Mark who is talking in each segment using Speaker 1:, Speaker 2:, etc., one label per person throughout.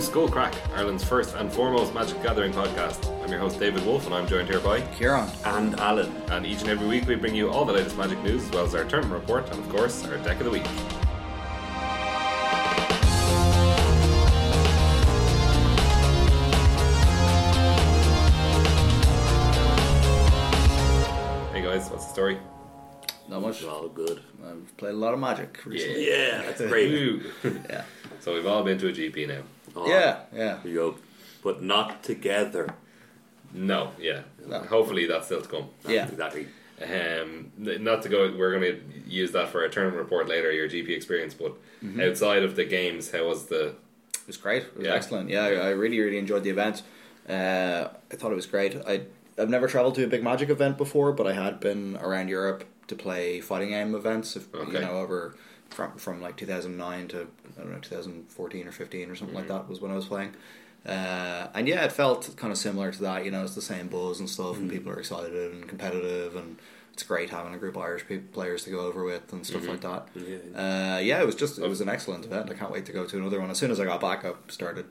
Speaker 1: Skull Crack, Ireland's first and foremost Magic Gathering podcast. I'm your host David Wolf, and I'm joined here by
Speaker 2: Kieran.
Speaker 3: and Alan.
Speaker 1: And each and every week, we bring you all the latest Magic news, as well as our tournament report, and of course, our deck of the week. Hey guys, what's the story?
Speaker 2: Not much.
Speaker 3: It's all good.
Speaker 2: I've uh, played a lot of Magic recently.
Speaker 3: Yeah, that's great.
Speaker 1: Ooh.
Speaker 2: Yeah.
Speaker 1: so we've all been to a GP now.
Speaker 3: Oh,
Speaker 2: Yeah, yeah.
Speaker 3: There you go. But not together.
Speaker 1: No, yeah.
Speaker 2: No.
Speaker 1: Hopefully that's still to come.
Speaker 3: That's
Speaker 2: Yeah.
Speaker 3: Exactly.
Speaker 1: Um, n- not to go. We're going to use that for our tournament report later. Your GP experience, but
Speaker 2: Mm-hmm.
Speaker 1: outside of the games, how was the?
Speaker 2: It was great. It was
Speaker 1: Yeah.
Speaker 2: excellent. Yeah, I, I really, really enjoyed the event. Uh, I thought it was great. I, I've never traveled to a big Magic event before, but I had been around Europe to play fighting game events. If, You
Speaker 1: Okay.
Speaker 2: know, over from from like 2009 to I don't know 2014 or 15 or something like
Speaker 1: Mm-hmm.
Speaker 2: that was when I was playing. Uh, and yeah, it felt kind of similar to that. You know, it's the same buzz and stuff,
Speaker 1: Mm-hmm.
Speaker 2: and people are excited and competitive, and it's great having a group of Irish peop players to go over with and
Speaker 1: Mm-hmm.
Speaker 2: stuff like that. Uh, yeah, it was just it was an excellent event. I can't wait to go to another one. As soon as I got back, I started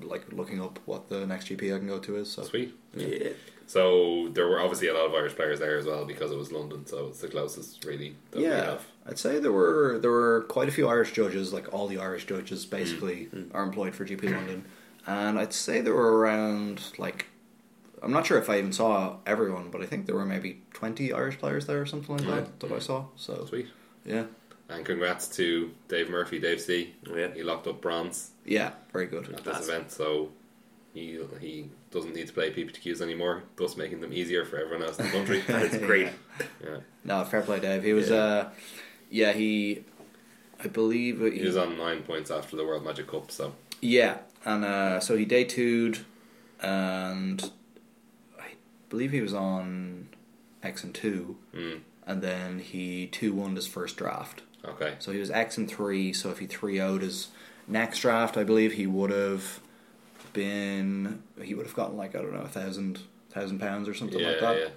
Speaker 2: like looking up what the next GP I can go to is. So
Speaker 1: Sweet.
Speaker 3: Yeah.
Speaker 1: So there were obviously a lot of Irish players there as well because it was London, so it's the closest really that we
Speaker 2: yeah,
Speaker 1: have.
Speaker 2: I'd say there were there were quite a few Irish judges. Like all the Irish judges basically
Speaker 1: Mm-hmm.
Speaker 2: are employed for GP London, and I'd say there were around like I'm not sure if I even saw everyone, but I think there were maybe 20 Irish players there or something like that that I saw. So
Speaker 1: Mm. Sweet.
Speaker 2: yeah,
Speaker 1: And congrats to Dave Murphy, Dave C.
Speaker 2: Oh,
Speaker 3: Yeah.
Speaker 1: He locked up bronze
Speaker 2: yeah, very good.
Speaker 1: at this
Speaker 3: That's-
Speaker 1: event, so he he doesn't need to play PPTQs anymore, thus making them easier for everyone else in the country.
Speaker 3: That's great.
Speaker 1: yeah.
Speaker 2: No, fair play, Dave. He was,
Speaker 3: Yeah.
Speaker 2: uh, yeah, he, I believe, he,
Speaker 1: He was on nine points after the World Magic Cup, so
Speaker 2: yeah, and uh, so he day two'd, and I believe he was on X and two,
Speaker 1: mm,
Speaker 2: and then he two won his first draft.
Speaker 1: okay.
Speaker 2: So he was X and three. So if he three would his next draft, I believe he would have been, he would have gotten like I don't know a thousand thousand pounds or something
Speaker 1: yeah,
Speaker 2: like that.
Speaker 1: yeah.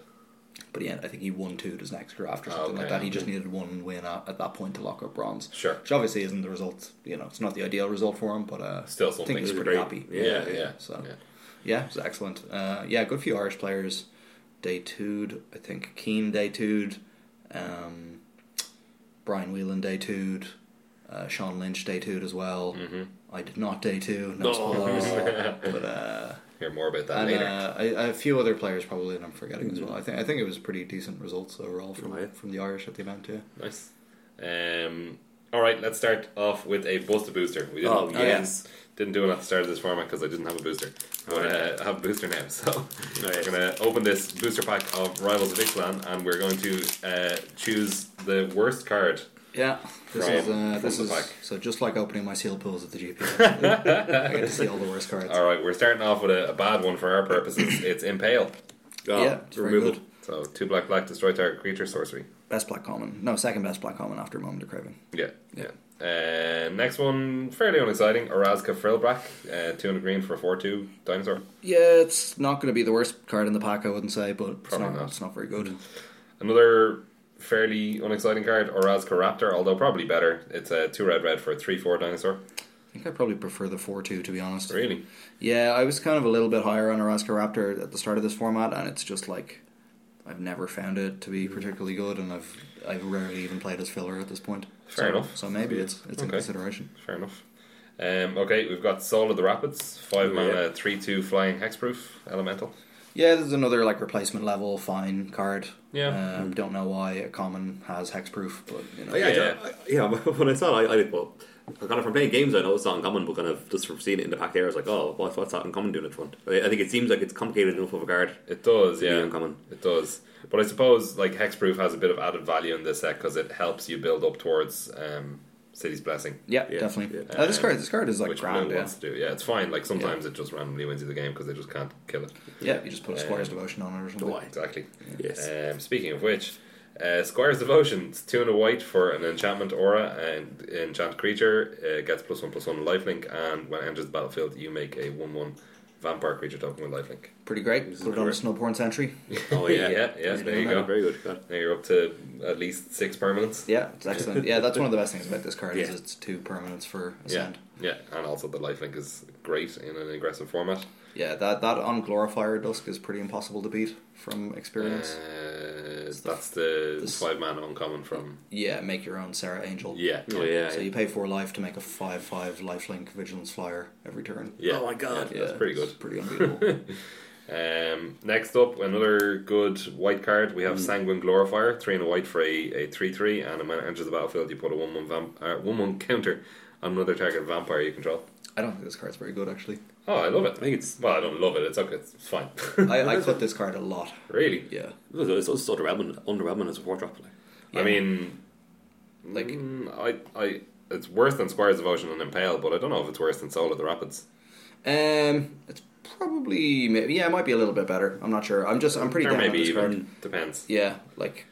Speaker 2: But yeah, I think he won two his next draft or
Speaker 1: Oh,
Speaker 2: something like
Speaker 1: okay.
Speaker 2: that. He just needed one win at, at that point to lock up bronze.
Speaker 1: Sure.
Speaker 2: Which obviously isn't the result, you know, it's not the ideal result for him, but uh,
Speaker 1: Still
Speaker 2: I think
Speaker 1: something.
Speaker 2: he's
Speaker 3: It's
Speaker 2: pretty
Speaker 3: great.
Speaker 2: happy.
Speaker 3: Yeah,
Speaker 1: yeah, yeah,
Speaker 2: So,
Speaker 1: yeah.
Speaker 2: yeah, it was excellent. Uh, yeah, good few Irish players. Day two'd, I think Keane day two'd, um, Brian Whelan day two'd, uh, Sean Lynch day two'd as well.
Speaker 1: Mm-hmm.
Speaker 2: I did not day two, no
Speaker 3: Oh.
Speaker 2: spoilers. but uh,
Speaker 1: Hear more about that
Speaker 2: and
Speaker 1: later.
Speaker 2: uh, a, a few other players probably that I'm forgetting as well. I think I think it was pretty decent results overall from
Speaker 3: Right.
Speaker 2: from the Irish at the event. Yeah,
Speaker 1: Nice. Um, all right, let's start off with a Buster Booster. We didn't,
Speaker 3: Oh,
Speaker 1: we
Speaker 3: yes.
Speaker 1: didn't, didn't do one at the start of this format because I didn't have a booster. But uh, I have a booster now, so
Speaker 3: Right.
Speaker 1: we're going to open this booster pack of Rivals of Ixalan and we're going to uh, choose the worst card.
Speaker 2: yeah. This
Speaker 1: From-
Speaker 2: is uh,
Speaker 1: from
Speaker 2: this
Speaker 1: the
Speaker 2: is
Speaker 1: back.
Speaker 2: so just like opening my seal pools at the GP. I get to see all the worst cards.
Speaker 1: All right, we're starting off with a, a bad one for our purposes. it's Impale.
Speaker 3: Oh,
Speaker 2: Yeah, it's very
Speaker 3: removal.
Speaker 2: good.
Speaker 1: So two black black destroy target creature sorcery.
Speaker 2: Best black common, no second best black common after Moment of Craving.
Speaker 1: Yeah, yeah. Uh, next one, fairly unexciting. Orazka Frillbrack, uh, two and a green for a four-two dinosaur.
Speaker 2: Yeah, it's not going to be the worst card in the pack, I wouldn't say, but it's
Speaker 1: Probably
Speaker 2: not, Mm.
Speaker 1: not.
Speaker 2: it's not very good.
Speaker 1: Another fairly unexciting card, Orazka Raptor, although probably better. It's a two red red for a three four dinosaur.
Speaker 2: I think I probably prefer the four two to be honest.
Speaker 1: Really?
Speaker 2: Yeah, I was kind of a little bit higher on Araska Raptor at the start of this format, and it's just like I've never found it to be particularly good, and I've I've rarely even played as filler at this point.
Speaker 1: Fair
Speaker 2: so,
Speaker 1: enough.
Speaker 2: So maybe it's it's in
Speaker 1: Okay.
Speaker 2: consideration.
Speaker 1: Fair enough. Um, okay, we've got Soul of the Rapids, five
Speaker 3: Yeah.
Speaker 1: mana, three two flying hexproof elemental.
Speaker 2: Yeah, there's another like replacement level fine card.
Speaker 1: Yeah.
Speaker 2: um, don't know why a common has hexproof, but you know.
Speaker 3: Oh, yeah,
Speaker 1: Yeah.
Speaker 3: I- I- yeah. When I saw it, I, I did, well, kind of from playing games, I know it's not uncommon, but kind of just from seeing it in the pack there, I was like, oh, what, what's that uncommon doing in front? I, I think it seems like it's complicated enough of a card.
Speaker 1: It does,
Speaker 3: be
Speaker 1: yeah.
Speaker 3: uncommon.
Speaker 1: It does. But I suppose like hexproof has a bit of added value in this set because it helps you build up towards um, City's Blessing.
Speaker 2: Yeah,
Speaker 3: Yeah,
Speaker 2: definitely.
Speaker 3: yeah.
Speaker 2: Uh, this card, this card is like
Speaker 1: which
Speaker 2: grand.
Speaker 1: Blue
Speaker 2: Yeah.
Speaker 1: wants to do. Yeah, it's fine. Like sometimes it just randomly wins you the game because they just can't kill it.
Speaker 2: yeah, you just put a Squire's
Speaker 1: Um,
Speaker 2: Devotion on it or something.
Speaker 3: Why?
Speaker 1: Exactly.
Speaker 3: Yes.
Speaker 1: Um, speaking of which, uh, Squire's Devotion, it's two and a white for an enchantment aura and enchant creature, uh, gets plus one plus one lifelink, and when it enters the battlefield, you make a one one vampire creature token with lifelink.
Speaker 2: Pretty great. Put it on a
Speaker 3: great.
Speaker 2: Snowborn Sentry.
Speaker 3: Oh, yeah.
Speaker 1: yeah, yeah, there you
Speaker 3: Yeah,
Speaker 1: go.
Speaker 3: Very good. God.
Speaker 1: Now you're up to at least six permanents.
Speaker 2: Yeah, it's excellent. Yeah, that's one of the best things about this card is
Speaker 3: Yeah.
Speaker 2: it's two permanents for ascend.
Speaker 1: Yeah, and also the lifelink is great in an aggressive format.
Speaker 2: Yeah, that that on Glorifier Dusk is pretty impossible to beat from experience.
Speaker 1: Uh, that's the
Speaker 2: this-
Speaker 1: five man uncommon from.
Speaker 2: yeah, make your own Sarah Angel.
Speaker 1: Yeah.
Speaker 3: Oh yeah.
Speaker 2: So you pay four life to make a five five lifelink vigilance flyer every turn.
Speaker 1: Yeah.
Speaker 3: Oh my god.
Speaker 1: Yeah. that's pretty good.
Speaker 2: it's Pretty unbeatable.
Speaker 1: Um, next up, another good white card. We
Speaker 2: Hmm.
Speaker 1: have Sanguine Glorifier, three and a white for a, a three three, and when it enters the battlefield, you put a one one vamp- uh, one one counter on another target vampire you control.
Speaker 2: I don't think this card's very good actually.
Speaker 1: Oh, I love it. I think it's well, I don't love it. It's okay. It's fine.
Speaker 2: I, I cut this card a lot.
Speaker 1: really.
Speaker 2: Yeah.
Speaker 3: It's also underwhelming, underwhelming as a four drop. Like.
Speaker 1: I mean,
Speaker 2: Like
Speaker 1: mm, I, I, it's worse than Squires of Ocean and Impale, but I don't know if it's worse than Soul of the Rapids.
Speaker 2: um it's probably maybe yeah, it might be a little bit better. I'm not sure. I'm just I'm pretty
Speaker 1: or
Speaker 2: down on
Speaker 1: maybe
Speaker 2: this
Speaker 1: even
Speaker 2: card.
Speaker 1: depends.
Speaker 2: Yeah, like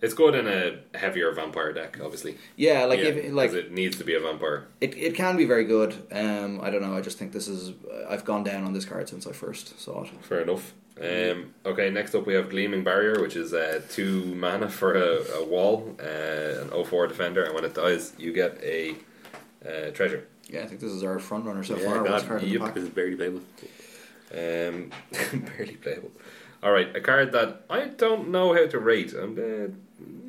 Speaker 1: It's good in a heavier vampire deck, obviously.
Speaker 2: yeah, like
Speaker 1: Yeah,
Speaker 2: if like
Speaker 1: 'cause it needs to be a vampire.
Speaker 2: It, it can be very good. Um, I don't know. I just think this is. I've gone down on this card since I first saw it.
Speaker 1: Fair enough.
Speaker 3: Mm-hmm.
Speaker 1: Um, okay, next up we have Gleaming Barrier, which is uh, two mana for a, a wall, uh, an 04 defender, and when it dies, you get a uh, treasure.
Speaker 2: Yeah, I think this is our front runner so
Speaker 3: Yeah,
Speaker 2: far. Worst
Speaker 3: God,
Speaker 2: card in the
Speaker 3: yep,
Speaker 2: pack.
Speaker 3: this is barely playable.
Speaker 1: Um, barely playable. All right, a card that I don't know how to rate. I'm uh,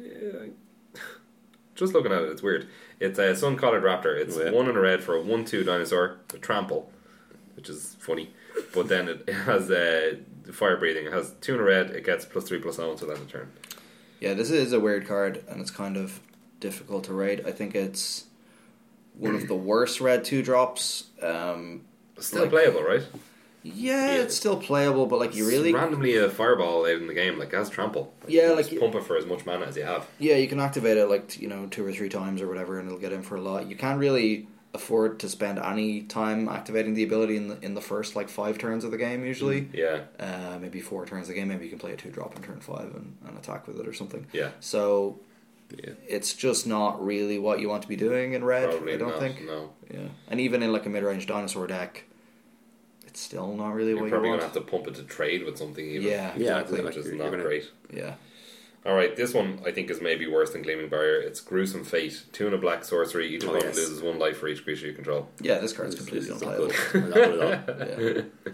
Speaker 1: yeah, I- just looking at it. It's weird. It's a sun-colored raptor. It's
Speaker 3: Oh, yeah.
Speaker 1: one in a red for a one-two dinosaur with trample, which is funny. But then it, it has uh, fire breathing. It has two in a red. It gets plus three plus zero until end of turn.
Speaker 2: Yeah, this is a weird card, and it's kind of difficult to rate. I think it's one of the worst red two drops. Um,
Speaker 1: Still
Speaker 2: Like-
Speaker 1: playable, right?
Speaker 2: yeah,
Speaker 3: Yeah.
Speaker 2: it's still playable, but like you
Speaker 1: It's
Speaker 2: really,
Speaker 1: randomly a fireball out in the game like has trample.
Speaker 2: Yeah,
Speaker 1: you
Speaker 2: like-
Speaker 1: just pump it for as much mana as you have.
Speaker 2: yeah, you can activate it like you know two or three times or whatever, and it'll get in for a lot. You can't really afford to spend any time activating the ability in the in the first like five turns of the game usually.
Speaker 1: Yeah,
Speaker 2: uh, maybe four turns a game. Maybe you can play a two drop in turn five and, and attack with it or something.
Speaker 1: yeah.
Speaker 2: So
Speaker 3: Yeah.
Speaker 2: it's just not really what you want to be doing in red.
Speaker 1: Probably
Speaker 2: I don't
Speaker 1: not.
Speaker 2: think.
Speaker 1: No,
Speaker 2: Yeah, and even in like a mid range dinosaur deck, it's still not really
Speaker 1: you're
Speaker 2: what
Speaker 1: probably
Speaker 2: you
Speaker 1: gonna
Speaker 2: want.
Speaker 1: have to pump it to trade with something. Even.
Speaker 2: yeah,
Speaker 3: Yeah,
Speaker 2: exactly.
Speaker 1: which is
Speaker 3: You're
Speaker 1: not
Speaker 3: gonna-
Speaker 1: great.
Speaker 2: Yeah,
Speaker 1: All right, this one I think is maybe worse than Gleaming Barrier. It's Gruesome Fate, two and a black sorcery. Each
Speaker 3: Oh,
Speaker 1: opponent
Speaker 3: yes.
Speaker 1: loses one life for each creature you control.
Speaker 2: yeah. This card's
Speaker 3: It's
Speaker 2: completely
Speaker 3: it's not
Speaker 2: unplayable.
Speaker 3: good. It's not good at all.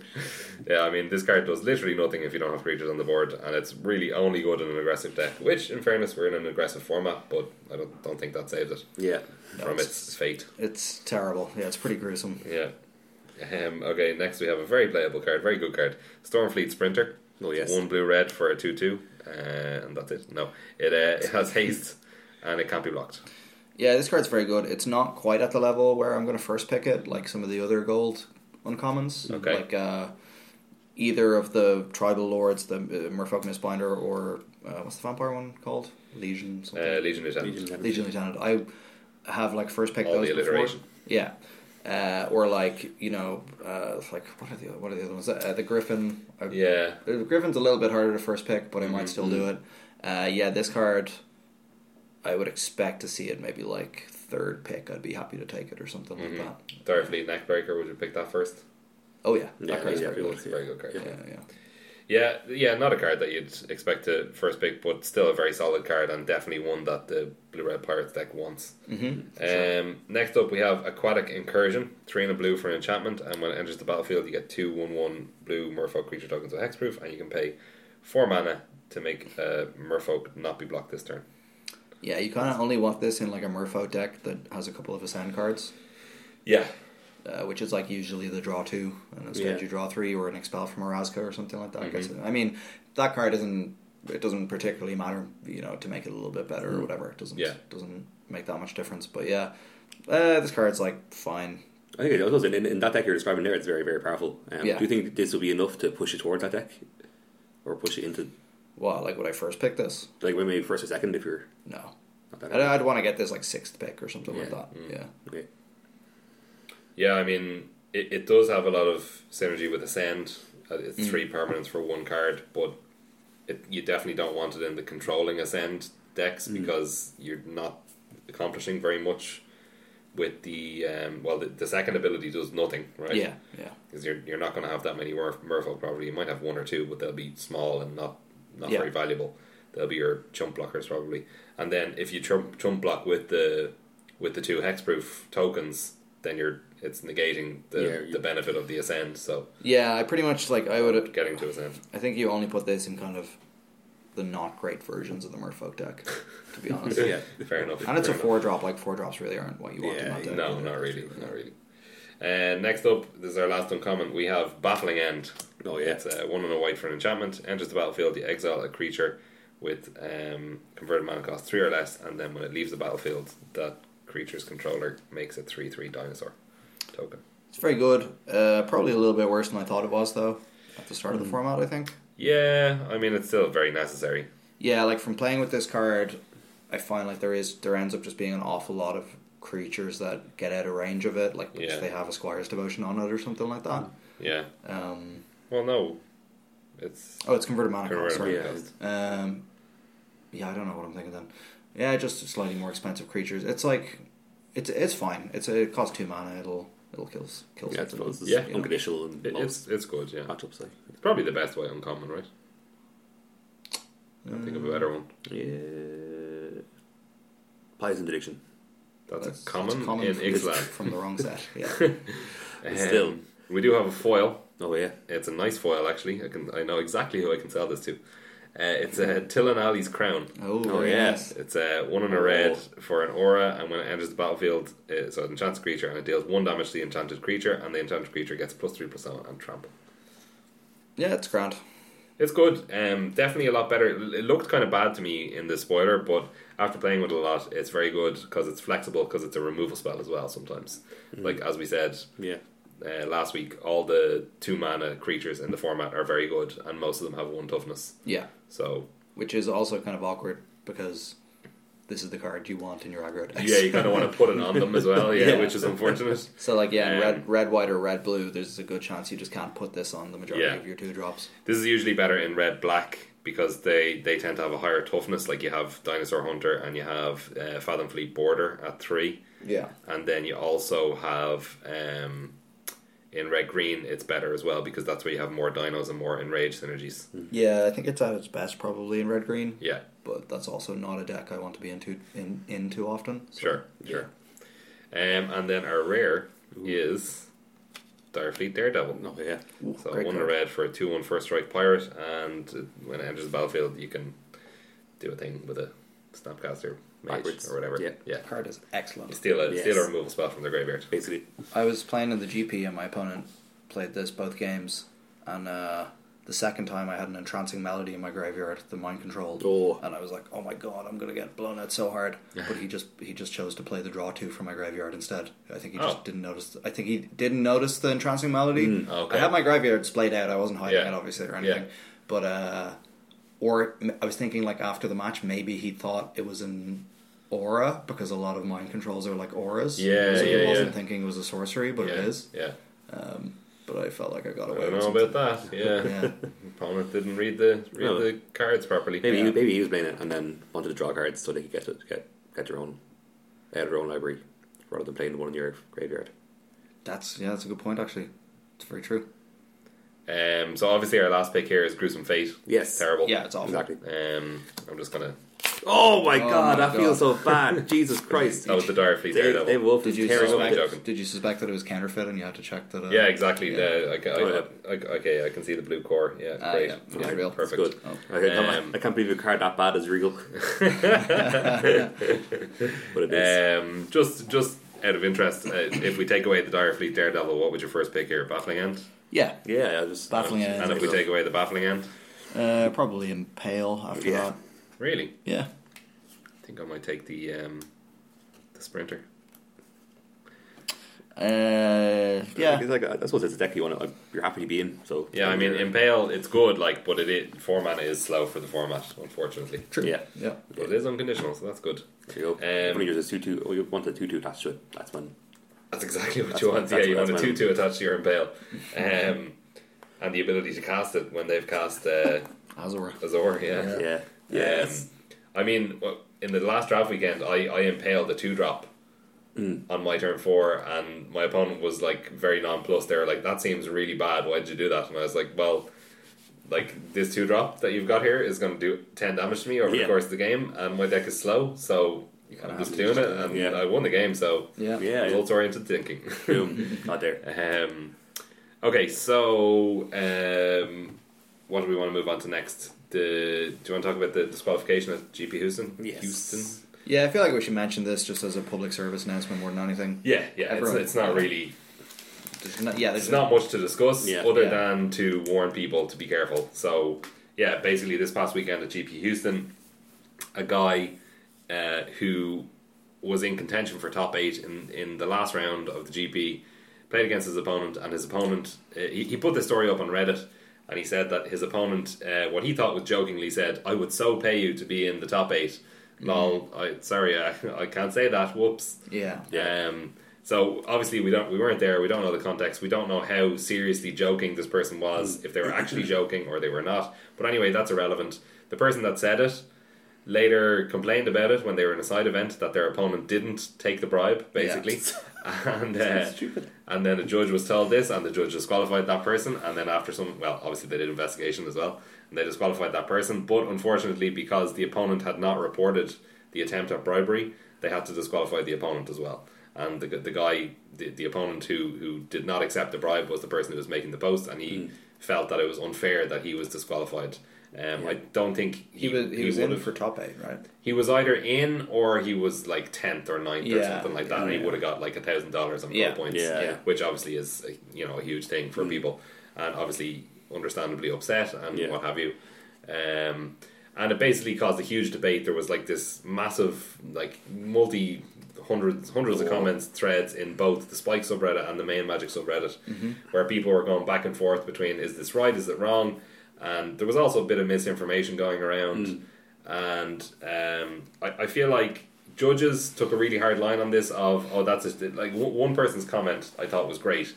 Speaker 2: yeah.
Speaker 1: Yeah, I mean this card does literally nothing if you don't have creatures on the board, and it's really only good in an aggressive deck. Which, in fairness, we're in an aggressive format, but I don't don't think that saves it
Speaker 3: Yeah.
Speaker 2: No,
Speaker 1: from
Speaker 2: it's-
Speaker 1: its fate.
Speaker 2: It's terrible. Yeah, it's pretty gruesome.
Speaker 1: Yeah. Um, okay, next we have a very playable card, very good card. Stormfleet Sprinter.
Speaker 3: Oh,
Speaker 1: It's
Speaker 3: yes.
Speaker 1: One blue red for a 2 2. Uh, and that's it. No. It, uh, it has haste and it can't be blocked.
Speaker 2: Yeah, this card's very good. It's not quite at the level where I'm going to first pick it, like some of the other gold uncommons.
Speaker 1: Okay.
Speaker 2: Like uh, either of the tribal lords, the uh, Merfolk Mistbinder, or uh, what's the vampire one called? Legion something.
Speaker 1: Uh, Legion Lieutenant.
Speaker 3: Legion Lieutenant.
Speaker 2: Legion Lieutenant. I have like first pick
Speaker 1: All
Speaker 2: those
Speaker 1: the
Speaker 2: before-
Speaker 1: alliteration.
Speaker 2: Yeah. Uh, or like you know, uh, like what are the what are the other ones? Uh, the Griffin. Uh,
Speaker 1: Yeah.
Speaker 2: the Griffin's a little bit harder to first pick, but I might still do it. Uh, yeah, this card, I would expect to see it maybe like third pick. I'd be happy to take it or something like that.
Speaker 1: Direfleet Neckbreaker, would you pick that first?
Speaker 2: Oh yeah,
Speaker 3: Yeah,
Speaker 2: that card's
Speaker 3: yeah,
Speaker 2: very
Speaker 3: yeah.
Speaker 2: good.
Speaker 1: It's a very good card.
Speaker 2: Yeah, yeah.
Speaker 1: Yeah, yeah, not a card that you'd expect to first pick, but still a very solid card and definitely one that the Blue Red Pirates deck wants. Mm-hmm, um, next up, we have Aquatic Incursion, three and a blue for an enchantment, and when it enters the battlefield, you get two one-one blue Merfolk creature tokens with hexproof, and you can pay four mana to make uh, Merfolk not be blocked this turn.
Speaker 2: Yeah, you kind of only want this in like a Murpho deck that has a couple of Ascend cards,
Speaker 1: Yeah,
Speaker 2: uh, which is like usually the draw two, and instead
Speaker 3: Yeah.
Speaker 2: you draw three or an Expel from Arazka or something like that. Gets it. I mean, that card isn't. It doesn't particularly matter, you know, to make it a little bit better or whatever. It doesn't
Speaker 1: Yeah.
Speaker 2: doesn't make that much difference. But yeah, uh, this card's like fine.
Speaker 3: I think it was in, in that deck you're describing there. It's very, very powerful. Um,
Speaker 2: Yeah.
Speaker 3: Do you think this will be enough to push it towards that deck, or push it into
Speaker 2: Well, like would I first pick this?
Speaker 3: like maybe first or second if you're
Speaker 2: No,
Speaker 3: not that?
Speaker 2: I'd, I'd want to get this like sixth pick or something like
Speaker 3: Yeah.
Speaker 2: that. Yeah,
Speaker 3: Okay.
Speaker 1: yeah, I mean, it, it does have a lot of synergy with Ascend. Uh, It's three permanents for one card, but it, you definitely don't want it in the controlling ascend decks because you're not accomplishing very much with the um, well the, the second ability does nothing right
Speaker 2: yeah, yeah,
Speaker 1: because you're, you're not going to have that many Murf- merfolk probably you might have one or two but they'll be small and not not
Speaker 2: Yeah.
Speaker 1: very valuable they'll be your chump blockers probably and then if you chump, chump block with the with the two hexproof tokens then you're it's negating the,
Speaker 2: Yeah, you-
Speaker 1: the benefit of the ascend. So
Speaker 2: Yeah, I pretty much like I would.
Speaker 1: getting to ascend.
Speaker 2: I think you only put this in kind of the not great versions of the Merfolk deck, to be honest.
Speaker 1: fair enough.
Speaker 2: And it's
Speaker 1: fair
Speaker 2: a
Speaker 1: enough.
Speaker 2: four drop. Like four drops really aren't what you want in that deck.
Speaker 1: No,
Speaker 2: either.
Speaker 1: not really, not really. And next up, this is our last uncommon. We have Baffling End.
Speaker 3: Oh, yeah.
Speaker 1: it's uh, one and a white for an enchantment. Enters the battlefield, you exile a creature with um, converted mana cost three or less, and then when it leaves the battlefield, that creature's controller makes a three-three dinosaur token.
Speaker 2: It's very good. Uh, probably a little bit worse than I thought it was though at the start of the
Speaker 1: Mm.
Speaker 2: format. I think.
Speaker 1: Yeah, I mean it's still very necessary.
Speaker 2: Yeah, like from playing with this card, I find like there is there ends up just being an awful lot of creatures that get out of range of it, like which
Speaker 1: Yeah. Mm.
Speaker 2: they have a Squire's Devotion on it or something like that.
Speaker 1: Yeah.
Speaker 2: Um,
Speaker 1: Well, no, it's
Speaker 2: oh, it's converted mana.
Speaker 1: converted
Speaker 2: Cost, sorry.
Speaker 1: mana
Speaker 3: yeah.
Speaker 1: cost.
Speaker 2: Um, yeah, I don't know what I'm thinking then. Yeah, just slightly more expensive creatures. It's like, it's it's fine. It's it costs two mana. It'll it'll kill s- kill
Speaker 3: Yeah, I
Speaker 2: something.
Speaker 3: suppose it's
Speaker 1: Yeah.
Speaker 3: unconditional and
Speaker 1: It- it's
Speaker 3: most
Speaker 1: it's good. Yeah,
Speaker 3: matchups. Like.
Speaker 1: it's probably the best way uncommon, right? I think of
Speaker 2: Mm,
Speaker 1: a better one.
Speaker 3: Yeah. Poison addiction.
Speaker 1: That's,
Speaker 2: That's-
Speaker 1: a common,
Speaker 2: that's
Speaker 1: in
Speaker 2: from,
Speaker 1: Ixalan.
Speaker 2: from the wrong set. Yeah,
Speaker 1: Um,
Speaker 3: Still.
Speaker 1: we do have a foil.
Speaker 3: Oh yeah.
Speaker 1: It's a nice foil, actually. I can I know exactly who I can sell this to. Uh, it's a Tillan Ali's crown.
Speaker 2: oh,
Speaker 3: Oh,
Speaker 2: very
Speaker 3: yeah.
Speaker 2: nice.
Speaker 1: It's a one and a red for an aura, and when it enters the battlefield, uh, so it enchants a creature and it deals one damage to the enchanted creature, and the enchanted creature gets plus three plus one and trample.
Speaker 2: yeah, it's grand.
Speaker 1: It's good. Um, definitely a lot better. It it looked kind of bad to me in the spoiler, but after playing with it a lot, it's very good because it's flexible because it's a removal spell as well. Sometimes, like as we said,
Speaker 3: Yeah.
Speaker 1: uh, last week, all the two mana creatures in the format are very good, and most of them have one toughness.
Speaker 2: Yeah,
Speaker 1: So
Speaker 2: which is also kind of awkward because this is the card you want in your aggro decks.
Speaker 1: yeah, you kind of want to put it on them as well, yeah,
Speaker 2: Yeah.
Speaker 1: which is unfortunate.
Speaker 2: So like yeah, in
Speaker 1: Um,
Speaker 2: red red white or red blue. There's a good chance you just can't put this on the majority
Speaker 1: Yeah.
Speaker 2: of your two drops.
Speaker 1: This is usually better in red black because they they tend to have a higher toughness. Like you have Dinosaur Hunter and you have uh, Fathom Fleet Border at three,
Speaker 2: Yeah,
Speaker 1: and then you also have. Um, in red green, it's better as well because that's where you have more dinos and more enrage synergies.
Speaker 2: yeah. I think it's at its best probably in red green.
Speaker 1: Yeah,
Speaker 2: but that's also not a deck I want to be into in, in too often. So,
Speaker 1: Sure, sure. Um, and then our rare is Direfleet Daredevil.
Speaker 3: Oh yeah.
Speaker 2: Ooh,
Speaker 1: So
Speaker 2: great
Speaker 1: one in a
Speaker 2: card.
Speaker 1: red for a 2 1 first strike pirate, and uh, when it enters the battlefield, you can do a thing with a Snapcaster mage
Speaker 3: Backwards.
Speaker 1: or whatever.
Speaker 3: Yeah.
Speaker 1: yeah.
Speaker 2: Card is
Speaker 1: You
Speaker 2: excellent.
Speaker 1: steal a,
Speaker 3: Yes.
Speaker 1: steal a removal spell from the graveyard.
Speaker 3: Basically.
Speaker 2: I was playing in the GP and my opponent played this both games, and uh, the second time I had an entrancing melody in my graveyard, the mind control,
Speaker 3: Oh.
Speaker 2: and I was like, oh my god, I'm gonna get blown out so hard. But he just he just chose to play the draw two from my graveyard instead. I think he just
Speaker 1: Oh. Mm,
Speaker 2: didn't notice. I think he didn't notice the entrancing melody.
Speaker 1: okay.
Speaker 2: I had my graveyard splayed out. I wasn't hiding
Speaker 1: Yeah.
Speaker 2: it obviously or
Speaker 1: Yeah.
Speaker 2: anything, but. uh or m- I was thinking like after the match, maybe he thought it was an aura because a lot of mind controls are like auras.
Speaker 1: Yeah,
Speaker 2: so
Speaker 1: yeah,
Speaker 2: he wasn't
Speaker 1: yeah.
Speaker 2: thinking it was a sorcery, but
Speaker 1: yeah.
Speaker 2: it is.
Speaker 1: Yeah.
Speaker 2: But I felt like I got
Speaker 1: I
Speaker 2: away.
Speaker 1: don't
Speaker 2: with
Speaker 1: know
Speaker 2: something.
Speaker 1: about that. Yeah.
Speaker 2: Yeah.
Speaker 1: Opponent didn't read the read
Speaker 3: No.
Speaker 1: the cards properly.
Speaker 3: Maybe
Speaker 2: Yeah.
Speaker 3: he, maybe he was playing it and then wanted to draw cards so they could get to, get get your own out of your own library rather than playing the one in your graveyard.
Speaker 2: That's yeah, that's a good point actually. It's very true.
Speaker 1: Um, so obviously our last pick here is Gruesome Fate.
Speaker 3: Yes.
Speaker 1: Terrible.
Speaker 2: Yeah, it's awful.
Speaker 3: Exactly.
Speaker 1: Um, I'm just gonna.
Speaker 3: Oh my
Speaker 2: Oh
Speaker 3: god, Oh,
Speaker 2: my
Speaker 3: I feel
Speaker 2: God.
Speaker 3: so bad. Jesus Christ.
Speaker 1: That was the Direfleet
Speaker 3: Dave,
Speaker 1: Daredevil.
Speaker 3: Dave Wolf
Speaker 2: Did
Speaker 3: is
Speaker 2: you
Speaker 3: tearing up.
Speaker 1: I'm
Speaker 3: the-
Speaker 1: joking.
Speaker 2: suspect? Did you suspect that it was counterfeit, and you had to check that? Uh,
Speaker 1: Yeah, exactly.
Speaker 2: Yeah.
Speaker 1: The, I, ca- I,
Speaker 3: Oh,
Speaker 1: I- okay, I can see the blue core. Yeah,
Speaker 2: Ah,
Speaker 1: great.
Speaker 2: yeah,
Speaker 1: Yeah,
Speaker 2: unreal.
Speaker 1: Perfect.
Speaker 3: Good.
Speaker 2: Oh.
Speaker 3: Okay, come on.
Speaker 1: Um,
Speaker 3: I can't believe a card that bad is regal. but it is.
Speaker 1: Um, just, just out of interest, uh, if we take away the Dire Fleet Daredevil, what would your first pick here? Baffling End.
Speaker 2: Yeah,
Speaker 3: yeah, I just
Speaker 2: Baffling End.
Speaker 1: and if we take away the Baffling End,
Speaker 2: uh, probably impale after
Speaker 3: Yeah.
Speaker 2: that.
Speaker 1: really,
Speaker 2: Yeah,
Speaker 1: I think I might take the um, the Sprinter.
Speaker 2: uh, yeah.
Speaker 3: It's like, I suppose it's a deck you want. To, you're happy to be in. So
Speaker 1: Yeah, I mean Impale, it's good, like, but it, it four mana is slow for the format, unfortunately.
Speaker 2: True.
Speaker 3: Yeah.
Speaker 2: yeah.
Speaker 1: But it is unconditional, so that's good.
Speaker 3: There you go.
Speaker 1: Um,
Speaker 3: Funny, there's a two-two. Oh, you want the two-two attached to it. That's when.
Speaker 1: That's exactly what
Speaker 3: That's
Speaker 1: you
Speaker 3: what-
Speaker 1: want. Yeah,
Speaker 3: that's
Speaker 1: you
Speaker 3: what-
Speaker 1: want a
Speaker 3: that's
Speaker 1: two
Speaker 3: what-
Speaker 1: two attached to your Impale, um, and the ability to cast it when they've cast uh,
Speaker 2: Azor.
Speaker 1: Azor.
Speaker 2: Yeah.
Speaker 3: Yeah.
Speaker 1: Yes. I mean, well, in the last draft weekend, I, I impaled a two drop on my turn four, and my opponent was like very nonplussed. They were like, "That seems really bad. Why did you do that?" And I was like, "Well, like this two drop that you've got here is going to do ten damage to me over
Speaker 3: Yeah.
Speaker 1: the course of the game, and my deck is slow, so
Speaker 2: you kind
Speaker 1: I'm
Speaker 2: of
Speaker 1: just doing it, and
Speaker 3: Yeah.
Speaker 1: I won the game, so
Speaker 2: Yeah.
Speaker 3: Yeah, yeah.
Speaker 1: results oriented thinking.
Speaker 3: Boom. Not there.
Speaker 1: um, okay, so um, what do we want to move on to next? The, do you want to talk about the disqualification at GP Houston? Houston.
Speaker 2: Yeah, I feel like we should mention this just as a public service announcement more than anything.
Speaker 1: Yeah, yeah. It's,
Speaker 2: Everyone-
Speaker 1: it's not really.
Speaker 2: There's not, yeah, there's
Speaker 1: There's not much to discuss
Speaker 3: Yeah.
Speaker 1: other
Speaker 2: Yeah.
Speaker 1: than to warn people to be careful. So, yeah, basically, this past weekend at GP Houston, a guy uh, who was in contention for top eight in, in the last round of the GP played against his opponent, and his opponent, uh, he, he put this story up on Reddit. And he said that his opponent, uh, what he thought was jokingly, said, "I would so pay you to be in the top eight.
Speaker 2: Mm-hmm.
Speaker 1: Lol. I, sorry, I, I can't say that. Whoops.
Speaker 2: Yeah.
Speaker 3: Yeah.
Speaker 1: Um, so obviously we don't we weren't there. We don't know the context. We don't know how seriously joking this person was, if they were actually joking or they were not. But anyway, that's irrelevant. The person that said it later complained about it when they were in a side event that their opponent didn't take the bribe, basically. and uh,
Speaker 3: stupid.
Speaker 1: and then the judge was told this, and the judge disqualified that person. And then after some, well, obviously they did investigation as well, and they disqualified that person. But unfortunately, because the opponent had not reported the attempt at bribery, they had to disqualify the opponent as well. And the, the guy, the, the opponent who who did not accept the bribe was the person who was making the post, and he
Speaker 2: Hmm.
Speaker 1: felt that it was unfair that he was disqualified. Um, I don't think
Speaker 2: He was he, was in
Speaker 1: would've-
Speaker 2: for top eight, right?
Speaker 1: he was either in or he was like tenth or 9th or
Speaker 2: Yeah,
Speaker 1: something like that,
Speaker 2: yeah,
Speaker 1: and he
Speaker 2: yeah.
Speaker 1: would have got like a thousand dollars on
Speaker 2: Yeah,
Speaker 1: goal points,
Speaker 3: yeah, Mm. yeah.
Speaker 1: which obviously is uh, you know a huge thing for people, and obviously understandably upset and
Speaker 3: Yeah.
Speaker 1: what have you. Um, and it basically caused a huge debate. There was like this massive, like multi hundreds hundreds of
Speaker 3: Whoa.
Speaker 1: comments threads in both the Spike subreddit and the main Magic subreddit,
Speaker 3: Mm-hmm.
Speaker 1: where people were going back and forth between is this right, is it wrong, and there was also a bit of misinformation going around
Speaker 3: Mm.
Speaker 1: and um, I, I feel like judges took a really hard line on this of oh that's a, like one one person's comment I thought was great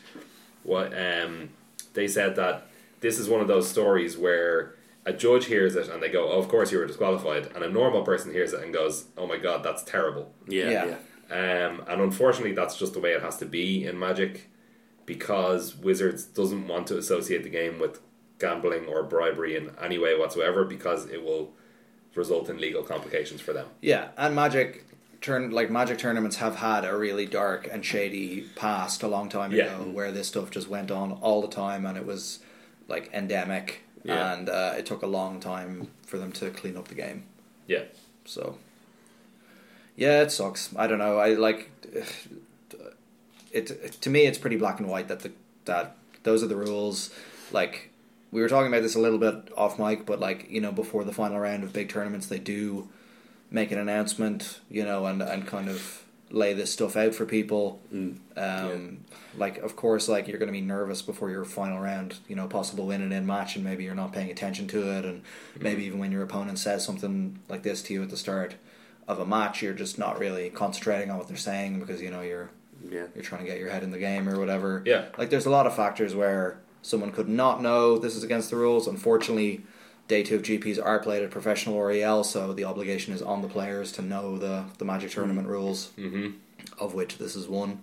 Speaker 1: what um, they said that this is one of those stories where a judge hears it and they go oh of course you were disqualified and a normal person hears it and goes oh my god that's terrible
Speaker 3: Yeah.
Speaker 2: Yeah.
Speaker 3: Yeah.
Speaker 1: um, and unfortunately, that's just the way it has to be in Magic, because Wizards doesn't want to associate the game with gambling or bribery in any way whatsoever, because it will result in legal complications for them.
Speaker 2: Yeah, and Magic turn like Magic tournaments have had a really dark and shady past a long time
Speaker 1: Yeah.
Speaker 2: ago, where this stuff just went on all the time, and it was like endemic,
Speaker 3: Yeah.
Speaker 2: and uh, it took a long time for them to clean up the game.
Speaker 1: Yeah,
Speaker 2: So, yeah, it sucks. I don't know. I like it, To me, it's pretty black and white that the that those are the rules. Like we were talking about this a little bit off mic, but like you know, before the final round of big tournaments, they do make an announcement, you know, and and kind of lay this stuff out for people. Um, Like, of course, like you're going to be nervous before your final round, you know, possible win and end match, and maybe you're not paying attention to it, and maybe even when your opponent says something like this to you at the start of a match, you're just not really concentrating on what they're saying because you know you're
Speaker 3: Yeah.
Speaker 2: you're trying to get your head in the game or whatever.
Speaker 1: Yeah.
Speaker 2: Like there's a lot of factors where someone could not know this is against the rules. Unfortunately, day two of GPs are played at professional REL, so the obligation is on the players to know the, the Magic
Speaker 3: Hmm.
Speaker 2: Tournament rules, mm-hmm. of which this is one.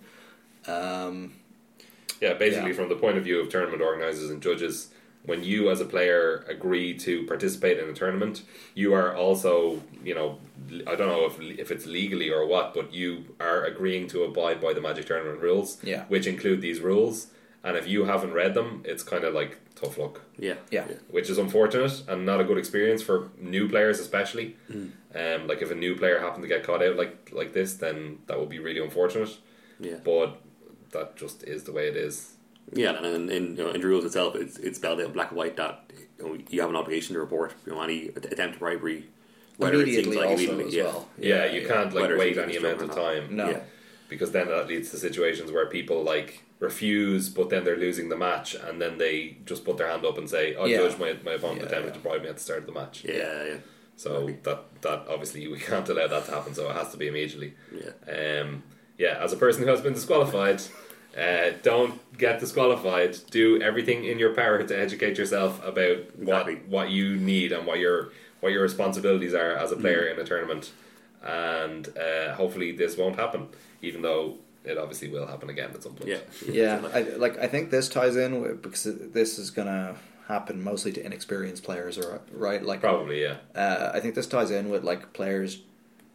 Speaker 2: Um,
Speaker 1: yeah. Basically,
Speaker 2: Yeah.
Speaker 1: from the point of view of tournament organizers and judges, when you as a player agree to participate in a tournament, you are also, you know, I don't know if if it's legally or what, but you are agreeing to abide by the Magic tournament rules,
Speaker 2: Yeah.
Speaker 1: which include these rules. And if you haven't read them, it's kind of like tough luck,
Speaker 3: Yeah.
Speaker 2: yeah.
Speaker 1: which is unfortunate and not a good experience for new players, especially.
Speaker 2: Hmm.
Speaker 1: Um, like if a new player happened to get caught out like like this, then that would be really unfortunate.
Speaker 3: Yeah.
Speaker 1: But that just is the way it is.
Speaker 3: Yeah, and in, in, you know, in the rules itself, it's, it's spelled out in black and white that you, know, you have an obligation to report you know, any att- attempt at bribery, whether it seems
Speaker 2: Immediately
Speaker 3: like
Speaker 2: also
Speaker 3: immediately.
Speaker 2: as
Speaker 3: yeah.
Speaker 2: well.
Speaker 1: Yeah, you can't like
Speaker 3: Whether it
Speaker 1: wait
Speaker 3: seems
Speaker 1: any
Speaker 3: extreme
Speaker 1: amount
Speaker 3: or
Speaker 1: of
Speaker 3: not.
Speaker 1: time.
Speaker 2: No.
Speaker 3: Yeah.
Speaker 1: because then that leads to situations where people like refuse, but then they're losing the match, and then they just put their hand up and say, "Oh,
Speaker 2: Yeah.
Speaker 1: judge, my my opponent
Speaker 2: Yeah,
Speaker 1: attempted
Speaker 2: yeah.
Speaker 1: to bribe me at the start of the match."
Speaker 3: Yeah, yeah,
Speaker 1: So that that obviously we can't allow that to happen. So it has to be immediately.
Speaker 3: yeah.
Speaker 1: Um, yeah, as a person who has been disqualified, uh, don't get disqualified. Do everything in your power to educate yourself about
Speaker 3: Exactly.
Speaker 1: what what you need and what your what your responsibilities are
Speaker 2: Mm.
Speaker 1: as a player in a tournament. And uh, hopefully this won't happen, even though it obviously will happen again at some point.
Speaker 3: Yeah,
Speaker 2: Yeah, I, like I think this ties in with, because this is gonna happen mostly to inexperienced players, or right? Like
Speaker 1: probably. Yeah,
Speaker 2: uh, I think this ties in with like players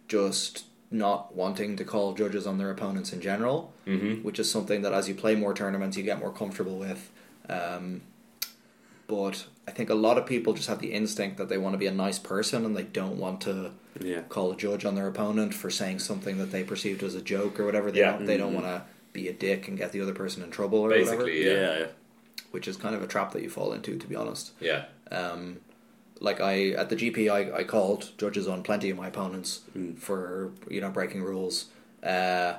Speaker 2: just not wanting to call judges on their opponents in general, mm-hmm. which is something that as you play more tournaments, you get more comfortable with. Um, but I think a lot of people just have the instinct that they want to be a nice person and they don't want to
Speaker 3: Yeah.
Speaker 2: call a judge on their opponent for saying something that they perceived as a joke or whatever. They
Speaker 1: Yeah. Mm-hmm.
Speaker 2: don't, they don't want to be a dick and get the other person in trouble or whatever,
Speaker 1: Basically,
Speaker 3: Yeah.
Speaker 1: yeah.
Speaker 3: yeah.
Speaker 2: which is kind of a trap that you fall into, to be honest.
Speaker 1: Yeah.
Speaker 2: Um, like I at the GP, I, I called judges on plenty of my opponents for you know breaking rules, uh,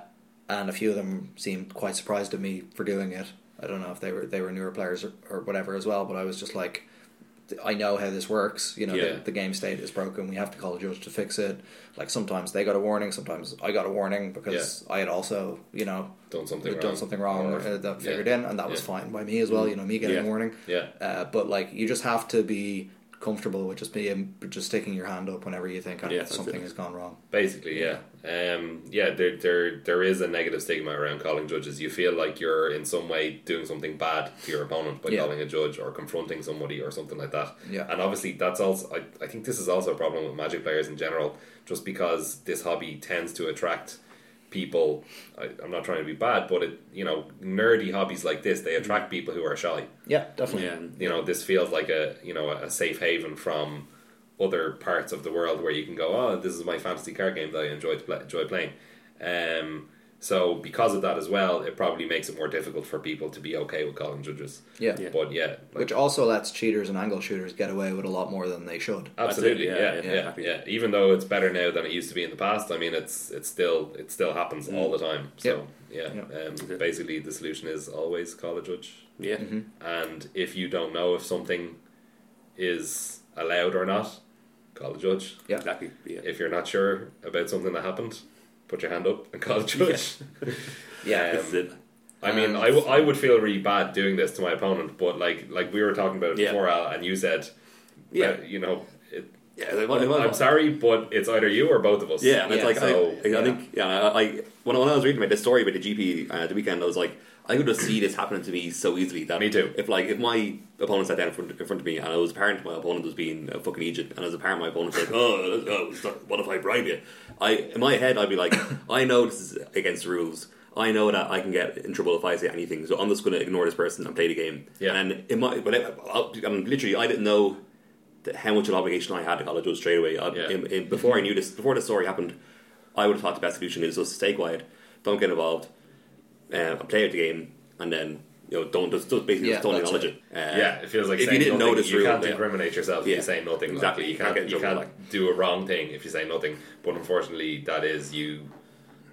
Speaker 2: and a few of them seemed quite surprised at me for doing it. I don't know if they were they were newer players or, or whatever as well, but I was just like, I know how this works. You know,
Speaker 1: Yeah.
Speaker 2: the, the game state is broken. We have to call a judge to fix it. Like sometimes they got a warning, sometimes I got a warning because I had also you know
Speaker 1: Done something
Speaker 2: done
Speaker 1: wrong.
Speaker 2: something wrong or,
Speaker 1: Or-
Speaker 2: uh, that figured
Speaker 1: yeah.
Speaker 2: in, and that was
Speaker 1: Yeah.
Speaker 2: fine by me as well. You know, me getting
Speaker 3: Yeah.
Speaker 2: a warning.
Speaker 1: Yeah.
Speaker 2: Uh, but like you just have to be comfortable with just being just sticking your hand up whenever you think oh,
Speaker 3: Yeah, that's
Speaker 2: something
Speaker 3: it.
Speaker 2: has gone wrong.
Speaker 1: Basically, yeah. Um, yeah, there, there there is a negative stigma around calling judges. You feel like you're in some way doing something bad to your opponent by
Speaker 2: Yeah.
Speaker 1: calling a judge or confronting somebody or something like that.
Speaker 2: Yeah.
Speaker 1: And obviously that's also I, I think this is also a problem with magic players in general, just because this hobby tends to attract people I, I'm not trying to be bad, but it you know, nerdy hobbies like this, they
Speaker 2: Mm.
Speaker 1: attract people who are shy
Speaker 2: Yeah, definitely.
Speaker 3: Yeah.
Speaker 1: you know this feels like a you know a safe haven from other parts of the world where you can go oh this is my fantasy card game that I enjoy to play, enjoy playing um so because of that as well it probably makes it more difficult for people to be okay with calling judges
Speaker 2: Yeah.
Speaker 3: Yeah.
Speaker 1: but yeah like,
Speaker 2: Which also lets cheaters and angle shooters get away with a lot more than they should.
Speaker 1: absolutely
Speaker 3: That's it,
Speaker 1: yeah
Speaker 3: yeah,
Speaker 1: yeah,
Speaker 3: yeah,
Speaker 1: yeah,
Speaker 3: happy.
Speaker 1: even though it's better now than it used to be in the past I mean it's it's still it still happens all the time so Mm. yeah, Um,
Speaker 3: Okay.
Speaker 1: basically the solution is always call a judge
Speaker 3: Yeah.
Speaker 1: and if you don't know if something is allowed or not, call a judge.
Speaker 2: Yeah.
Speaker 3: Exactly. Yeah.
Speaker 1: If you're not sure about something that happened, put your hand up and call a judge.
Speaker 2: Yeah.
Speaker 3: This is it.
Speaker 1: I mean, I, w- I would feel really bad doing this to my opponent, but like like we were talking about it
Speaker 3: Yeah.
Speaker 1: before, Al, and you said,
Speaker 3: Yeah.
Speaker 1: well, you know, it,
Speaker 3: Yeah. Like, what, what,
Speaker 1: I'm sorry, but it's either you or both of us.
Speaker 3: Yeah, and it's
Speaker 2: Yeah,
Speaker 3: like oh,
Speaker 1: so-
Speaker 3: I, I
Speaker 2: yeah.
Speaker 3: think yeah, I, I when, I- when I was reading about this story about the GP uh, the weekend, I was like, I could just see this happening to me so easily. That
Speaker 1: Me too.
Speaker 3: If like if my opponent sat down in front, in front of me and I was apparent my opponent was being a fucking Egypt, and as apparent my opponent's like, oh, oh, stop- what if I bribe you? I in my head I'd be like, I know this is against the rules. I know that I can get in trouble if I say anything, so I'm just going to ignore this person and play the game.
Speaker 1: Yeah.
Speaker 3: And in my, but I, I, I'm literally I didn't know that how much of an obligation I had to call a judge straight away. I,
Speaker 1: Yeah.
Speaker 3: in- in- before I knew this, before this story happened, I would have thought the best solution is just stay quiet, don't get involved, uh, play out the game, and then you know don't just, just basically
Speaker 2: Yeah,
Speaker 3: just don't
Speaker 2: that's
Speaker 3: acknowledge it.
Speaker 2: it.
Speaker 3: Uh,
Speaker 1: yeah, it feels like
Speaker 3: if you
Speaker 1: saying
Speaker 3: didn't
Speaker 1: nothing,
Speaker 3: know this
Speaker 1: you
Speaker 3: rule,
Speaker 1: can't
Speaker 3: yeah.
Speaker 1: incriminate yourself if
Speaker 3: Yeah,
Speaker 1: you say nothing.
Speaker 3: exactly,
Speaker 1: Like, you can't,
Speaker 3: get in
Speaker 1: you can't
Speaker 3: trouble,
Speaker 1: do a wrong thing if you say nothing. But unfortunately, that is you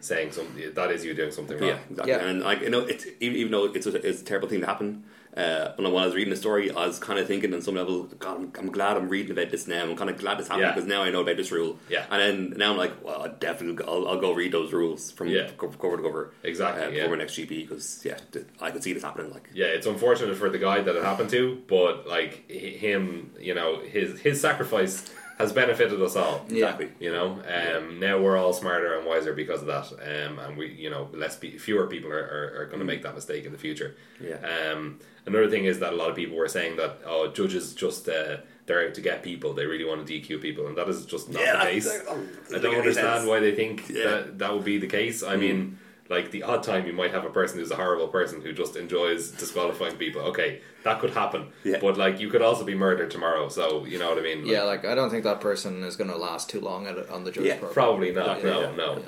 Speaker 1: saying something. That is you doing something wrong.
Speaker 3: Oh, Yeah, exactly.
Speaker 2: Yeah.
Speaker 3: And like you know, it's e-, even, even though it's a, it's a terrible thing to happen. Uh, when I when I was reading the story, I was kind of thinking on some level, God, I'm, I'm glad I'm reading about this now. I'm kind of glad this happened
Speaker 1: Yeah.
Speaker 3: because now I know about this rule.
Speaker 1: Yeah.
Speaker 3: And then now I'm like, well, I definitely, go- I'll, I'll go read those rules from
Speaker 1: Yeah.
Speaker 3: co- cover to cover.
Speaker 1: Exactly,
Speaker 3: Uh,
Speaker 1: yeah.
Speaker 3: For my next GP, because yeah, th- I could see this happening. Like,
Speaker 1: Yeah, it's unfortunate for the guy that it happened to, but like hi- him, you know, his his sacrifice has benefited us all.
Speaker 2: Yeah.
Speaker 3: exactly.
Speaker 1: You know, um, now we're all smarter and wiser because of that, um, and we, you know, less pe- fewer people are, are, are going to make that mistake in the future.
Speaker 3: Mm. Yeah.
Speaker 1: Um, another thing is that a lot of people were saying that oh, judges just uh, they're out to get people; they really want to DQ people, and that is just not the case. I don't understand why they think
Speaker 3: Yeah. Mm.
Speaker 1: that that would be the case. I mean, like the odd time you might have a person who's a horrible person who just enjoys disqualifying people. Okay, that could happen.
Speaker 3: Yeah.
Speaker 1: But like, you could also be murdered tomorrow. So you know what I mean? Like,
Speaker 2: Yeah, like I don't think that person is going to last too long at, on the judge
Speaker 3: Yeah,
Speaker 2: program.
Speaker 1: Probably not.
Speaker 3: Yeah.
Speaker 1: no,
Speaker 3: Yeah.
Speaker 1: no. Uh,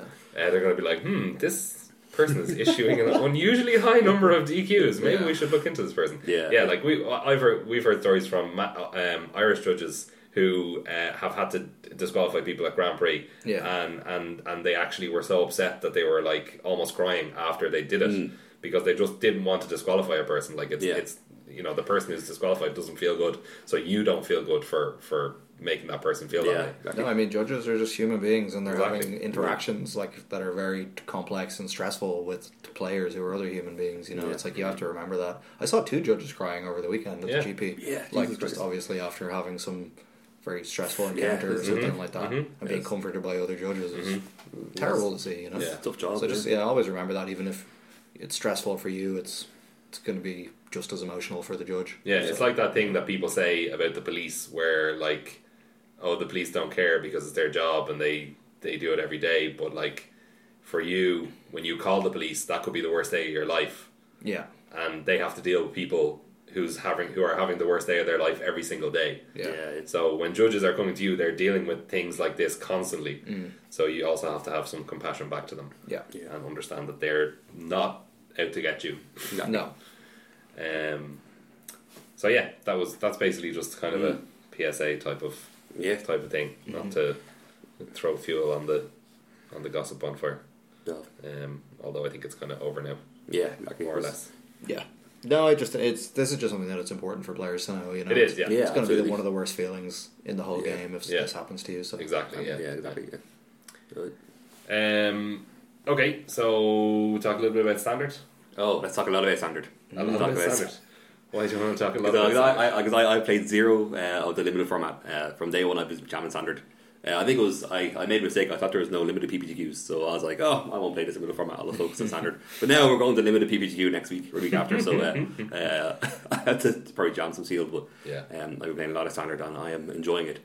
Speaker 1: they're going to be like, hmm, this person is issuing an unusually high number of DQs. Maybe
Speaker 2: Yeah.
Speaker 1: we should look into this person.
Speaker 3: Yeah.
Speaker 1: yeah. Like we, I've heard, we've heard stories from ma- um, Irish judges who uh, have had to disqualify people at Grand Prix.
Speaker 2: Yeah.
Speaker 1: and and and they actually were so upset that they were like almost crying after they did it because they just didn't want to disqualify a person. Like it's
Speaker 3: Hmm. Yeah.
Speaker 1: it's you know the person who's disqualified doesn't feel good, so you don't feel good for for making that person feel
Speaker 3: Yeah,
Speaker 1: that way.
Speaker 3: exactly.
Speaker 2: No, I mean judges are just human beings, and they're
Speaker 1: Exactly.
Speaker 2: having interactions like that are very complex and stressful with players who are other human beings. You know,
Speaker 3: Yeah.
Speaker 2: it's like you have to remember that. I saw two judges crying over the weekend at
Speaker 1: Yeah.
Speaker 2: the GP.
Speaker 3: Yeah,
Speaker 2: like
Speaker 3: Jesus
Speaker 2: just
Speaker 3: Christ.
Speaker 2: obviously after having some very stressful
Speaker 3: Yeah,
Speaker 2: encounter or
Speaker 3: mhm,
Speaker 2: something like that,
Speaker 1: mhm,
Speaker 2: and being comforted by other judges is terrible to see. You know,
Speaker 1: Mm-hmm. Yeah.
Speaker 3: Tough job.
Speaker 2: so just
Speaker 3: yeah.
Speaker 2: yeah, always remember that. Even if it's stressful for you, it's it's going to be just as emotional for the judge.
Speaker 1: Yeah, it's like that thing that people say about the police, where like, oh, the police don't care because it's their job, and they they do it every day. But like for you, when you call the police, that could be the worst day of your life,
Speaker 2: Yeah.
Speaker 1: and they have to deal with people who's having who are having the worst day of their life every single day.
Speaker 2: Yeah.
Speaker 3: it's
Speaker 1: So when judges are coming to you, they're dealing with things like this constantly. So you also have to have some compassion back to them
Speaker 2: Yeah.
Speaker 3: Yeah.
Speaker 1: and understand that they're not out to get you.
Speaker 2: No.
Speaker 1: Um, so yeah, that was that's basically just kind of a PSA type of
Speaker 3: yeah.
Speaker 1: type of thing,
Speaker 3: Mm-hmm.
Speaker 1: not to throw fuel on the on the gossip bonfire.
Speaker 3: No.
Speaker 1: Um, although I think it's kind of over now,
Speaker 3: Yeah, exactly.
Speaker 1: more or less.
Speaker 2: Yeah. No, I just it's this is just something that it's important for players to know. You know,
Speaker 1: It is, yeah,
Speaker 3: Yeah.
Speaker 2: It's going to be the,
Speaker 3: absolutely.
Speaker 2: one of the worst feelings in the whole
Speaker 3: Yeah.
Speaker 2: game if
Speaker 1: Yeah.
Speaker 2: this happens to you. So
Speaker 1: exactly.
Speaker 3: Yeah,
Speaker 1: Yeah,
Speaker 3: exactly. Yeah. Good.
Speaker 1: Um, okay, so talk a little bit about standard.
Speaker 3: Oh, let's talk a lot about standard.
Speaker 1: A lot
Speaker 3: Mm-hmm. Talk
Speaker 1: about
Speaker 3: about-
Speaker 1: standard. Why do you want to talk a lot about
Speaker 3: Because
Speaker 1: standard?
Speaker 3: I, I, 'cause I, I played zero uh, of the limited format uh, from day one. I was jamming standard. Uh, I think it was I, I made a mistake. I thought there was no limited PPTQs, so I was like, "Oh, I won't play this limited format. I'll focus on standard." But now we're going to limited PPTQ next week or week after, so uh, uh, I have to probably jam some sealed. But
Speaker 1: Yeah.
Speaker 3: um, I've been playing a lot of standard, and I am enjoying it.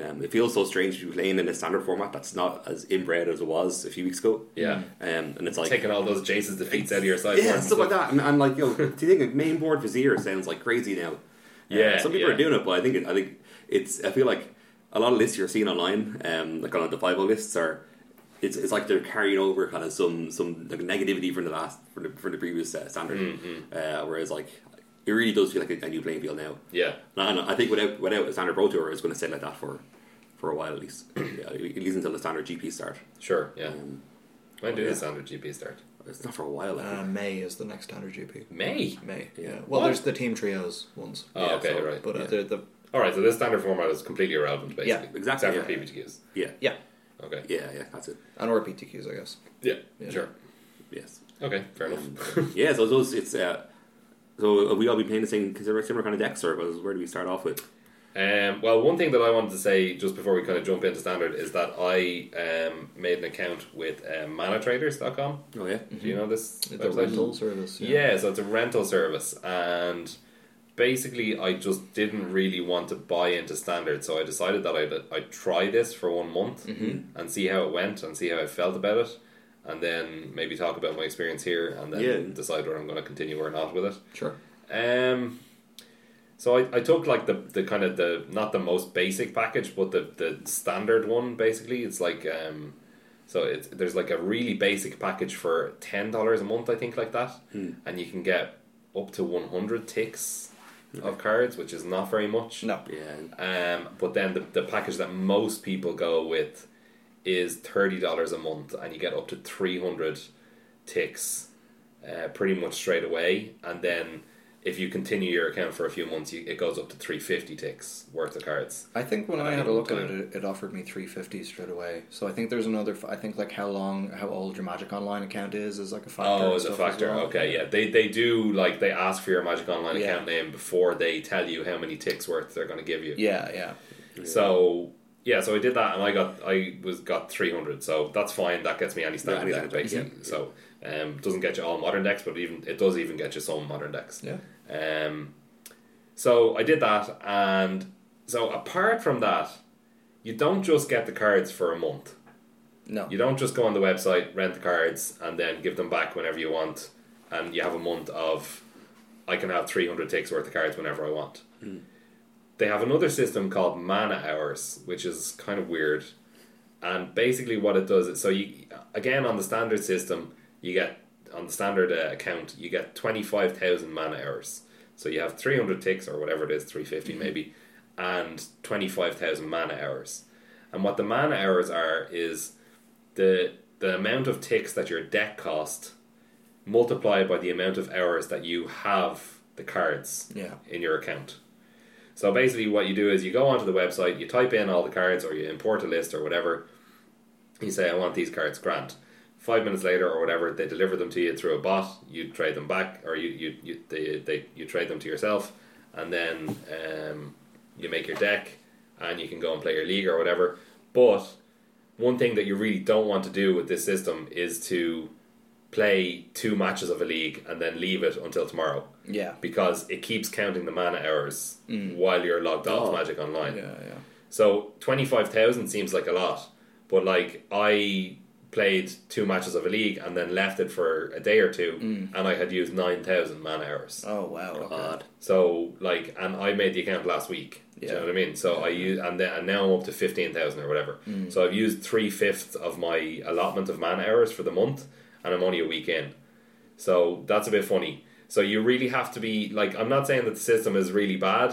Speaker 3: Um, it feels so strange to be playing in a standard format that's not as inbred as it was a few weeks ago.
Speaker 1: Yeah.
Speaker 3: um, and it's like
Speaker 1: Taking all those Jace's defeats out of your sideboard.
Speaker 3: yeah,
Speaker 1: and
Speaker 3: stuff like that. And I'm like, yo, do you think a main board vizier sounds like crazy now?
Speaker 1: Yeah,
Speaker 3: Uh, some people
Speaker 1: yeah.
Speaker 3: are doing it, but I think it, I think it's. I feel like a lot of lists you're seeing online, um, like on the five lists, are it's, it's like they're carrying over kind of some some like negativity from the last from the, from the previous uh, standard.
Speaker 1: Mm-hmm.
Speaker 3: Uh, whereas like it really does feel like a, a new playing field now.
Speaker 1: Yeah,
Speaker 3: And I, I think without without a standard pro tour, it's going to stay like that for for a while at least. yeah, at least until the standard GP start.
Speaker 1: sure. Yeah.
Speaker 3: Um,
Speaker 1: when did
Speaker 3: yeah.
Speaker 1: the standard GP start?
Speaker 3: it's not for a while. I think.
Speaker 2: uh, May is the next standard GP.
Speaker 1: May.
Speaker 2: May.
Speaker 3: Yeah.
Speaker 2: Yeah. Well,
Speaker 1: What?
Speaker 2: there's the team trios ones.
Speaker 1: Oh,
Speaker 3: Yeah,
Speaker 1: okay,
Speaker 3: so-
Speaker 1: right.
Speaker 2: But uh,
Speaker 3: yeah.
Speaker 2: they're the
Speaker 1: All right, so this standard format is completely irrelevant, basically.
Speaker 2: Yeah,
Speaker 3: exactly,
Speaker 1: Except for
Speaker 3: yeah.
Speaker 1: PPTQs.
Speaker 3: yeah,
Speaker 2: yeah,
Speaker 1: Okay.
Speaker 3: yeah, yeah. That's it.
Speaker 2: and or PTQs, I guess.
Speaker 1: Yeah.
Speaker 2: Yeah.
Speaker 1: Sure.
Speaker 3: Yes.
Speaker 1: Okay. Fair enough.
Speaker 3: yeah, so those it's uh, so have we all been playing the same similar similar kind of decks, or was- where do we start off with?
Speaker 1: um, well, one thing that I wanted to say just before we kind of jump into standard is that I um, made an account with um, manatraders.com.
Speaker 3: Oh yeah,
Speaker 1: Do you know this?
Speaker 2: The
Speaker 1: website?
Speaker 2: rental service.
Speaker 1: Yeah. so it's a rental service, and basically, I just didn't really want to buy into standard, so I decided that I'd I'd try this for one month and see how it went and see how I felt about it, and then maybe talk about my experience here and then
Speaker 3: Yeah.
Speaker 1: decide whether I'm going to continue or not with it.
Speaker 2: Sure.
Speaker 1: Um, so I, I took like the, the kind of the not the most basic package, but the, the standard one basically. It's like um, so it's there's like a really basic package for ten dollars a month, I think, like that, and you can get up to one hundred ticks of cards, which is not very much.
Speaker 2: No.
Speaker 3: yeah,
Speaker 1: Um, but then the, the package that most people go with is thirty dollars a month, and you get up to three hundred ticks, uh, pretty much straight away. And then if you continue your account for a few months, you, it goes up to three fifty ticks worth of cards.
Speaker 2: I think when
Speaker 1: At
Speaker 2: I
Speaker 1: any
Speaker 2: had a look at
Speaker 1: time.
Speaker 2: it, it, it offered me three fifty straight away. So I think there's another. f- I think like how long, how old your Magic Online account is is like a factor.
Speaker 1: Oh,
Speaker 2: and
Speaker 1: as a
Speaker 2: stuff as
Speaker 1: factor,
Speaker 2: well.
Speaker 1: okay, yeah. They they do like they ask for your Magic Online
Speaker 2: Yeah.
Speaker 1: account name before they tell you how many ticks worth they're going to give you.
Speaker 2: Yeah, yeah,
Speaker 1: So yeah, so I did that, and I got I was got three hundred. So that's fine. That gets me any standard
Speaker 3: Yeah, any
Speaker 1: deck
Speaker 3: standard,
Speaker 1: basically. So um, doesn't get you all modern decks, but even it does even get you some modern decks.
Speaker 2: yeah.
Speaker 1: Um, so I did that, and so apart from that, you don't just get the cards for a month.
Speaker 2: No,
Speaker 1: You don't just go on the website, rent the cards, and then give them back whenever you want, and you have a month of I can have 300 ticks worth of cards whenever I want. They have another system called mana hours, which is kind of weird. And basically, what it does is so you, again, on the standard system, you get on the standard uh, account, you get 25,000 mana hours. So you have 300 ticks or whatever it is, 350 maybe, and 25,000 mana hours. And what the mana hours are is the the amount of ticks that your deck cost multiplied by the amount of hours that you have the cards
Speaker 2: Yeah.
Speaker 1: in your account. So basically what you do is you go onto the website, you type in all the cards or you import a list or whatever. You say I want these cards grant. 5 minutes later or whatever they deliver them to you through a bot, you trade them back or you you, you they, they you trade them to yourself and then um, you make your deck and you can go and play your league or whatever. But one thing that you really don't want to do with this system is to play two matches of a league and then leave it until tomorrow
Speaker 2: yeah,
Speaker 1: because it keeps counting the mana hours while you're logged off
Speaker 3: Oh.
Speaker 1: Magic Online.
Speaker 2: yeah, yeah.
Speaker 1: So 25,000 seems like a lot, But like I played two matches of a league and then left it for a day or two, and I had used nine thousand man hours.
Speaker 2: Oh wow.
Speaker 3: God.
Speaker 1: So like, and I made the account last week. Do you
Speaker 2: Yeah. Mm.
Speaker 1: know what I mean? So I use and then and now I'm up to fifteen thousand or whatever. So I've used three fifths of my allotment of man hours for the month, and I'm only a week in. So that's a bit funny. So you really have to be like, I'm not saying that the system is really bad.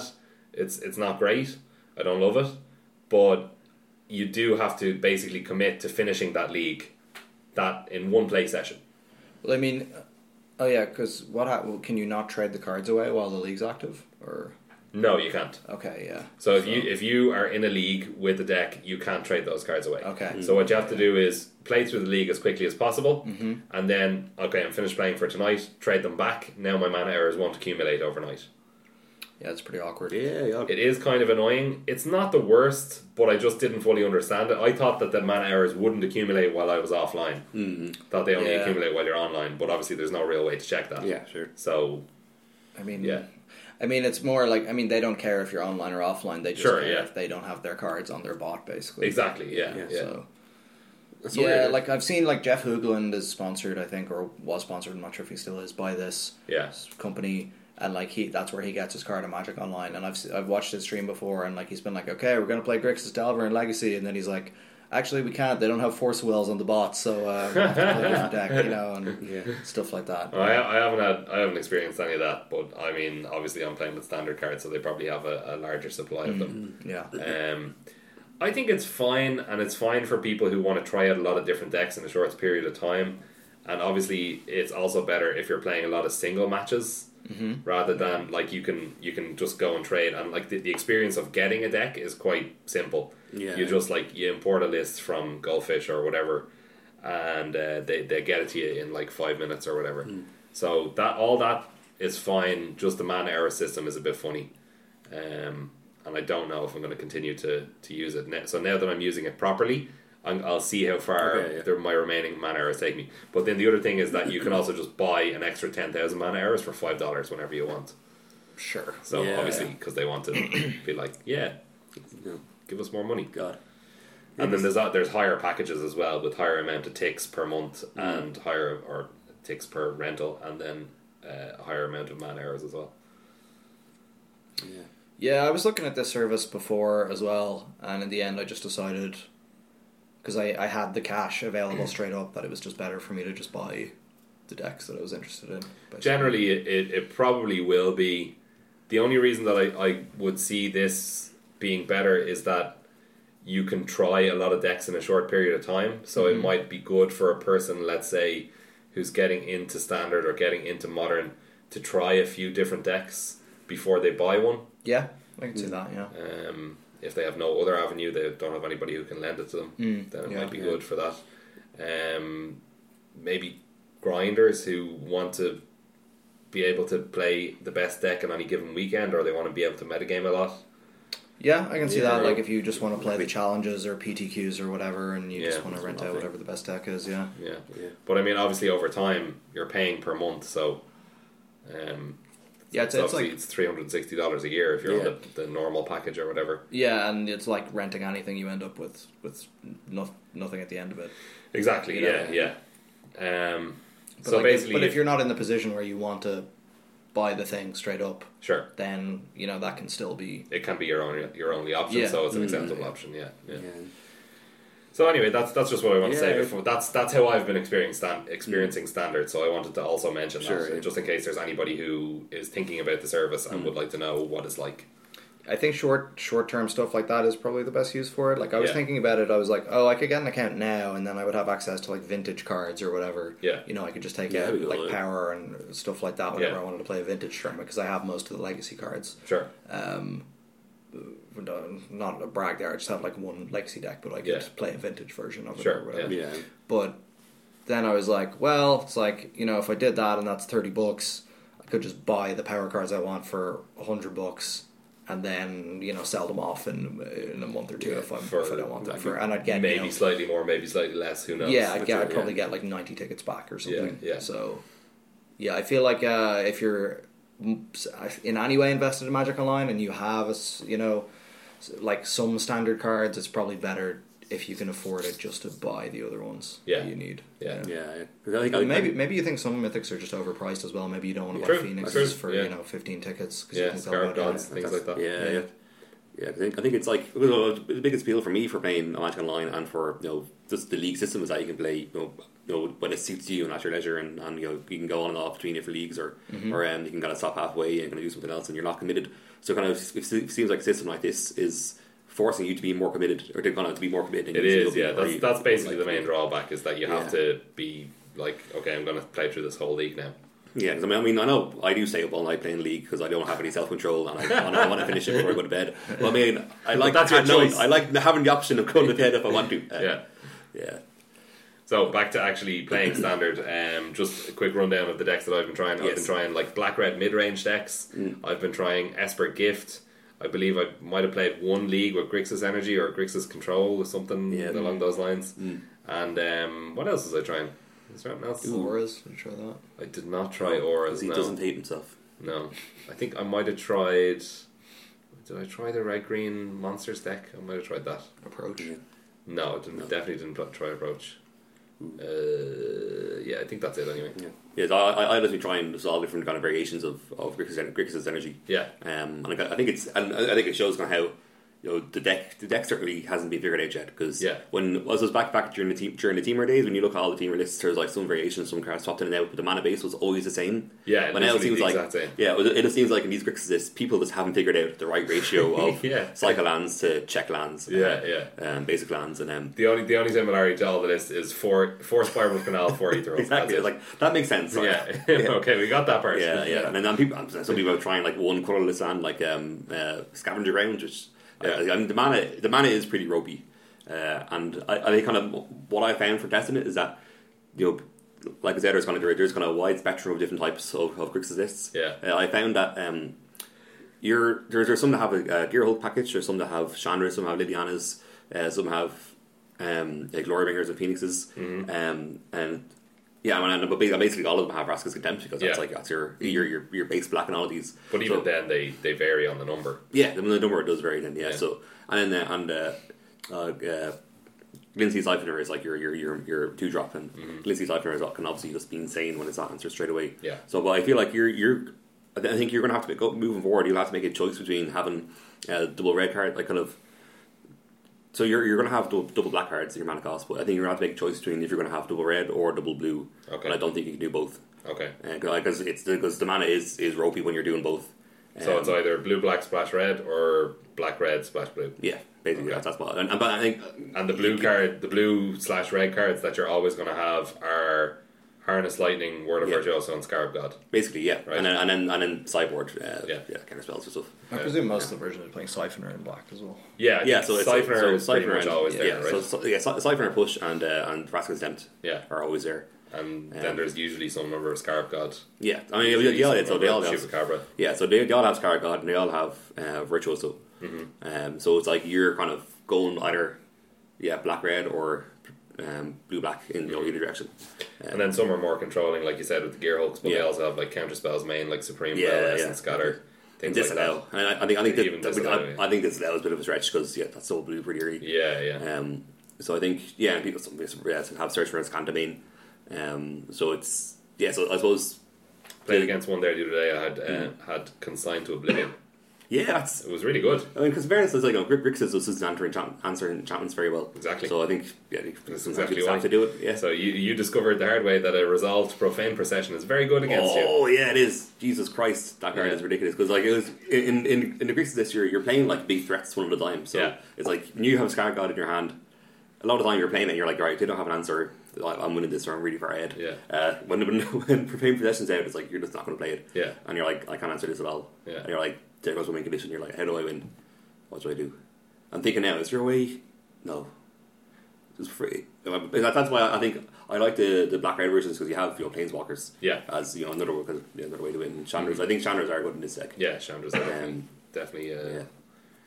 Speaker 1: It's it's not great. I don't love it, but you do have to basically commit to finishing that league, that in one play session.
Speaker 2: Well, I mean, oh yeah, because what hap- well, can you not trade the cards away while the league's active? Or
Speaker 1: No, you can't.
Speaker 2: okay, yeah,
Speaker 1: So if you if you are in a league with a deck, you can't trade those cards away.
Speaker 2: Okay.
Speaker 1: So what you have to do is play through the league as quickly as possible, mm-hmm. and then okay, I'm finished playing for tonight. Trade them back. Now my mana errors won't accumulate overnight.
Speaker 2: yeah, it's pretty awkward.
Speaker 3: Yeah, yeah.
Speaker 1: It is kind of annoying. It's not the worst, but I just didn't fully understand it. I thought that the mana errors wouldn't accumulate while I was offline. Mm-hmm. Thought they only
Speaker 2: Yeah.
Speaker 1: accumulate while you're online, but obviously there's no real way to check that.
Speaker 3: Yeah, sure.
Speaker 1: So
Speaker 2: I mean,
Speaker 1: Yeah.
Speaker 2: I mean, it's more like I mean, they don't care if you're online or offline. They just
Speaker 1: Sure,
Speaker 2: care
Speaker 1: yeah.
Speaker 2: if they don't have their cards on their bot, basically.
Speaker 1: exactly, yeah, yeah.
Speaker 3: Yeah,
Speaker 2: So
Speaker 3: That's
Speaker 2: yeah,
Speaker 3: weird.
Speaker 2: like I've seen like Jeff Hoogland is sponsored, I think, or was sponsored. I'm not sure if he still is by this
Speaker 1: Yeah.
Speaker 2: company. And like he, that's where he gets his card of Magic Online. And I've s- I've watched his stream before, and like he's been like, okay, we're gonna play Grixis, Delver, and Legacy, and then he's like, actually, we can't. They don't have Force Wills on the bot, so uh, we have to play a different deck, you know, and
Speaker 3: Yeah.
Speaker 2: stuff like that.
Speaker 1: I, I haven't had I haven't experienced any of that, but I mean, obviously, I'm playing with standard cards, so they probably have a, a larger supply of them.
Speaker 2: Yeah,
Speaker 1: Um, I think it's fine, and it's fine for people who want to try out a lot of different decks in a short period of time. And obviously, it's also better if you're playing a lot of single matches rather than like you can you can just go and trade. And like the, the experience of getting a deck is quite simple.
Speaker 3: Yeah.
Speaker 1: You just like you import a list from Goldfish or whatever, and uh, they they get it to you in like five minutes or whatever. So that all that is fine. Just the man error system is a bit funny um, and I don't know if I'm going to continue to to use it. Now. So now that I'm using it properly, I'm, I'll see how far
Speaker 3: Okay, yeah.
Speaker 1: the, my remaining mana errors take me. But then the other thing is that you can also just buy an extra ten thousand mana errors for five dollars whenever you want.
Speaker 2: sure.
Speaker 1: So
Speaker 3: Yeah.
Speaker 1: obviously, because they want to be like, yeah,
Speaker 3: No,
Speaker 1: give us more money.
Speaker 3: God.
Speaker 1: And then there's that- there's higher packages as well with higher amount of ticks per month and higher or ticks per rental, and then uh, a higher amount of man errors as well.
Speaker 3: Yeah.
Speaker 2: Yeah, I was looking at this service before as well, and in the end, I just decided because I, I had the cash available straight up that it was just better for me to just buy the decks that I was interested in. basically.
Speaker 1: generally it, it, it probably will be the only reason that I, I would see this being better is that you can try a lot of decks in a short period of time so it might be good for a person let's say who's getting into standard or getting into modern to try a few different decks before they buy one
Speaker 2: yeah, I can see that. Yeah,
Speaker 1: um, if they have no other avenue, they don't have anybody who can lend it to them, then it
Speaker 2: Hmm. yeah,
Speaker 1: might be
Speaker 3: yeah.
Speaker 1: good for that. Um, maybe grinders who want to be able to play the best deck on any given weekend, or they want to be able to metagame a lot.
Speaker 2: yeah, I can see
Speaker 3: Yeah.
Speaker 2: that. Like if you just want to play the challenges or PTQs or whatever, and you
Speaker 1: Yeah,
Speaker 2: just want to rent out
Speaker 3: nothing.
Speaker 2: whatever the best deck is. Yeah,
Speaker 1: Yeah,
Speaker 3: Yeah.
Speaker 1: but I mean, obviously, over time, you're paying per month, so um,
Speaker 2: yeah, it's,
Speaker 1: so
Speaker 2: it's
Speaker 1: obviously
Speaker 2: like
Speaker 1: it's three hundred and sixty dollars a year if you're
Speaker 3: Yeah.
Speaker 1: on the, the normal package or whatever.
Speaker 2: yeah, and it's like renting anything. You end up with with no, nothing at the end of it.
Speaker 1: Exactly.
Speaker 2: Yeah.
Speaker 1: Yeah. Yeah. Um,
Speaker 2: But
Speaker 1: so
Speaker 2: like, if-
Speaker 1: basically,
Speaker 2: but if
Speaker 1: if-
Speaker 2: you're not in the position where you want to buy the thing straight up,
Speaker 1: sure.
Speaker 2: then you know that can still be
Speaker 1: it can be your only your only option,
Speaker 2: Yeah.
Speaker 1: so it's an
Speaker 3: Mm.
Speaker 1: acceptable option. Yeah, yeah.
Speaker 3: Yeah.
Speaker 1: So anyway, that's that's just what I want to say.
Speaker 3: Yeah. Mm.
Speaker 1: Before. That's that's how I've been experiencing stand, experiencing standard. So I wanted to also mention
Speaker 3: Sure,
Speaker 1: that,
Speaker 3: yeah. Mm.
Speaker 1: just in case there's anybody who is thinking about the service and would like to know what it's like.
Speaker 2: I think short short term stuff like that is probably the best use for it. Like I was
Speaker 1: Yeah.
Speaker 2: thinking about it, I was like, oh, I could get an account now, and then I would have access to like vintage cards or whatever.
Speaker 1: Yeah.
Speaker 2: you know, I could just take
Speaker 3: Yeah,
Speaker 2: out
Speaker 3: that'd be
Speaker 2: like
Speaker 3: good.
Speaker 2: power and stuff like that whenever
Speaker 1: Yeah.
Speaker 2: I wanted to play a vintage from because I have most of the legacy cards.
Speaker 1: Sure.
Speaker 2: Um, no- not a brag there. I just have like one legacy deck, but I could
Speaker 1: Yeah.
Speaker 2: play a vintage version of it
Speaker 1: Sure,
Speaker 2: or whatever.
Speaker 3: Yeah.
Speaker 2: But then I was like, well, it's like, you know, if I did that and that's 30 bucks, I could just buy the power cards I want for 100 bucks and then, you know, sell them off in, in a month or two if, I'm,
Speaker 1: for-
Speaker 2: if I don't want them. For, and I'd get,
Speaker 1: Maybe
Speaker 2: you know,
Speaker 1: slightly more, maybe slightly less. Who knows?
Speaker 2: yeah, I'd,
Speaker 3: That's
Speaker 2: get,
Speaker 3: it,
Speaker 2: I'd probably
Speaker 3: yeah.
Speaker 2: get like 90 tickets back or something.
Speaker 1: yeah.
Speaker 2: So, yeah, I feel like uh, if you're m- in any way invested in Magic Online and you have, a s you know, s- like some standard cards, it's probably better if you can afford it, just to buy the other ones
Speaker 1: Yeah.
Speaker 2: that you need.
Speaker 1: Yeah.
Speaker 2: you know?
Speaker 3: Yeah, yeah. 'Cause I think I,
Speaker 2: And maybe maybe you think some mythics are just overpriced as well. Maybe you don't want to buy
Speaker 1: True,
Speaker 2: phoenixes
Speaker 1: true,
Speaker 2: for
Speaker 1: yeah.
Speaker 2: you know fifteen tickets. 'cause you
Speaker 1: Yeah,
Speaker 2: think they'll
Speaker 1: Scarab
Speaker 2: go down.
Speaker 1: Gods, things like that.
Speaker 3: Yeah,
Speaker 2: Yeah.
Speaker 3: yeah. Yeah, I think I think it's like well, the biggest appeal for me for playing a match online and for you know just the league system is that you can play you know, you know when it suits you and at your leisure and, and you know you can go on and off between different leagues or
Speaker 1: Mm-hmm.
Speaker 3: or um, you can kind of stop halfway and kind of do something else and you're not committed. So kind of it se- seems like a system like this is forcing you to be more committed or to kind of to be more committed.
Speaker 1: It is, yeah. That's that's basically the main
Speaker 3: draw.
Speaker 1: drawback is that you have
Speaker 3: Yeah.
Speaker 1: to be like, okay, I'm going to play through this whole league now.
Speaker 3: Yeah, 'cause I mean, I mean, I know I do stay up all night playing League because I don't have any self control and I, and I want to finish it before I go to bed. But I mean, I like
Speaker 1: that's your
Speaker 3: I know-
Speaker 1: choice.
Speaker 3: I like having the option of going to bed if I want to. Uh,
Speaker 1: Yeah.
Speaker 3: yeah,
Speaker 1: So back to actually playing standard. Um, just a quick rundown of the decks that I've been trying. I've been
Speaker 3: Yes. Mm.
Speaker 1: trying like black red mid range decks. I've been trying Esper Gift. I believe I might have played one league with Grixis Energy or Grixis Control or something
Speaker 3: Yeah. Mm.
Speaker 1: along those lines. And um, what else was I trying? Is there anything else?
Speaker 2: Auras, did you try that?
Speaker 1: I did not try auras.
Speaker 3: 'Cause he
Speaker 1: no.
Speaker 3: doesn't hate himself.
Speaker 1: No, I think I might have tried. Did I try the red green monsters deck? I might have tried that.
Speaker 2: Approach.
Speaker 3: Yeah.
Speaker 1: No, I didn't.
Speaker 3: No.
Speaker 1: Definitely didn't pl- try approach. Uh, yeah, I think that's it anyway.
Speaker 3: Yeah, yeah so I, I, I just been trying just all different kind of variations of of Grixis, en- Grixis energy.
Speaker 1: Yeah,
Speaker 3: Um, and I, got- I think it's and I I think it shows kind of how you know the deck the deck certainly hasn't been figured out yet because
Speaker 1: Yeah.
Speaker 3: when was was back back during the team during the teamer days when you look at all the teamer lists there's like some variations some cards swapped in and out but the mana base was always the same
Speaker 1: Yeah, it
Speaker 3: but now it
Speaker 1: literally
Speaker 3: seems
Speaker 1: the
Speaker 3: like
Speaker 1: exact same.
Speaker 3: yeah it, was- it just seems like in these Grixis lists people just haven't figured out the right ratio of
Speaker 1: Yeah.
Speaker 3: cycle lands to check lands
Speaker 1: Yeah,
Speaker 3: uh,
Speaker 1: yeah.
Speaker 3: um, basic lands and um,
Speaker 1: the only the only similarity to all the list is four four spiral canal four ether. Oak.
Speaker 3: exactly
Speaker 1: That's
Speaker 3: like that makes sense
Speaker 1: it. yeah. okay, we got that part.
Speaker 3: Yeah, yeah, and then people, some people are trying like one colorless and like um, uh, scavenger ground, which yeah. I, I mean, the mana the mana is pretty ropey, uh, and I, I think kind of what I found for testing it is that you know, like I said, there's kind of there's kind of a wide spectrum of different types of of Grixis lists.
Speaker 1: Yeah.
Speaker 3: uh, I found that um, you're there's, there's some that have a, uh gear hold package, there's some that have Chandra, some have Lilianas, uh, some have um, like glory bringers and phoenixes, um, and yeah, I mean, and- but ba- basically all of them have Raska's contempt because that's
Speaker 1: Yeah.
Speaker 3: like that's your your your, your base black and all of these.
Speaker 1: But even
Speaker 3: So-
Speaker 1: then, they they vary on the number.
Speaker 3: yeah, the, the number does vary then. Yeah,
Speaker 1: Yeah.
Speaker 3: so and then uh, and uh, uh, uh, Lindsay's Lifener is like your your your your two drop, and Lindsay's Lifener is can obviously just be insane when it's not answered straight away.
Speaker 1: Mm-hmm. Yeah.
Speaker 3: So, but I feel like you're you're. I th- I think you're gonna have to make, go, moving forward. You'll have to make a choice between having uh, double red card, like kind of. So you're you're gonna have double, double black cards in your mana cost, but I think you're gonna have to make a choice between if you're gonna have double red or double blue.
Speaker 1: Okay.
Speaker 3: And I don't think you can do both Uh,
Speaker 1: Okay,
Speaker 3: because it's because the mana is is ropey when you're doing both.
Speaker 1: so
Speaker 3: Um,
Speaker 1: it's either blue black splash red or black red splash blue.
Speaker 3: yeah, basically
Speaker 1: Okay.
Speaker 3: that's that's what. And, and but I think
Speaker 1: And the blue card, the blue slash red cards that you're always going to have are Harness Lightning, Word of
Speaker 3: Yeah.
Speaker 1: Virtuoso, and Scarab God.
Speaker 3: basically yeah,
Speaker 1: Right.
Speaker 3: and then and then and then cyborg, uh,
Speaker 1: Yeah.
Speaker 3: yeah, yeah, kind of spells and stuff.
Speaker 2: I presume most of the version is playing Siphoner in black as well.
Speaker 1: Yeah, I
Speaker 3: Yeah, so
Speaker 1: think
Speaker 3: it's
Speaker 1: Siphoner
Speaker 3: so
Speaker 1: is pretty
Speaker 3: Siphoner
Speaker 1: much
Speaker 3: and-
Speaker 1: always
Speaker 3: yeah,
Speaker 1: there, right?
Speaker 3: So, so yeah, Sy- Siphoner push and uh, and Rascal's Dent
Speaker 1: Yeah.
Speaker 3: are always there.
Speaker 1: and
Speaker 3: Yeah.
Speaker 1: then there's usually some number of Scarab God.
Speaker 3: Yeah, I mean yeah, yeah, yeah, so they all have
Speaker 1: Chupacabra.
Speaker 3: yeah, so they, they all have Scar God and they all have uh, Virtuoso.
Speaker 1: Mm-hmm.
Speaker 3: Um, so it's like you're kind of going either yeah black red or um, blue black in
Speaker 1: Mm-hmm.
Speaker 3: you know, either direction.
Speaker 1: And then some are more controlling, like you said, with the Gear Hulks, but they
Speaker 3: Yeah.
Speaker 1: also have like counter spells main, like Supreme
Speaker 3: Yeah,
Speaker 1: Bell,
Speaker 3: yeah.
Speaker 1: Essence Scatter,
Speaker 3: And
Speaker 1: things like
Speaker 3: disallow,
Speaker 1: that.
Speaker 3: and I, I think I think
Speaker 1: Even
Speaker 3: that, that
Speaker 1: disallow,
Speaker 3: I,
Speaker 1: yeah.
Speaker 3: I think disallow is a bit of a stretch because yeah, that's so blue pretty eerie.
Speaker 1: Yeah, yeah.
Speaker 3: Um, so I think yeah, people some people yeah, some have search for Scantamine. Um, so it's yeah, so I suppose
Speaker 1: Played against one there the other day. I had uh,
Speaker 3: Mm-hmm.
Speaker 1: had consigned to oblivion.
Speaker 3: yeah, that's
Speaker 1: It was really good.
Speaker 3: I mean because fairness is like you know, Grixis does his answering enchant- answering enchantments very well.
Speaker 1: Exactly.
Speaker 3: So I think yeah, I think
Speaker 1: That's
Speaker 3: sometimes
Speaker 1: exactly
Speaker 3: you just
Speaker 1: why.
Speaker 3: have to do it. Yeah.
Speaker 1: So you you discovered the hard way that a resolved profane procession is very good against you.
Speaker 3: Oh yeah, it is. Jesus Christ, that card
Speaker 1: Yeah.
Speaker 3: is ridiculous because like it was in in in the Grixis this year, you're playing like big threats one at a time. So
Speaker 1: Yeah.
Speaker 3: it's like you have Scar God in your hand. A lot of time you're playing it, you're like, right, they don't have an answer. I- I'm winning this, or I'm really far ahead.
Speaker 1: Yeah.
Speaker 3: Uh, when when when Profane Possession's out, it's like you're just not going to play it.
Speaker 1: Yeah.
Speaker 3: And you're like, I can't answer this at all.
Speaker 1: Yeah.
Speaker 3: And you're like, there goes my main condition. You're like, how do I win? What do I do? I'm thinking now, is there a way? No. It's free. That's why I think I like the, the black red versions because you have you know, planeswalkers
Speaker 1: Yeah.
Speaker 3: as you know another way, cause, yeah, another way to win. Chandras, I think Chandras are good in this deck.
Speaker 1: Yeah, Chandra's definitely,
Speaker 3: Um,
Speaker 1: definitely uh,
Speaker 3: yeah.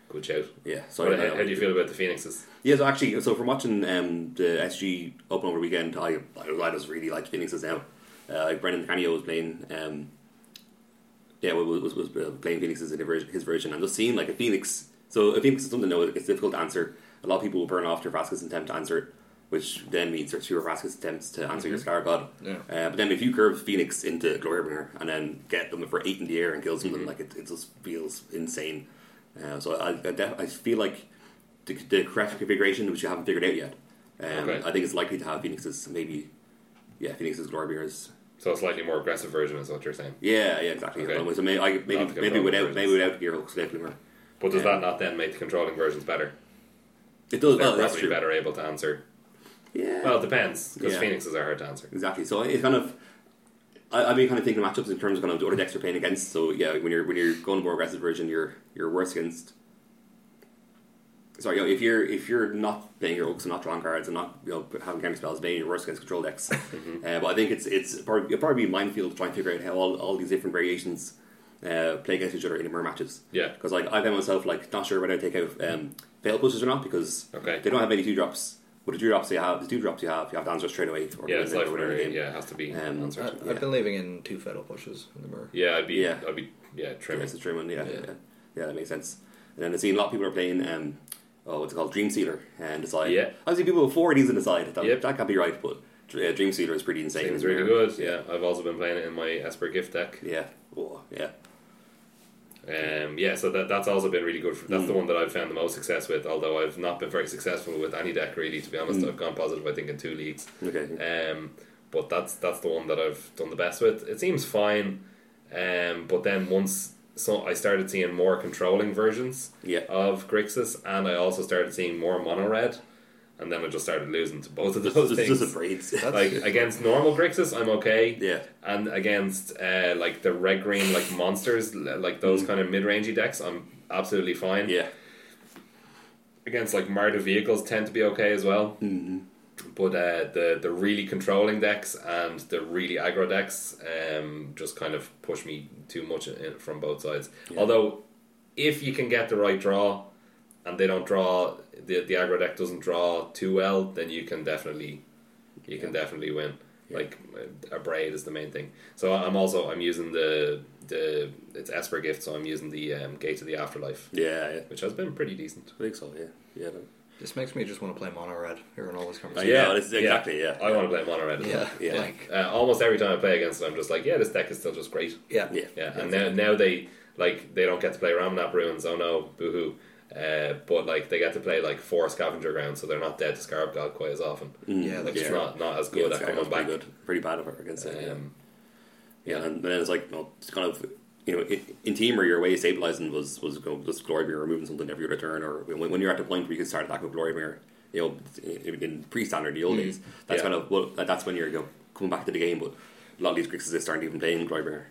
Speaker 1: good shout.
Speaker 3: Yeah. So
Speaker 1: But
Speaker 3: I- I-
Speaker 1: how, how do you feel about the Phoenixes?
Speaker 3: Yeah. So actually, so from watching um, the SG Open over the weekend, I I, I just really liked Phoenixes now. Uh, like Brendan Canio was playing. Um, yeah, was was, was uh, playing Phoenixes in his version- his version, and just seeing like a Phoenix So I think it's something that it's difficult to answer. A lot of people will burn off their Vraska's attempt to answer it, which then means there's fewer Vraska's attempts to answer your Scar God.
Speaker 2: Yeah.
Speaker 3: Uh, but then if you curve Phoenix into Glorybringer and then get them for eight in the air and kill something, like it, it just feels insane. Uh, so I, I, def- I feel like the, the correct configuration, which you haven't figured out yet, um,
Speaker 1: Okay.
Speaker 3: I think it's likely to have Phoenix's maybe, yeah, Phoenix's Glorybringers
Speaker 1: So a slightly more aggressive version is what you're saying.
Speaker 3: yeah, yeah, exactly.
Speaker 1: Okay.
Speaker 3: So maybe, I,
Speaker 1: Not
Speaker 3: maybe,
Speaker 1: to get
Speaker 3: maybe
Speaker 1: wrong
Speaker 3: without
Speaker 1: versions.
Speaker 3: maybe without Gearhooks definitely more.
Speaker 1: But does
Speaker 3: Yeah.
Speaker 1: that not then make the controlling versions better?
Speaker 3: It does.
Speaker 1: They're
Speaker 3: Well, Oh, that's
Speaker 1: probably
Speaker 3: true.
Speaker 1: better able to answer.
Speaker 3: Yeah.
Speaker 1: Well, it depends because
Speaker 3: Yeah.
Speaker 1: phoenixes are hard to answer.
Speaker 3: exactly. So it's kind of. I, I've been kind of thinking matchups in terms of kind of the other decks you're playing against. So yeah, when you're when you're going more aggressive version, you're you're worse against. Sorry, you know, if you're if you're not playing your oaks and not drawing cards and not you know having counter spells, maybe you're worse against control decks.
Speaker 1: Mm-hmm.
Speaker 3: uh, but I think it's it's probably it'll probably be minefield to try and figure out how all, all these different variations uh, play against each other in more matches.
Speaker 1: Yeah.
Speaker 3: Because like I found myself like not sure whether I take out um, fail pushes or not because
Speaker 1: Okay.
Speaker 3: they don't have any two drops. With the two drops they have, the two drops you have, you have to answer straight away. Or
Speaker 1: Yeah, it's
Speaker 3: win
Speaker 1: life
Speaker 3: or whatever
Speaker 1: Mary,
Speaker 3: game.
Speaker 1: Yeah, it has to be
Speaker 3: Um,
Speaker 1: answered.
Speaker 2: I,
Speaker 3: Yeah.
Speaker 2: I've been leaving in two fatal pushes in the mirror.
Speaker 1: yeah, I'd be.
Speaker 3: Yeah.
Speaker 1: I'd be. Yeah,
Speaker 3: Yeah,
Speaker 1: trimming.
Speaker 3: it's a true one. Yeah, yeah,
Speaker 2: Yeah.
Speaker 3: yeah, Yeah, that makes sense. And then I've seen a lot of people are playing. Um, oh, what's it called? Dream Sealer and Decide.
Speaker 1: Yeah.
Speaker 3: I've seen people with four of these and Decide. That,
Speaker 1: Yep.
Speaker 3: that can't be right, but uh, Dream Sealer is pretty insane.
Speaker 1: Seems
Speaker 3: in the
Speaker 1: really
Speaker 3: mirror.
Speaker 1: good. Yeah, I've also been playing it in my Esper gift deck.
Speaker 3: Yeah. Oh, yeah.
Speaker 1: Um, yeah, so that, that's also been really good. For, that's
Speaker 3: Hmm.
Speaker 1: the one that I've found the most success with. Although I've not been very successful with any deck really. To be honest,
Speaker 3: Hmm.
Speaker 1: I've gone positive. I think in two leagues.
Speaker 3: Okay.
Speaker 1: Um, but that's that's the one that I've done the best with. It seems fine. Um, but then once so I started seeing more controlling versions
Speaker 3: Yeah.
Speaker 1: of Grixis, and I also started seeing more mono red, and then I just started losing to both of
Speaker 3: Just-
Speaker 1: those
Speaker 3: just,
Speaker 1: things.
Speaker 3: just a braid.
Speaker 1: like against normal Grixis, I'm okay.
Speaker 3: yeah.
Speaker 1: And against uh, like the red green like monsters, l- like those
Speaker 3: Mm.
Speaker 1: kind of mid rangey decks, I'm absolutely fine.
Speaker 3: Yeah.
Speaker 1: Against like Marta vehicles tend to be okay as well. But uh, the the really controlling decks and the really aggro decks um, just kind of push me too much in, from both sides. Although, if you can get the right draw, and they don't draw the the aggro deck doesn't draw too well, then you can definitely you can definitely win.
Speaker 3: Yeah.
Speaker 1: Like uh, a braid is the main thing. So I- I'm also I'm using the the it's Esper gift, so I'm using the um, Gate of the Afterlife,
Speaker 3: Yeah. Yeah.
Speaker 1: which has been pretty decent.
Speaker 3: I think so. Yeah. Yeah. that-
Speaker 2: This makes me just want to play mono red here in all these
Speaker 3: I
Speaker 2: conversations.
Speaker 1: yeah,
Speaker 3: Oh, know, this is exactly. Yeah.
Speaker 1: I want to play mono red. as
Speaker 2: yeah,
Speaker 1: well.
Speaker 3: Yeah.
Speaker 2: like
Speaker 1: Uh, almost every time I play against it, I'm just like, yeah, this deck is still just great.
Speaker 2: yeah,
Speaker 3: Yeah.
Speaker 1: Yeah, and now, now they like they don't get to play Ramanap Ruins. Oh no, boohoo! Uh, but like they get to play like four Scavenger Grounds, so they're not dead to Scarab God quite as often.
Speaker 2: Yeah,
Speaker 1: like
Speaker 2: that's
Speaker 1: it's
Speaker 3: true.
Speaker 1: not not as
Speaker 3: Mm. Yeah,
Speaker 1: good
Speaker 3: that's
Speaker 1: at
Speaker 3: fair,
Speaker 1: coming
Speaker 3: that's pretty
Speaker 1: back.
Speaker 3: good. Pretty bad of it against it. Yeah.
Speaker 1: Um,
Speaker 3: Yeah, and then it's like, well, it's kind of, you know, in, in team or your way of stabilizing was was go this glory mirror removing something every other turn, or when, when you're at the point where you can start attacking with glory mirror, you know, in, in pre-standard the old days, that's
Speaker 1: Yeah.
Speaker 3: kind of well, that's when you're you know, coming back to the game. But a lot of these Grixis they aren't even playing glory mirror,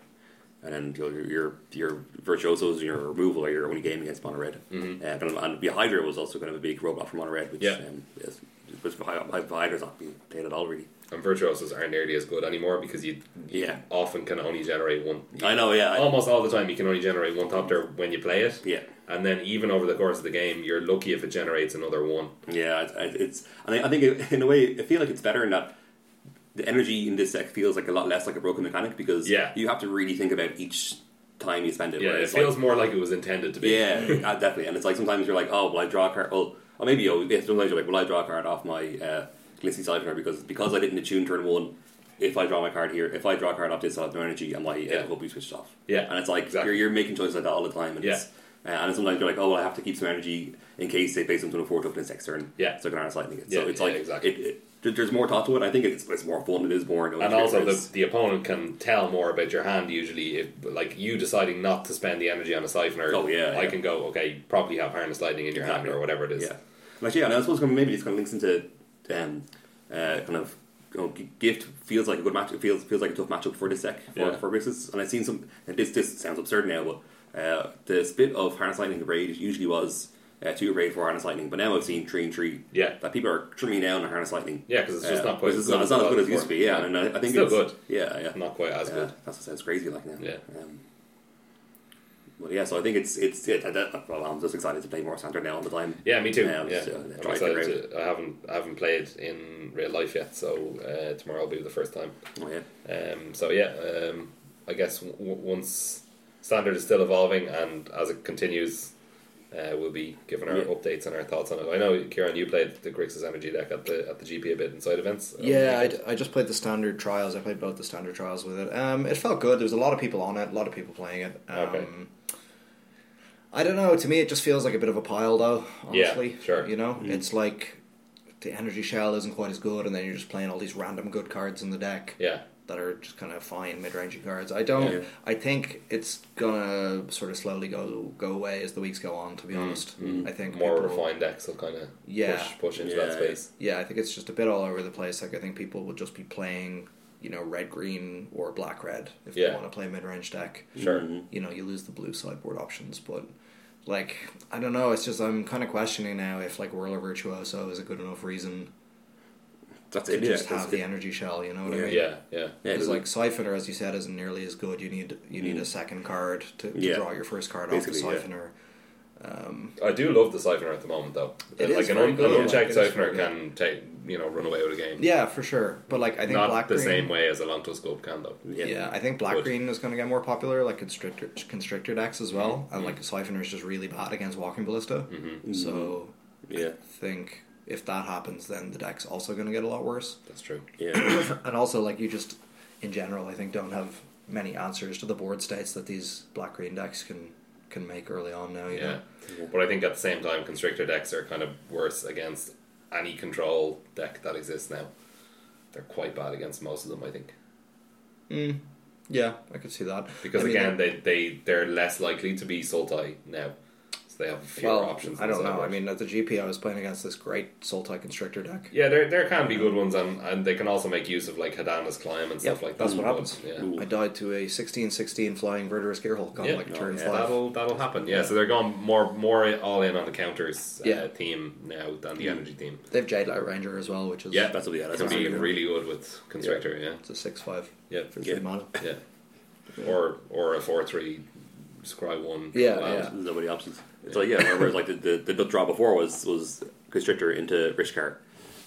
Speaker 3: and then you know, your your your virtuosos and your removal are your only game against mono red. Uh, kind of- and the Hydra was also kind of a big robot for mono red, which
Speaker 1: Yeah.
Speaker 3: um, is, which Hydra's not being played at all really.
Speaker 1: and Virtuosos aren't nearly as good anymore because you
Speaker 3: Yeah,
Speaker 1: often can only generate one.
Speaker 3: I know. Yeah, I-
Speaker 1: Almost all the time, you can only generate one top tier when you play it.
Speaker 3: yeah.
Speaker 1: And then even over the course of the game, you're lucky if it generates another one.
Speaker 3: Yeah, it- it- it's and I, I think it, in a way I feel like it's better in that the energy in this deck feels like a lot less like a broken mechanic because
Speaker 1: Yeah.
Speaker 3: you have to really think about each time you spend it.
Speaker 1: Yeah, it
Speaker 3: whereas,
Speaker 1: feels
Speaker 3: like,
Speaker 1: more like it was intended to be.
Speaker 3: yeah, uh, definitely. And it's like sometimes you're like, oh, will I draw a card? Well, or maybe oh, yeah, sometimes you're like, will I draw a card off my uh, Glitzy Siphoner because because I didn't attune turn one. If I draw my card here, if I draw a card off this, I'll have no energy, and my yeah.
Speaker 1: Yeah.
Speaker 3: uh, will be switched off.
Speaker 1: Yeah,
Speaker 3: and it's like
Speaker 1: exactly.
Speaker 3: you're, you're making choices like that all the time. And
Speaker 1: Yeah.
Speaker 3: it's, uh, and sometimes you're like, oh, well, I have to keep some energy in case they play something on four tough in next turn.
Speaker 1: Yeah.
Speaker 3: so I can harness lightning. It.
Speaker 1: Yeah,
Speaker 3: so it's
Speaker 1: yeah,
Speaker 3: like
Speaker 1: exactly.
Speaker 3: it, it, there- there's more thought to it. I think it's, it's more fun. It is more. you know,
Speaker 1: And also,
Speaker 3: it's-
Speaker 1: the, the opponent can tell more about your hand usually. If like you deciding not to spend the energy on a siphoner,
Speaker 3: Oh, yeah,
Speaker 1: I
Speaker 3: yeah.
Speaker 1: can go okay. You probably have harness lightning in your
Speaker 3: Exactly.
Speaker 1: hand or whatever it is.
Speaker 3: Yeah. Like, yeah, and I suppose kind of maybe this kind of links into um, uh, kind of you know, G- Gift feels like a good match. It feels feels like a tough matchup for this deck for
Speaker 1: Yeah.
Speaker 3: for Grixis. And I've seen some. And this this sounds absurd now, but uh, the split of Harness Lightning and Raid usually was uh, two Raid for Harness Lightning, but now I've seen three and three.
Speaker 1: Yeah.
Speaker 3: That people are trimming down on Harness Lightning.
Speaker 1: Yeah, 'cause it's just
Speaker 3: Uh,
Speaker 1: not quite
Speaker 3: because
Speaker 1: as
Speaker 3: it's
Speaker 1: good
Speaker 3: not,
Speaker 1: as it
Speaker 3: it's not as good
Speaker 1: was
Speaker 3: as it used to be.
Speaker 1: before.
Speaker 3: Yeah, and I, I think
Speaker 1: Still
Speaker 3: it's
Speaker 1: good.
Speaker 3: Yeah, yeah.
Speaker 1: Not quite as
Speaker 3: Yeah,
Speaker 1: good.
Speaker 3: That's what sounds crazy like now.
Speaker 1: Yeah.
Speaker 3: Um, but yeah, so I think it's it's yeah, that, that, well, I'm just excited to play more Standard now all the time.
Speaker 1: Yeah, me too.
Speaker 3: Yeah,
Speaker 1: Yeah,
Speaker 3: I'll just, uh,
Speaker 1: I'm
Speaker 3: try it
Speaker 1: excited. To, I haven't I haven't played in real life yet, so uh, tomorrow will be the first time.
Speaker 3: Oh yeah.
Speaker 1: Um, so yeah, um, I guess w- w- once standard is still evolving, and as it continues, Uh, we'll be giving our
Speaker 3: Yeah.
Speaker 1: updates and our thoughts on it. I know, Kieran, you played the Grixis Energy deck at the at the GP a bit inside events.
Speaker 2: Yeah,
Speaker 1: Um,
Speaker 2: I, I just played the standard trials. I played both the standard trials with it. Um, it felt good. There was a lot of people on it, a lot of people playing it. Um,
Speaker 1: Okay.
Speaker 2: I don't know. To me, it just feels like a bit of a pile, though.
Speaker 1: Yeah,
Speaker 2: Honestly,
Speaker 1: sure.
Speaker 2: You know, it's like the energy shell isn't quite as good, and then you're just playing all these random good cards in the deck
Speaker 1: yeah,
Speaker 2: that are just kind of fine mid-ranging cards. I don't.
Speaker 3: Yeah.
Speaker 2: I think it's gonna sort of slowly go go away as the weeks go on. To be honest, I think
Speaker 1: Mm. more
Speaker 2: people-
Speaker 1: refined decks will kind of
Speaker 2: Yeah.
Speaker 1: push, push into that
Speaker 3: Yeah.
Speaker 1: space.
Speaker 2: yeah, I think it's just a bit all over the place. Like I think people will just be playing, you know, red green or black red if
Speaker 1: Yeah.
Speaker 2: they want to play mid range deck.
Speaker 1: Sure.
Speaker 2: You know, you lose the blue sideboard options, but like I don't know. It's just I'm kind of questioning now if like Whirler Virtuoso is a good enough reason
Speaker 3: That's
Speaker 2: to
Speaker 3: it. Yeah,
Speaker 2: just
Speaker 3: that's
Speaker 2: have the
Speaker 3: it.
Speaker 2: energy shell. You know what I
Speaker 3: Yeah.
Speaker 2: mean?
Speaker 1: Yeah, yeah,
Speaker 3: Yeah,
Speaker 2: Because
Speaker 3: it
Speaker 2: like Siphoner, as you said, isn't nearly as good. You need you need a second card to, to
Speaker 3: Mm. Yeah.
Speaker 2: draw your first card off of
Speaker 3: Basically, yeah.
Speaker 2: Siphoner.
Speaker 1: I do love the Siphoner at the moment, though.
Speaker 2: It
Speaker 1: like
Speaker 2: is
Speaker 1: an,
Speaker 2: very
Speaker 1: un-
Speaker 2: good,
Speaker 1: an
Speaker 2: like,
Speaker 1: unchecked
Speaker 2: it is
Speaker 1: Siphoner
Speaker 2: very
Speaker 1: can take you know run away with a game.
Speaker 2: Yeah, for sure. But like I think
Speaker 1: Not
Speaker 2: black
Speaker 1: the
Speaker 2: green,
Speaker 1: same way as a Lontoscope can, though.
Speaker 3: Yeah.
Speaker 2: Yeah. I think black
Speaker 1: Would.
Speaker 2: green is going to get more popular, like constrictor constrictor decks as well, and
Speaker 1: Mm-hmm.
Speaker 2: like Siphoner is just really bad against Walking Ballista. Mm-hmm. So
Speaker 3: yeah,
Speaker 2: I think if that happens, then the deck's also going to get a lot worse.
Speaker 1: That's true.
Speaker 3: yeah,
Speaker 2: And also, like you just in general, I think don't have many answers to the board states that these black green decks can can make early on now. You
Speaker 1: Yeah.
Speaker 2: know?
Speaker 1: But I think at the same time, Constrictor decks are kind of worse against any control deck that exists now. They're quite bad against most of them, I think.
Speaker 2: yeah, I could see that
Speaker 1: Because
Speaker 2: I mean,
Speaker 1: again, they, they, they're less likely to be Sultai now. So they have fewer
Speaker 2: well,
Speaker 1: options.
Speaker 2: I
Speaker 1: in the
Speaker 2: don't know. I
Speaker 1: sideboard.
Speaker 2: mean, at the GP, I was playing against this great Sultai Constrictor deck.
Speaker 1: Yeah, there, there can be good ones, and, and they can also make use of like Hadana's Climb and stuff
Speaker 2: Yep,
Speaker 1: like that.
Speaker 2: that's what
Speaker 1: but,
Speaker 2: happens.
Speaker 1: Yeah.
Speaker 3: Ooh.
Speaker 2: I died to a 16-16 flying Verderous Gearhulk on
Speaker 1: Yeah.
Speaker 2: like
Speaker 1: Oh,
Speaker 2: turn
Speaker 1: Yeah,
Speaker 2: 5
Speaker 1: that'll that'll happen. Yeah, so they're going more more all in on the counters uh,
Speaker 2: Yeah. Mm.
Speaker 1: theme now than the energy theme.
Speaker 2: They've Jade Light Ranger as well, which is
Speaker 1: Yeah,
Speaker 3: that's what. Yeah, that's
Speaker 1: Can
Speaker 3: what.
Speaker 1: be
Speaker 3: I'm doing.
Speaker 1: really good with Constrictor. Yeah,
Speaker 2: it's a six five
Speaker 1: yeah,
Speaker 2: for
Speaker 3: Yeah.
Speaker 2: three mana.
Speaker 1: yeah, or or a four three, scry one.
Speaker 2: Yeah,
Speaker 1: wow.
Speaker 2: yeah.
Speaker 3: There's nobody options. So yeah, whereas like the, the the nut draw before was was constrictor into Rishkar.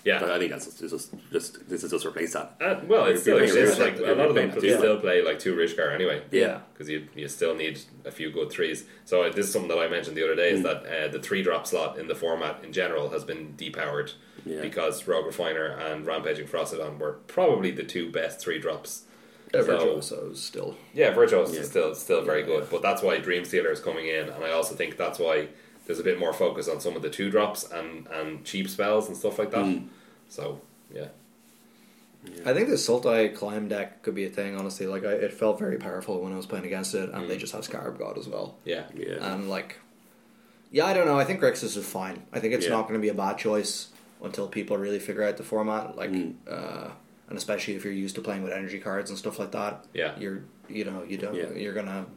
Speaker 1: yeah.
Speaker 3: I think that's just just, just this is just replace that.
Speaker 1: Uh, well, it's still
Speaker 3: You're
Speaker 1: it's just
Speaker 3: playing-
Speaker 1: like a lot of them
Speaker 3: you're
Speaker 1: do
Speaker 3: playing-
Speaker 1: still play like two Rishkar anyway.
Speaker 3: Yeah.
Speaker 1: because you you still need a few good threes. So uh, this is something that I mentioned the other day is that uh, the three drop slot in the format in general has been depowered
Speaker 3: Yeah.
Speaker 1: because Rogue Refiner and Rampaging Frostodon were probably the two best three drops.
Speaker 2: Yeah,
Speaker 1: So-
Speaker 2: Virtuoso is still
Speaker 1: yeah, Virtuos
Speaker 3: Yeah.
Speaker 1: is still still very
Speaker 2: Yeah,
Speaker 1: good, but that's why Dream Stealer is coming in, and I also think that's why there's a bit more focus on some of the two drops and and cheap spells and stuff like that. So yeah,
Speaker 2: I think the Sultai climb deck could be a thing, honestly. Like I, it felt very powerful when I was playing against it, and they just have Scarab God as well.
Speaker 1: yeah,
Speaker 3: Yeah,
Speaker 2: And like Yeah, I don't know, I think Grixis is fine. I think it's
Speaker 3: Yeah.
Speaker 2: not gonna be a bad choice until people really figure out the format. Like uh and especially if you're used to playing with energy cards and stuff like that.
Speaker 1: Yeah.
Speaker 2: You're you know, you don't
Speaker 3: Yeah.
Speaker 2: you're gonna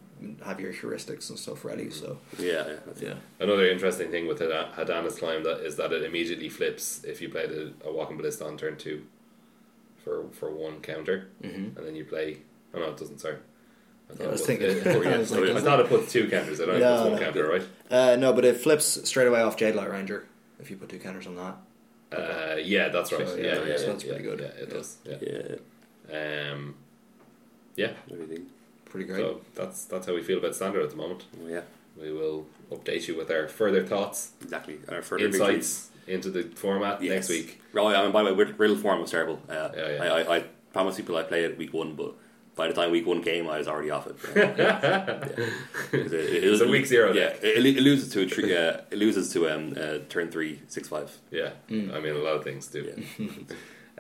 Speaker 2: have your heuristics and stuff ready, so
Speaker 3: yeah, yeah. that's it.
Speaker 1: Another interesting thing with Hada- Hadana's climb that is that it immediately flips if you play the, a walking ballista on turn two, for for one counter, mm-hmm. and then you play. Oh no, it doesn't. Sorry, I, thought
Speaker 2: I was
Speaker 1: it
Speaker 2: thinking-
Speaker 1: It, it-
Speaker 2: I was like,
Speaker 1: I
Speaker 2: does
Speaker 1: thought it puts two counters. I don't know
Speaker 2: Yeah,
Speaker 1: if it's one
Speaker 2: no.
Speaker 1: counter, right?
Speaker 2: Uh, no, but it flips straight away off Jade Light Ranger if you put two counters on that.
Speaker 1: Uh, yeah, that's right.
Speaker 2: So,
Speaker 1: yeah,
Speaker 2: yeah,
Speaker 1: yeah, yeah,
Speaker 2: so that's
Speaker 1: yeah,
Speaker 2: pretty good.
Speaker 1: Yeah, it
Speaker 2: Yeah.
Speaker 1: does. Yeah.
Speaker 3: yeah,
Speaker 1: Um, yeah.
Speaker 3: everything.
Speaker 2: Pretty great.
Speaker 1: So that's that's how we feel about standard at the moment.
Speaker 3: Oh, yeah,
Speaker 1: We will update you with our further thoughts,
Speaker 3: exactly. And our further victories.
Speaker 1: insights into the format
Speaker 3: Yes.
Speaker 1: next week.
Speaker 3: Oh, yeah, I mean, by the way, Riddle- Riddle form was terrible. Uh,
Speaker 1: Yeah, yeah.
Speaker 3: I, I, I promised people I played it week one, but by the time week one came, I was already off it. Yeah. It, it, it,
Speaker 1: It's a week zero
Speaker 3: Yeah,
Speaker 1: deck.
Speaker 3: it, it loses to a tree, uh, it loses to um, uh, turn three six five.
Speaker 1: Yeah, I mean a lot of things do.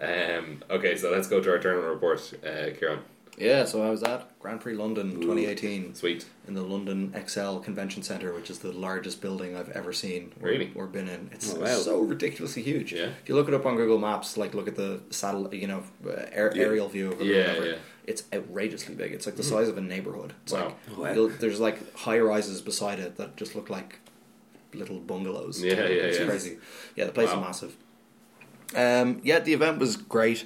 Speaker 1: um, okay, so let's go to our tournament report, uh, Kieran.
Speaker 2: Yeah, so I was at Grand Prix London 2018
Speaker 1: Sweet.
Speaker 2: in the London XL Convention Centre, which is the largest building I've ever seen or,
Speaker 1: Really?
Speaker 2: or been in. It's
Speaker 3: Oh, wow.
Speaker 2: so ridiculously huge.
Speaker 1: Yeah.
Speaker 2: If you look it up on Google Maps, like look at the satellite, you know, uh, air,
Speaker 3: Yeah.
Speaker 2: aerial view of it or
Speaker 1: Yeah,
Speaker 2: whatever,
Speaker 1: yeah. Hmm.
Speaker 2: It's outrageously big. It's like the size of a neighborhood. It's
Speaker 1: Wow.
Speaker 2: like
Speaker 3: Wow.
Speaker 2: you'll- there's like high rises beside it that just look like little bungalows.
Speaker 1: Yeah, yeah,
Speaker 2: it's
Speaker 1: yeah.
Speaker 2: crazy. Yeah, the place
Speaker 1: Wow.
Speaker 2: is massive. Um, yeah, the event was great.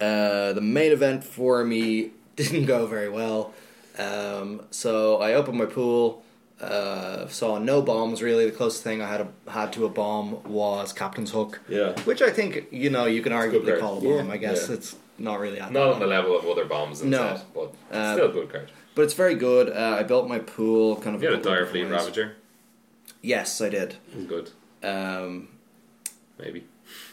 Speaker 2: Uh, the main event for me didn't go very well. Um, so I opened my pool, uh, saw no bombs really. The closest thing I had a, had to a bomb was Captain's Hook.
Speaker 1: Yeah.
Speaker 2: Which I think, you know, you can
Speaker 1: good
Speaker 2: arguably
Speaker 1: card.
Speaker 2: call a bomb.
Speaker 3: Yeah.
Speaker 2: I guess
Speaker 1: Yeah.
Speaker 2: it's not really at
Speaker 1: Not
Speaker 2: that
Speaker 1: on the level of other bombs in
Speaker 2: No.
Speaker 1: set, but
Speaker 2: Uh,
Speaker 1: still a good card.
Speaker 2: But it's very good. Uh, I built my pool kind of.
Speaker 1: You had a
Speaker 2: couple
Speaker 1: dire
Speaker 2: different
Speaker 1: fleet
Speaker 2: ways.
Speaker 1: ravager.
Speaker 2: Yes, I did.
Speaker 1: It's good.
Speaker 2: Um,
Speaker 1: Maybe.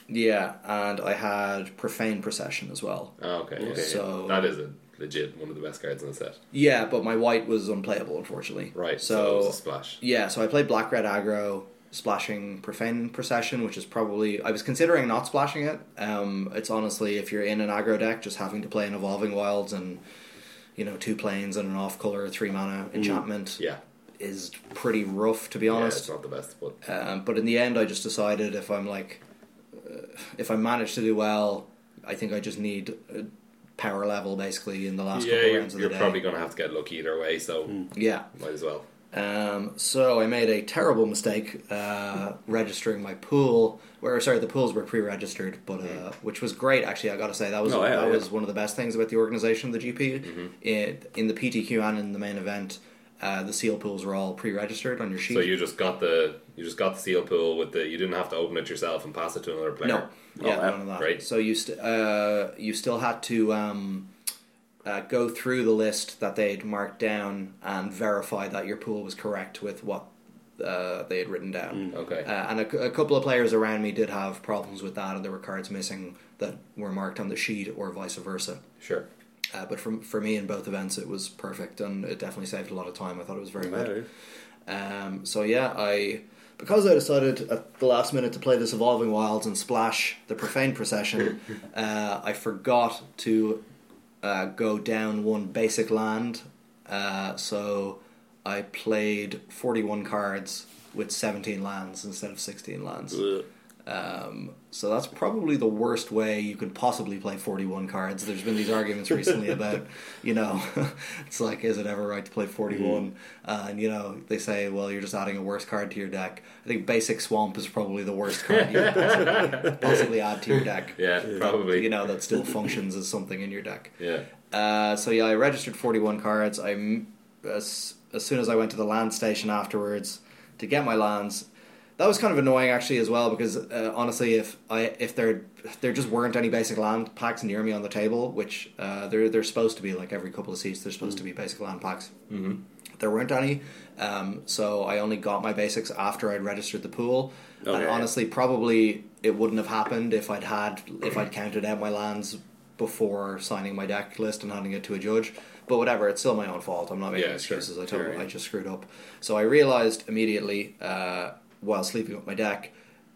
Speaker 2: yeah, and I had Profane Procession as well.
Speaker 1: Oh, okay. yeah, yeah.
Speaker 2: So-
Speaker 1: that is a legit one of the best cards in the set.
Speaker 2: Yeah, but my white was unplayable, unfortunately.
Speaker 1: Right. So, it was
Speaker 2: So,
Speaker 1: a splash.
Speaker 2: yeah, so I played Black Red Aggro, splashing Profane Procession, which is probably. I was considering not splashing it. Um, it's honestly, if you're in an aggro deck, just having to play an Evolving Wilds and, you know, two planes and an off color, three mana enchantment
Speaker 1: Mm. Yeah.
Speaker 2: is pretty rough, to be
Speaker 1: Yeah,
Speaker 2: honest.
Speaker 1: it's not the best, but
Speaker 2: Um, but in the end, I just decided if I'm like, uh, if I manage to do well, I think I just need a power level basically in the last
Speaker 1: yeah,
Speaker 2: couple
Speaker 1: you're,
Speaker 2: rounds of
Speaker 1: you're
Speaker 2: the day. Hmm.
Speaker 1: probably going to have to get lucky either way. So
Speaker 2: Yeah.
Speaker 1: might as well.
Speaker 2: Um, so I made a terrible mistake uh, registering my pool. Where sorry, the pools were pre-registered, but uh, which was great actually. I got to say that was
Speaker 3: Mm-hmm. Oh, yeah, Mm-hmm.
Speaker 2: that
Speaker 3: yeah.
Speaker 2: was one of the best things about the organization of the GP. It, in the PTQ and in the main event, uh, the seal pools were all pre-registered on your sheet.
Speaker 1: So you just got the you just got the seal pool with the you didn't have to open it yourself and pass it to another player.
Speaker 2: No, yeah,
Speaker 3: Oh, wow.
Speaker 2: none of that.
Speaker 1: Great.
Speaker 2: So you st- uh, you still had to um, uh, go through the list that they'd marked down and verify that your pool was correct with what uh, they had written
Speaker 3: Mm-hmm.
Speaker 2: down.
Speaker 1: Okay.
Speaker 2: Uh, and a, cou- a couple of players around me did have problems with that, and there were cards missing that were marked on the sheet, or vice versa.
Speaker 1: Sure.
Speaker 2: Uh, but for, for me, in both events, it was perfect, and it definitely saved a lot of time. I thought it was very good. Um, so yeah, I because I decided at the last minute to play this Evolving Wilds and splash the Profane Procession, uh, I forgot to uh, go down one basic land. Uh, so I played forty-one cards with seventeen lands instead of sixteen lands.
Speaker 3: Ugh.
Speaker 2: Um, so that's probably the worst way you could possibly play 41 cards. There's been these arguments recently about, you know, it's like, is it ever right to play
Speaker 1: Mm-hmm.
Speaker 2: 41? and, you know, they say, well, you're just adding a worse card to your deck. I think Basic Swamp is probably the worst card you could possibly, possibly add to your deck.
Speaker 1: Yeah, probably.
Speaker 2: You know, that still functions as something in your deck.
Speaker 1: Yeah.
Speaker 2: Uh, so yeah, I registered 41 cards. I m- as, as soon as I went to the land station afterwards to get my lands, that was kind of annoying actually as well because uh, honestly, if I if there if there just weren't any basic land packs near me on the table, which uh, they're they're supposed to be like every couple of seats, there's supposed to be basic land packs. Mm-hmm. There weren't any, um, so I only got my basics after I'd registered the pool.
Speaker 3: Okay.
Speaker 2: And honestly, probably it wouldn't have happened if I'd had if I'd counted out my lands before signing my deck list and handing it to a judge. But whatever, it's still my own fault. I'm not making
Speaker 1: Yeah, sure.
Speaker 2: excuses. I told
Speaker 3: Sure, yeah.
Speaker 2: I just screwed up. So I realized immediately uh, while sleeping up my deck.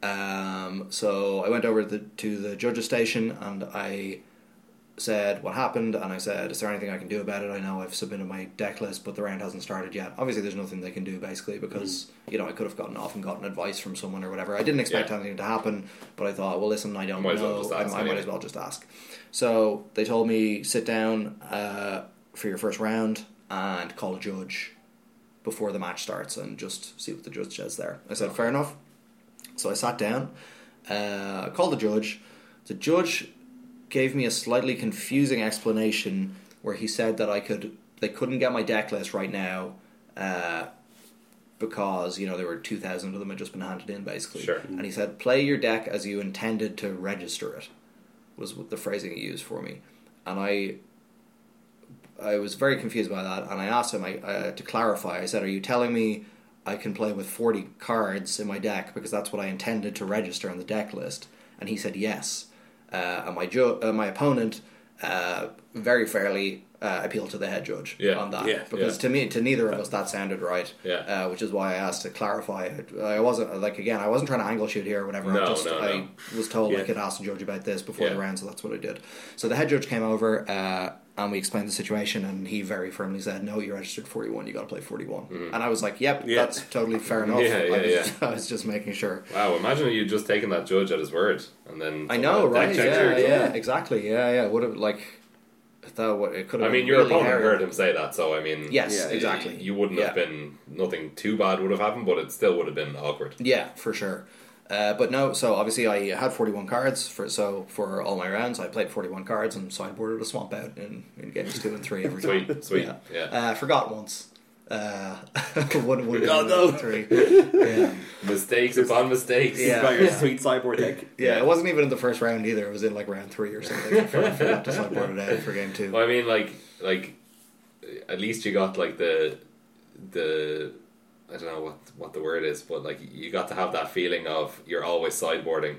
Speaker 2: Um, so I went over to the, to the judges station and I said what happened and I said, Is there anything I can do about it? I know I've submitted my deck list, but the round hasn't started yet. Obviously, there's nothing they can do basically because, you know, I could have gotten off and gotten advice from someone or whatever. I didn't expect
Speaker 1: Mm. Yeah.
Speaker 2: anything to happen, but I thought, Well, listen, I don't
Speaker 1: Might as well
Speaker 2: know.
Speaker 1: just
Speaker 2: I-
Speaker 1: ask
Speaker 2: I might
Speaker 1: anyway.
Speaker 2: as well just ask. So they told me, Sit down uh, for your first round and call a judge before the match starts and just see what the judge says there. I said, Fair enough. So I sat down, uh, I called the judge. The judge gave me a slightly confusing explanation where he said that I could they couldn't get my deck list right now uh, because you know there were two thousand of them had just been handed in basically.
Speaker 1: Sure.
Speaker 2: And he said, "Play your deck as you intended to register it," was what the phrasing he used for me, and I. I was very confused by that, and I asked him I, uh, to clarify. I said, "Are you telling me I can play with forty cards in my deck because that's what I intended to register on the deck list?" And he said, "Yes." Uh, and my ju- uh, my opponent uh, very fairly uh, appealed to the head judge
Speaker 1: Yeah,
Speaker 2: on that
Speaker 3: yeah,
Speaker 2: because
Speaker 1: yeah.
Speaker 2: to me to neither of us that sounded right.
Speaker 1: Yeah.
Speaker 2: Uh, which is why I asked to clarify. I, I wasn't like again I wasn't trying to angle shoot here or whatever. I
Speaker 1: No,
Speaker 2: just
Speaker 1: no,
Speaker 2: I
Speaker 1: no.
Speaker 2: was told I
Speaker 3: Yeah.
Speaker 2: could ask the judge about this before the
Speaker 1: Yeah.
Speaker 2: round, so that's what I did. So the head judge came over uh, and we explained the situation, and he very firmly said, "No, you registered forty one. You got to play forty one." And I was like, "Yep,
Speaker 3: Yeah.
Speaker 2: that's totally fair enough."
Speaker 1: Mm-hmm. Yeah,
Speaker 2: I,
Speaker 1: yeah,
Speaker 2: was,
Speaker 1: yeah.
Speaker 2: I was just making sure.
Speaker 1: Wow, imagine you just taking that judge at his word and then
Speaker 2: I know,
Speaker 1: That
Speaker 2: right?
Speaker 1: check
Speaker 2: Yeah,
Speaker 1: judge.
Speaker 2: yeah, exactly. Yeah, yeah. Would have like that? What it could have.
Speaker 1: I mean,
Speaker 2: been
Speaker 1: your
Speaker 2: really
Speaker 1: opponent
Speaker 2: hairy.
Speaker 1: heard him say that, so I mean,
Speaker 2: Yes,
Speaker 1: y-
Speaker 2: exactly.
Speaker 1: You wouldn't have
Speaker 2: Yeah.
Speaker 1: been nothing too bad would have happened, but it still would have been awkward.
Speaker 2: Yeah, for sure. Uh, but no, so obviously I had 41 cards for so for all my rounds. I played 41 cards and sideboarded a swamp out in, in games two and three every
Speaker 1: Sweet,
Speaker 2: time.
Speaker 1: sweet, yeah.
Speaker 2: Uh, forgot once. Uh, one, one,
Speaker 3: Oh, no.
Speaker 2: three. Yeah.
Speaker 1: Mistakes upon mistakes.
Speaker 2: Yeah.
Speaker 3: About your sweet cyborg deck.
Speaker 2: yeah, it wasn't even in the first round either. It was in like round three or something. I forgot, forgot to sideboard it out for game two.
Speaker 1: Well, I mean, like, like at least you got like the the I don't know what what the word is, but like you got to have that feeling of you're always sideboarding.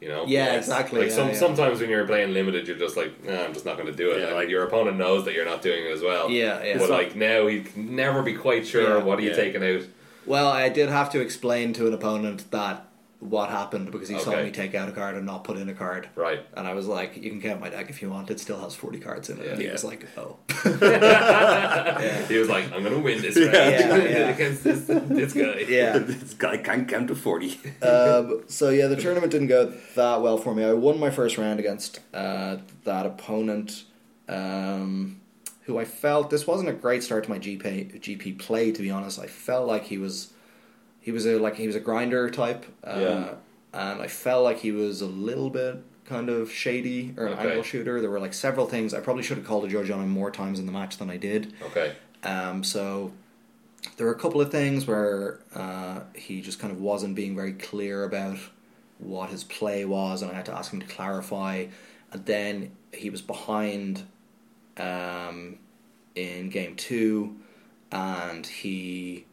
Speaker 1: You know.
Speaker 2: Yeah, exactly,
Speaker 1: Like
Speaker 2: yeah,
Speaker 1: some
Speaker 2: yeah.
Speaker 1: sometimes when you're playing limited, you're just like, nah, I'm just not going to do it.
Speaker 3: Yeah,
Speaker 1: and
Speaker 3: like-
Speaker 1: your opponent knows that you're not doing it as well.
Speaker 2: Yeah, yeah.
Speaker 1: But
Speaker 2: So-
Speaker 1: like now, he can never be quite sure
Speaker 2: Yeah,
Speaker 1: what are you
Speaker 3: yeah.
Speaker 1: taking out.
Speaker 2: Well, I did have to explain to an opponent that what happened because he saw
Speaker 1: Okay.
Speaker 2: me take out a card and not put in a card.
Speaker 1: Right.
Speaker 2: And I was like, "You can count my deck if you want. It still has forty cards in it." And he
Speaker 3: Yeah.
Speaker 2: was like, "Oh,
Speaker 1: He was like, I'm going to win this round
Speaker 2: Yeah, yeah.
Speaker 1: against this, this guy.
Speaker 2: yeah."
Speaker 3: this guy can't count to forty.
Speaker 2: um, so yeah, the tournament didn't go that well for me. I won my first round against uh, that opponent, um, who I felt this wasn't a great start to my GP GP play. To be honest, I felt like he was he was a like he was a grinder type, uh, and I felt like he was a little bit kind of shady or an
Speaker 1: Okay.
Speaker 2: angle shooter. There were like several things I probably should have called a judge on him more times in the match than I did.
Speaker 1: Okay.
Speaker 2: Um, so there were a couple of things where uh, he just kind of wasn't being very clear about what his play was, and I had to ask him to clarify. And then he was behind um, in game two, and he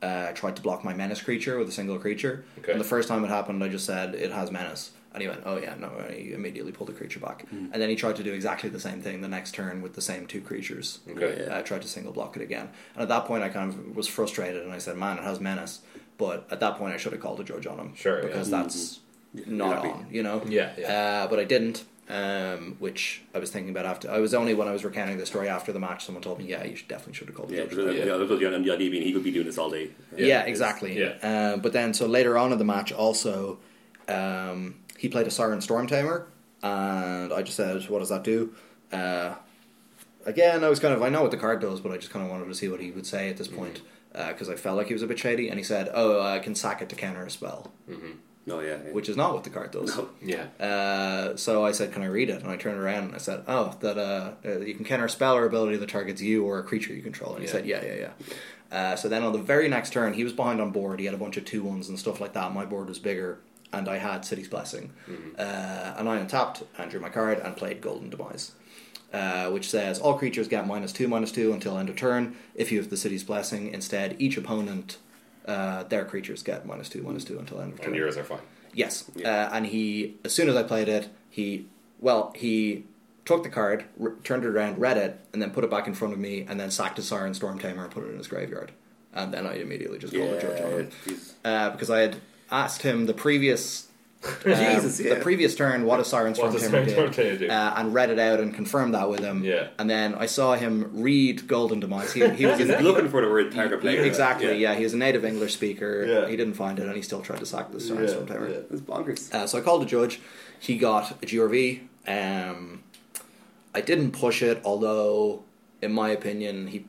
Speaker 2: uh, tried to block my menace creature with a single creature.
Speaker 1: Okay.
Speaker 2: And the first time it happened, I just said it has menace, and he went, "Oh yeah, no." And he immediately pulled the creature back, and then he tried to do exactly the same thing the next turn with the same two creatures.
Speaker 1: Okay.
Speaker 2: I tried to single block it again. And at that point, I kind of was frustrated and I said, man, it has menace. But at that point, I should have called a judge on him.
Speaker 1: Sure, yeah.
Speaker 2: Because that's not
Speaker 3: Exactly.
Speaker 2: on, you know?
Speaker 1: Yeah, yeah.
Speaker 2: Uh, but I didn't, um, which I was thinking about after. I was only when I was recounting the story after the match, someone told me, yeah, you should definitely should have called a
Speaker 3: Yeah,
Speaker 2: judge.
Speaker 3: because uh, yeah. the other- and the idea being he could be doing this all day.
Speaker 2: Yeah, exactly.
Speaker 1: yeah.
Speaker 2: Uh, but then, so later on in the match, also, um, he played a Siren Storm Tamer, and I just said, "What does that do?" Uh, again, I was kind of I know what the card does, but I just kind of wanted to see what he would say at this point because I felt like he was a bit shady, and he said, "Oh, I can sack it to counter a spell,"
Speaker 3: No, Oh, yeah, yeah.
Speaker 2: which is not what the card does.
Speaker 3: No.
Speaker 1: Yeah.
Speaker 2: Uh, so I said, "Can I read it?" And I turned around and I said, "Oh, that uh, uh, you can counter a spell or ability that targets you or a creature you control." And he
Speaker 1: Yeah.
Speaker 2: said, "Yeah, yeah, yeah." Uh, so then on the very next turn, he was behind on board. He had a bunch of two ones and stuff like that. My board was bigger, and I had City's Blessing,
Speaker 1: Mm-hmm.
Speaker 2: uh, and I untapped and drew my card and played Golden Demise. Uh, which says all creatures get minus two, minus two until end of turn. If you have the city's blessing, instead each opponent, uh, their creatures get minus two, minus two until end of turn.
Speaker 1: And yours are fine.
Speaker 2: Yes, uh, and he as soon as I played it, he well he took the card, r- turned it around, read it, and then put it back in front of me, and then sacked his Siren Storm Tamer and put it in his graveyard, and then I immediately just called a judge on him
Speaker 3: he's-
Speaker 2: uh, because I had asked him the previous. um,
Speaker 3: Jesus, yeah.
Speaker 2: The previous turn, what a Siren Storm
Speaker 1: does
Speaker 2: Tamer
Speaker 1: Siren Storm Tamer
Speaker 2: did,
Speaker 1: do?
Speaker 2: Uh, and read it out and confirmed that with him.
Speaker 1: Yeah.
Speaker 2: And then I saw him read Golden Demise. He, he was in,
Speaker 3: he's looking for the word target player.
Speaker 2: exactly. Yeah. he was a native English speaker.
Speaker 1: Yeah.
Speaker 2: He didn't find it, and he still tried to sack the Siren Storm Tamer.
Speaker 3: It's bonkers.
Speaker 2: Uh, so I called the judge. He got a GRV. Um, I didn't push it, although, in my opinion, he,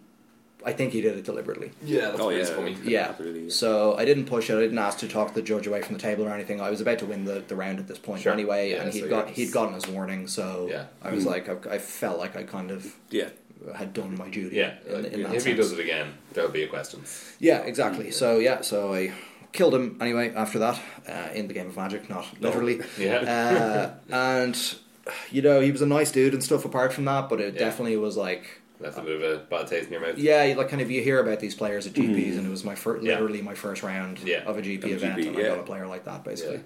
Speaker 2: I think he did it deliberately.
Speaker 1: Yeah, that's
Speaker 3: Oh, yeah.
Speaker 2: Yeah.
Speaker 3: Absolutely, yeah.
Speaker 2: So I didn't push it. I didn't ask to talk the judge away from the table or anything. I was about to win the, the round at this point
Speaker 1: Sure.
Speaker 2: anyway,
Speaker 1: Yeah,
Speaker 2: and he'd
Speaker 1: so
Speaker 2: got
Speaker 1: you're-
Speaker 2: he'd gotten his warning. So
Speaker 1: Yeah.
Speaker 2: I was like, I, I felt like I kind of
Speaker 3: Yeah.
Speaker 2: had done my duty.
Speaker 1: Yeah.
Speaker 2: in,
Speaker 1: like,
Speaker 2: in that
Speaker 1: if he
Speaker 2: sense.
Speaker 1: does it again, there'll be a question.
Speaker 2: Yeah, exactly. So yeah, so I killed him anyway. After that, uh, in the game of Magic, not literally.
Speaker 1: Yeah.
Speaker 2: Uh, and you know, he was a nice dude and stuff. Apart from that, but it
Speaker 1: Yeah.
Speaker 2: defininely was like,
Speaker 1: That's a bit of a bad taste in your mouth.
Speaker 2: yeah, you like kind of you hear about these players at GPs, and it was my first,
Speaker 1: Yeah.
Speaker 2: literally my first round
Speaker 1: Yeah.
Speaker 2: of a GP
Speaker 3: Mm-hmm. Of a
Speaker 2: event,
Speaker 3: GP,
Speaker 2: and I
Speaker 3: yeah.
Speaker 2: got a player like that basically.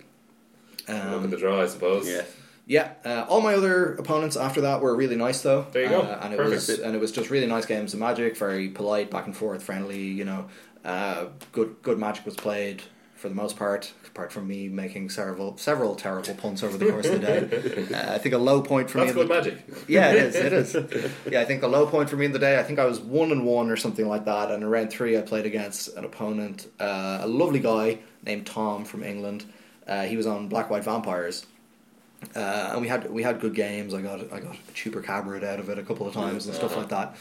Speaker 1: Look
Speaker 2: Um,
Speaker 1: at the draw, I suppose.
Speaker 3: Yeah.
Speaker 2: Yeah, uh, all my other opponents after that were really nice, though.
Speaker 1: There you
Speaker 2: uh,
Speaker 1: go.
Speaker 2: And it
Speaker 1: Perfect.
Speaker 2: was and it was just really nice games of Magic. Very polite, back and forth, friendly. You know, uh, good good Magic was played for the most part, apart from me making several several terrible punts over the course of the day. Uh, I think a low point for
Speaker 1: That's
Speaker 2: me. in
Speaker 1: good
Speaker 2: the-
Speaker 1: magic.
Speaker 2: yeah, it is. It is. Yeah, I think the low point for me in the day, I think I was one and one or something like that. And in round three, I played against an opponent, uh, a lovely guy named Tom from England. Uh, he was on Black White Vampires, uh, and we had we had good games. I got I got a chupacabra out of it a couple of times and stuff like that.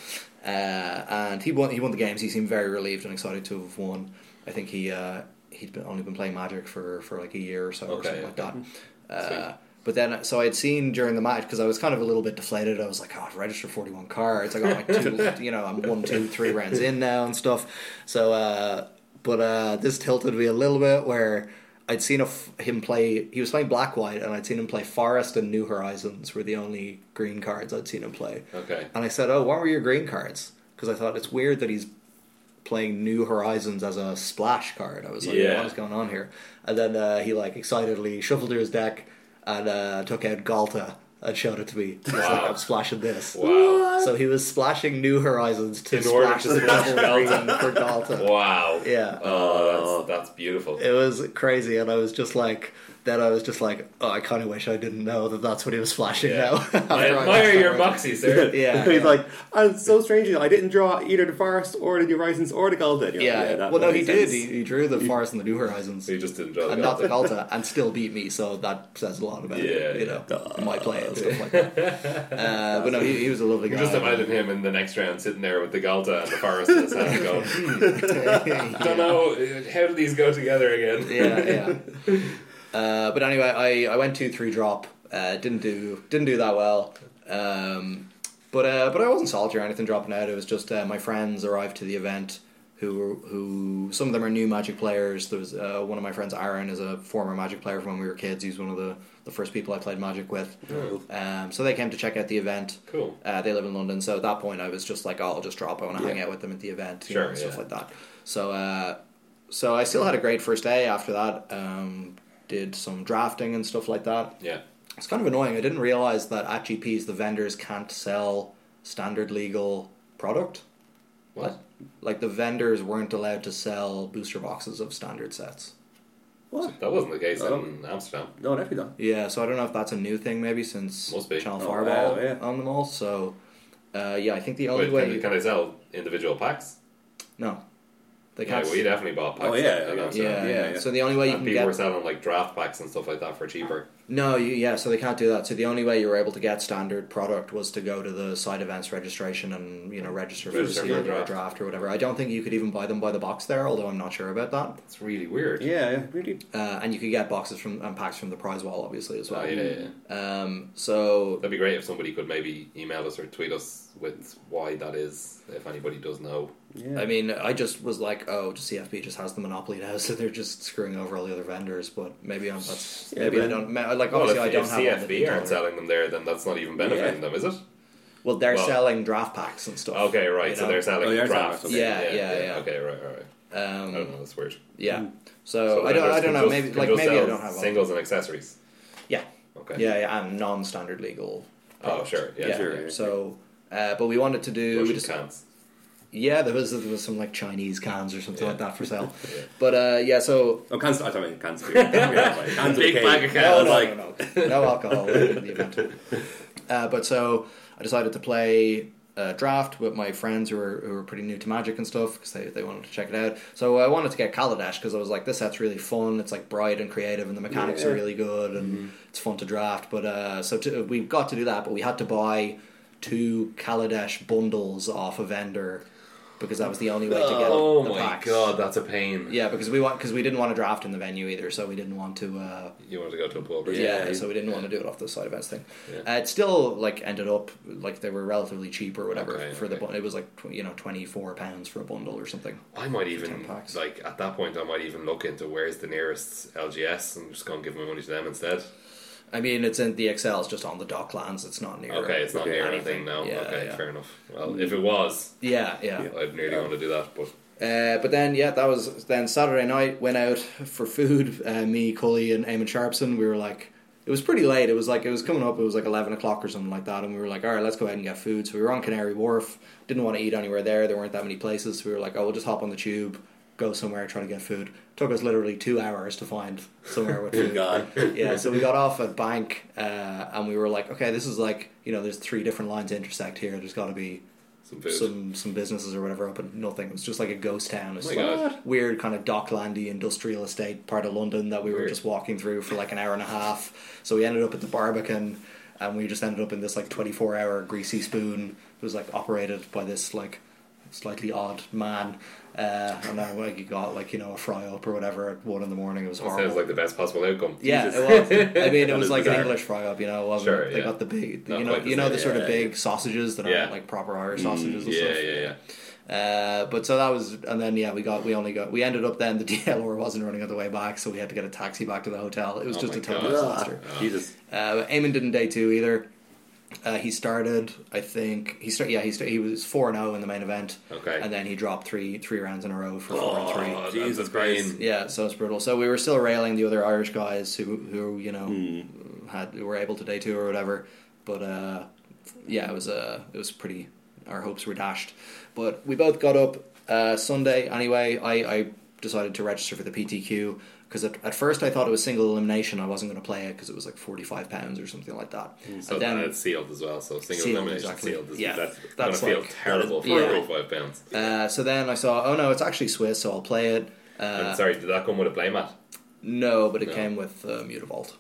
Speaker 2: Uh, and he won he won the games. He seemed very relieved and excited to have won. I think he uh, he'd been, only been playing Magic for, for like a year or so or
Speaker 1: Okay,
Speaker 2: something like that. Uh,
Speaker 1: Sweet.
Speaker 2: but then, so I'd seen during the match because I was kind of a little bit deflated. I was like, "Oh, I've registered forty-one cards. I got like two, you know, I'm one, two, three rounds in now and stuff." So, uh, but uh, this tilted me a little bit where I'd seen a f- him play. He was playing black white, and I'd seen him play Forest and New Horizons were the only green cards I'd seen him play.
Speaker 1: Okay.
Speaker 2: And I said, "Oh, what were your green cards?" Because I thought it's weird that he's playing New Horizons as a splash card. I was like,
Speaker 1: Yeah.
Speaker 2: what is going on here? And then uh, he like excitedly shuffled through his deck and uh, took out Galta and showed it to me. He's like, I'm splashing this.
Speaker 1: Wow.
Speaker 2: So he was splashing New Horizons to
Speaker 1: In order
Speaker 2: splash
Speaker 1: to
Speaker 2: the
Speaker 1: splash
Speaker 2: devil green for Galta.
Speaker 1: Wow.
Speaker 2: Yeah.
Speaker 1: Oh, that's, that's beautiful.
Speaker 2: It was crazy, and I was just like, then I was just like, oh, I kind of wish I didn't know that that's what he was flashing
Speaker 1: Yeah.
Speaker 2: now. After
Speaker 1: I
Speaker 2: watched
Speaker 1: admire
Speaker 2: that
Speaker 1: your
Speaker 2: one.
Speaker 1: moxie, sir.
Speaker 2: Yeah,
Speaker 3: he's
Speaker 2: yeah.
Speaker 3: like, and so strangely, I didn't draw either the forest or the New Horizons or the Golden. You're like,
Speaker 2: Yeah,
Speaker 3: that-
Speaker 2: well,
Speaker 3: that
Speaker 2: no, he
Speaker 3: makes
Speaker 2: did.
Speaker 3: sense.
Speaker 2: He, he drew the Forest and the New Horizons,
Speaker 1: So you just didn't draw the
Speaker 2: and not the
Speaker 1: Galta.
Speaker 2: Galta, and still beat me. So that says a lot about
Speaker 1: Yeah,
Speaker 2: it, you know, my play and stuff like that. Uh, but no, he, he was a lovely
Speaker 1: You
Speaker 2: guy.
Speaker 1: can just imagine him in the next round sitting there with the Galta and the Forest in his hand going, hmm, don't know, uh, how do these go together again?
Speaker 2: yeah, yeah. Uh, but anyway, I, I went two three drop. Uh, didn't do didn't do that well. Um, but uh, but I wasn't salty or anything dropping out. It was just uh, my friends arrived to the event. Who were- who some of them are new Magic players. There was uh, one of my friends, Aaron, is a former Magic player from when we were kids. He's one of the, the first people I played Magic with. Um, so they came to check out the event.
Speaker 1: Cool.
Speaker 2: Uh, they live in London, so at that point I was just like, oh, I'll just drop. I want to hang
Speaker 3: Yeah.
Speaker 2: out with them at the event, you
Speaker 1: Sure,
Speaker 2: know, and stuff
Speaker 1: yeah.
Speaker 2: like that. So uh, so I still had a great first day after that. Um, did some drafting and stuff like that.
Speaker 1: Yeah.
Speaker 2: It's kind of annoying. I didn't realize that at GPs the vendors can't sell standard legal product.
Speaker 1: What?
Speaker 2: Like the vendors weren't allowed to sell booster boxes of standard sets.
Speaker 3: What?
Speaker 1: That wasn't the case
Speaker 3: Oh.
Speaker 1: in Amsterdam.
Speaker 3: No, definitely not.
Speaker 2: Yeah, so I don't know if that's a new thing maybe since
Speaker 1: Must be.
Speaker 2: Channel
Speaker 3: Oh,
Speaker 2: Fireball
Speaker 3: wow, yeah.
Speaker 2: on them all. So uh, yeah, I think the only
Speaker 1: Wait,
Speaker 2: way
Speaker 1: can, they, can they sell individual packs?
Speaker 2: no, they
Speaker 1: Yeah,
Speaker 2: can't.
Speaker 1: we definitely bought packs.
Speaker 3: Oh, yeah,
Speaker 1: in
Speaker 3: yeah.
Speaker 1: Amsterdam.
Speaker 2: yeah,
Speaker 3: Yeah,
Speaker 2: yeah,
Speaker 3: yeah.
Speaker 2: So the only way you
Speaker 1: And
Speaker 2: can
Speaker 1: people
Speaker 2: get
Speaker 1: were selling like draft packs and stuff like that for cheaper.
Speaker 2: No, you, yeah, so they can't do that. So the only way you were able to get standard product was to go to the side events registration and you know register for the
Speaker 1: Register for
Speaker 2: sealed
Speaker 1: the
Speaker 2: or
Speaker 1: draft.
Speaker 2: draft or whatever. I don't think you could even buy them by the box there, although I'm not sure about that.
Speaker 1: It's really weird.
Speaker 3: Yeah, yeah, really.
Speaker 2: Uh, and you could get boxes from and packs from the prize wall, obviously as well.
Speaker 1: Oh, yeah, yeah.
Speaker 2: Um, so
Speaker 1: That'd be great if somebody could maybe email us or tweet us with why that is, if anybody does know.
Speaker 3: Yeah.
Speaker 2: I mean, I just was like, oh, just CFP just has the monopoly now, so they're just screwing over all the other vendors. But maybe I'm that's
Speaker 3: Yeah,
Speaker 2: maybe
Speaker 3: but
Speaker 2: I
Speaker 3: then-
Speaker 2: don't ma- like
Speaker 1: Well,
Speaker 2: obviously
Speaker 1: if,
Speaker 2: I don't
Speaker 1: if
Speaker 2: have all the
Speaker 1: CFB aren't
Speaker 2: detail.
Speaker 1: selling them there, then that's not even benefiting
Speaker 3: Yeah.
Speaker 1: them, is it?
Speaker 2: Well, they're
Speaker 1: Well-
Speaker 2: selling draft packs and stuff.
Speaker 1: Okay, right.
Speaker 2: you
Speaker 1: So
Speaker 2: know?
Speaker 1: they're selling
Speaker 3: Oh, they are selling
Speaker 1: drafts.
Speaker 3: them, okay.
Speaker 2: Yeah, yeah, yeah.
Speaker 1: Okay, right, all right. I
Speaker 2: Um,
Speaker 1: don't know. That's weird.
Speaker 2: Yeah.
Speaker 1: Mm.
Speaker 2: So,
Speaker 1: So
Speaker 2: I
Speaker 1: vendors
Speaker 2: don't. I don't
Speaker 1: can
Speaker 2: know.
Speaker 1: just-
Speaker 2: maybe
Speaker 1: can
Speaker 2: like
Speaker 1: just
Speaker 2: maybe I
Speaker 1: sell
Speaker 2: don't have. All.
Speaker 1: singles and accessories.
Speaker 2: Yeah.
Speaker 1: Okay.
Speaker 2: Yeah, yeah, and non-standard legal.
Speaker 1: Oh, sure. Yeah,
Speaker 2: Yeah.
Speaker 1: sure.
Speaker 3: yeah.
Speaker 2: So, uh, but we wanted to do.
Speaker 1: Russian
Speaker 2: we just,
Speaker 1: cans.
Speaker 2: Yeah, there was there was some like Chinese cans or something
Speaker 1: Yeah.
Speaker 2: like that for sale. But uh, yeah, so
Speaker 3: Oh, cans. I mean, cans. too. Yeah, cans
Speaker 1: Big
Speaker 3: okay.
Speaker 1: bag of cans.
Speaker 3: I
Speaker 2: no,
Speaker 3: was
Speaker 2: no,
Speaker 3: like,
Speaker 2: no, no, no alcohol in the event. Uh, but so I decided to play uh, draft with my friends who were who were pretty new to Magic and stuff because they, they wanted to check it out. So I wanted to get Kaladesh because I was like, this set's really fun. It's like bright and creative, and the mechanics are
Speaker 3: Yeah.
Speaker 2: really good, and
Speaker 1: Mm-hmm.
Speaker 2: it's fun to draft. But uh, so to, we got to do that, but we had to buy two Kaladesh bundles off a vendor because that was the only way to get
Speaker 1: Oh
Speaker 2: the
Speaker 1: my
Speaker 2: packs.
Speaker 1: god, that's a pain.
Speaker 2: Yeah, because we want because we didn't want to draft in the venue either, so we didn't want to. Uh,
Speaker 1: You want to go to a pub or something.
Speaker 2: yeah,
Speaker 3: Yeah,
Speaker 2: so we didn't want to do it off the side events thing.
Speaker 1: Yeah.
Speaker 2: Uh, it still like ended up like they were relatively cheap or whatever
Speaker 1: Okay,
Speaker 2: for the
Speaker 1: okay.
Speaker 2: bun- it was like tw- you know twenty four pounds for a bundle or something.
Speaker 1: I might even
Speaker 2: 10 packs.
Speaker 1: like at that point. I might even look into where's the nearest LGS and just go and give my money to them instead.
Speaker 2: I mean, it's in the Excel is just on the Docklands. It's not near.
Speaker 1: Okay, it's not
Speaker 3: Okay,
Speaker 1: near
Speaker 2: anything.
Speaker 1: anything now.
Speaker 2: Yeah,
Speaker 1: okay,
Speaker 2: yeah.
Speaker 1: fair enough. Well, if it was,
Speaker 2: Yeah, yeah.
Speaker 1: I'd nearly want to do that. But
Speaker 2: Uh, but then yeah, that was then Saturday night went out for food. Uh, me, Cully, and Eamon Sharpson. We were like. It was pretty late. It was like it was coming up. It was like eleven o'clock or something like that, and we were like, "All right, let's go ahead and get food." So we were on Canary Wharf. Didn't want to eat anywhere there. There weren't that many places. So we were like, "Oh, we'll just hop on the tube, go somewhere, try to get food." Took us literally two hours to find somewhere with food.
Speaker 3: God.
Speaker 2: yeah, so we got off at Bank, uh, and we were like, okay, this is like you know, there's three different lines intersect here. There's got to be
Speaker 1: some food.
Speaker 2: some some businesses or whatever open. Nothing. It was just like a ghost town. It's
Speaker 1: Oh my
Speaker 2: like
Speaker 1: God.
Speaker 2: weird kind of docklandy industrial estate part of London that we were
Speaker 1: Weird.
Speaker 2: just walking through for like an hour and a half. So we ended up at the Barbican, and we just ended up in this like 24 hour greasy spoon. It was like operated by this like slightly odd man. Uh, and then like you got like you know a fry up or whatever at one in the morning. It was horrible.
Speaker 1: Sounds like the best possible outcome.
Speaker 2: Yeah,
Speaker 3: Jesus.
Speaker 2: it was. I mean, it
Speaker 3: That
Speaker 2: was
Speaker 3: is
Speaker 2: like an
Speaker 3: bizarre.
Speaker 2: English fry up, you know. It wasn't,
Speaker 1: Sure,
Speaker 2: they
Speaker 1: yeah.
Speaker 2: got the big,
Speaker 1: Not
Speaker 2: you know,
Speaker 1: quite the
Speaker 2: you know the
Speaker 1: same,
Speaker 2: sort of
Speaker 3: yeah,
Speaker 2: big sausages that
Speaker 1: Yeah. Mm,
Speaker 2: aren't like proper Irish sausages and
Speaker 1: yeah,
Speaker 2: stuff.
Speaker 1: yeah, yeah.
Speaker 2: Uh, but so that was, and then yeah, we got, we only got, we ended up then the DLR wasn't running on the way back, so we had to get a taxi back to the hotel. It was
Speaker 1: Oh
Speaker 2: just a
Speaker 1: my God.
Speaker 2: total disaster.
Speaker 3: "Ah, Jesus.
Speaker 2: Uh, Eamon didn't day two either. Uh, he started, I think he started. Yeah, he sta he was four and zero in the main event.
Speaker 1: Okay.
Speaker 2: and then he dropped three three rounds in a row for four and three.
Speaker 1: Oh, Jesus
Speaker 3: Jesus
Speaker 1: Christ.
Speaker 2: Yeah, so it's brutal. So we were still railing the other Irish guys who who you know
Speaker 1: Hmm.
Speaker 2: had who were able to day two or whatever. But uh, yeah, it was uh, it was pretty. Our hopes were dashed, but we both got up uh, Sunday anyway. I, I decided to register for the PTQ because at, at first I thought it was single elimination. I wasn't going to play it because it was like forty five pounds or something like that.
Speaker 1: Hmm, So
Speaker 2: And then-
Speaker 1: that's sealed as well. So single
Speaker 2: Sealed,
Speaker 1: elimination
Speaker 2: exactly.
Speaker 1: sealed. Is,
Speaker 2: Yeah,
Speaker 1: that's,
Speaker 2: that's
Speaker 1: gonna
Speaker 2: like-
Speaker 1: feel terrible for
Speaker 2: yeah.
Speaker 1: 45 pounds.
Speaker 2: Uh, so then I saw, oh no, it's actually Swiss, so I'll play it. Uh,
Speaker 1: and sorry, did that come with a play mat?
Speaker 2: no, but it
Speaker 1: No.
Speaker 2: came with uh, Mutavault.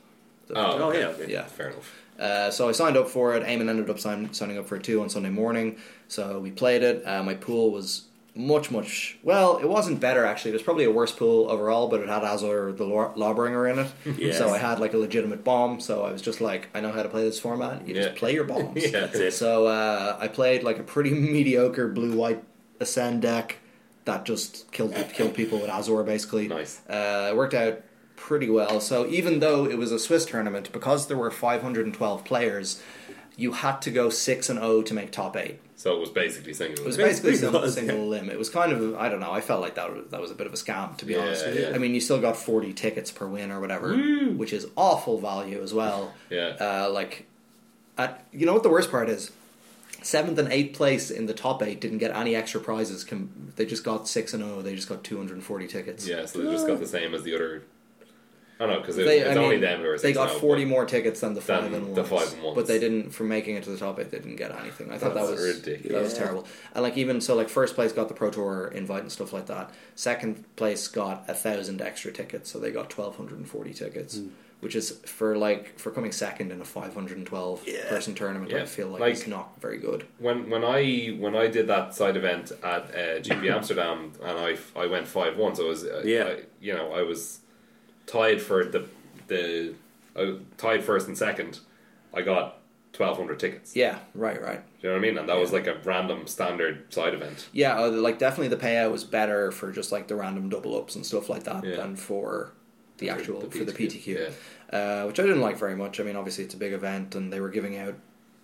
Speaker 2: The-
Speaker 1: Oh,
Speaker 3: Oh,
Speaker 1: okay.
Speaker 3: yeah. okay.
Speaker 2: yeah.
Speaker 1: Fair enough.
Speaker 2: Uh, so I signed up for it. Eamon ended up sign, signing up for it too on Sunday morning. So we played it. Uh, my pool was much, much well. It wasn't better actually. It was probably a worse pool overall, but it had Azor the Law- Lawbringer in it.
Speaker 3: Yes.
Speaker 2: So I had like a legitimate bomb. So I was just like, I know how to play this format. You
Speaker 1: Yeah.
Speaker 2: just play your bombs.
Speaker 1: Yeah, that's it.
Speaker 2: So uh, I played like a pretty mediocre blue white ascend deck that just killed killed people with Azor basically.
Speaker 1: Nice.
Speaker 2: Uh, it worked out pretty well. So even though it was a Swiss tournament, because there were 512 players, you had to go six and zero to make top eight.
Speaker 1: So it was basically single.
Speaker 2: It was
Speaker 1: elimination.
Speaker 2: basically
Speaker 3: Basically
Speaker 2: single,
Speaker 3: was,
Speaker 2: single limb. It was kind of I don't know. I felt like that was, that was a bit of a scam to be
Speaker 1: Yeah,
Speaker 2: honest.
Speaker 1: yeah.
Speaker 2: I mean, you still got 40 tickets per win or whatever, which is awful value as well.
Speaker 1: Yeah.
Speaker 2: Uh, like, at, you know what the worst part is? Seventh and eighth place in the top eight didn't get any extra prizes. Com- they just got six and zero. They just got 240 tickets.
Speaker 1: Yeah, so they just got the same as the other. I don't know because
Speaker 2: They,
Speaker 1: it's
Speaker 2: I
Speaker 1: only
Speaker 2: mean,
Speaker 1: them who are.
Speaker 2: They
Speaker 1: six
Speaker 2: got
Speaker 1: now,
Speaker 2: forty
Speaker 1: but
Speaker 2: more tickets than the
Speaker 1: than
Speaker 2: five and
Speaker 1: the
Speaker 2: ones.
Speaker 1: five and ones.
Speaker 2: But they didn't, for making it to the top eight, they didn't get anything. I thought
Speaker 1: That's
Speaker 2: that was
Speaker 1: ridiculous.
Speaker 2: That was
Speaker 3: Yeah.
Speaker 2: terrible. And like even so, like first place got the pro tour invite and stuff like that. Second place got a thousand extra tickets, so they got twelve hundred and forty tickets. Which is for like for coming second in a 512
Speaker 3: Yeah.
Speaker 2: person tournament.
Speaker 1: Yeah.
Speaker 2: I feel like,
Speaker 1: Like-
Speaker 2: it's not very good.
Speaker 1: When when I when I did that side event at uh, GP Amsterdam and I I went five one, so I was uh,
Speaker 3: Yeah.
Speaker 1: I- you know I was tied for the the I tied first and second. I got twelve hundred tickets.
Speaker 2: Yeah, right, right.
Speaker 1: Do you know what I mean? And that was like a random standard side event.
Speaker 2: Yeah, uh, like definitely the payout was better for just like the random double ups and stuff like that
Speaker 1: Yeah.
Speaker 2: than for the
Speaker 1: For
Speaker 2: actual
Speaker 1: the
Speaker 2: for the
Speaker 1: PTQ,
Speaker 2: PTQ, uh, which I didn't like very much. I mean, obviously it's a big event, and they were giving out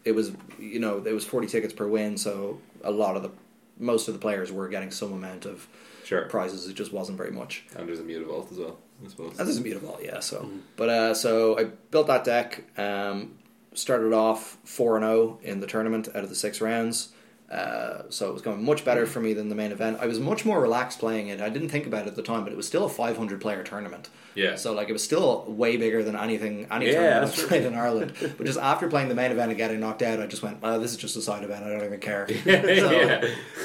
Speaker 2: it was you know it was forty tickets per win, so a lot of the most of the players were getting some amount of
Speaker 1: Sure.
Speaker 2: prizes. It just wasn't very much.
Speaker 1: And there's a mute vault as well, I suppose.
Speaker 2: That is beautiful, yeah. So, but uh, so I built that deck. Um, started off four and zero in the tournament out of the six rounds. Uh, so it was going much better for me than the main event. I was much more relaxed playing it. I didn't think about it at the time, but it was still a 500 player tournament.
Speaker 1: Yeah.
Speaker 2: So like it was still way bigger than anything any
Speaker 3: Yeah,
Speaker 2: tournament I've
Speaker 3: absolutely.
Speaker 2: played in Ireland. But just after playing the main event and getting knocked out, I just went, "Oh, this is just a side event. I don't even care." So-
Speaker 1: yeah.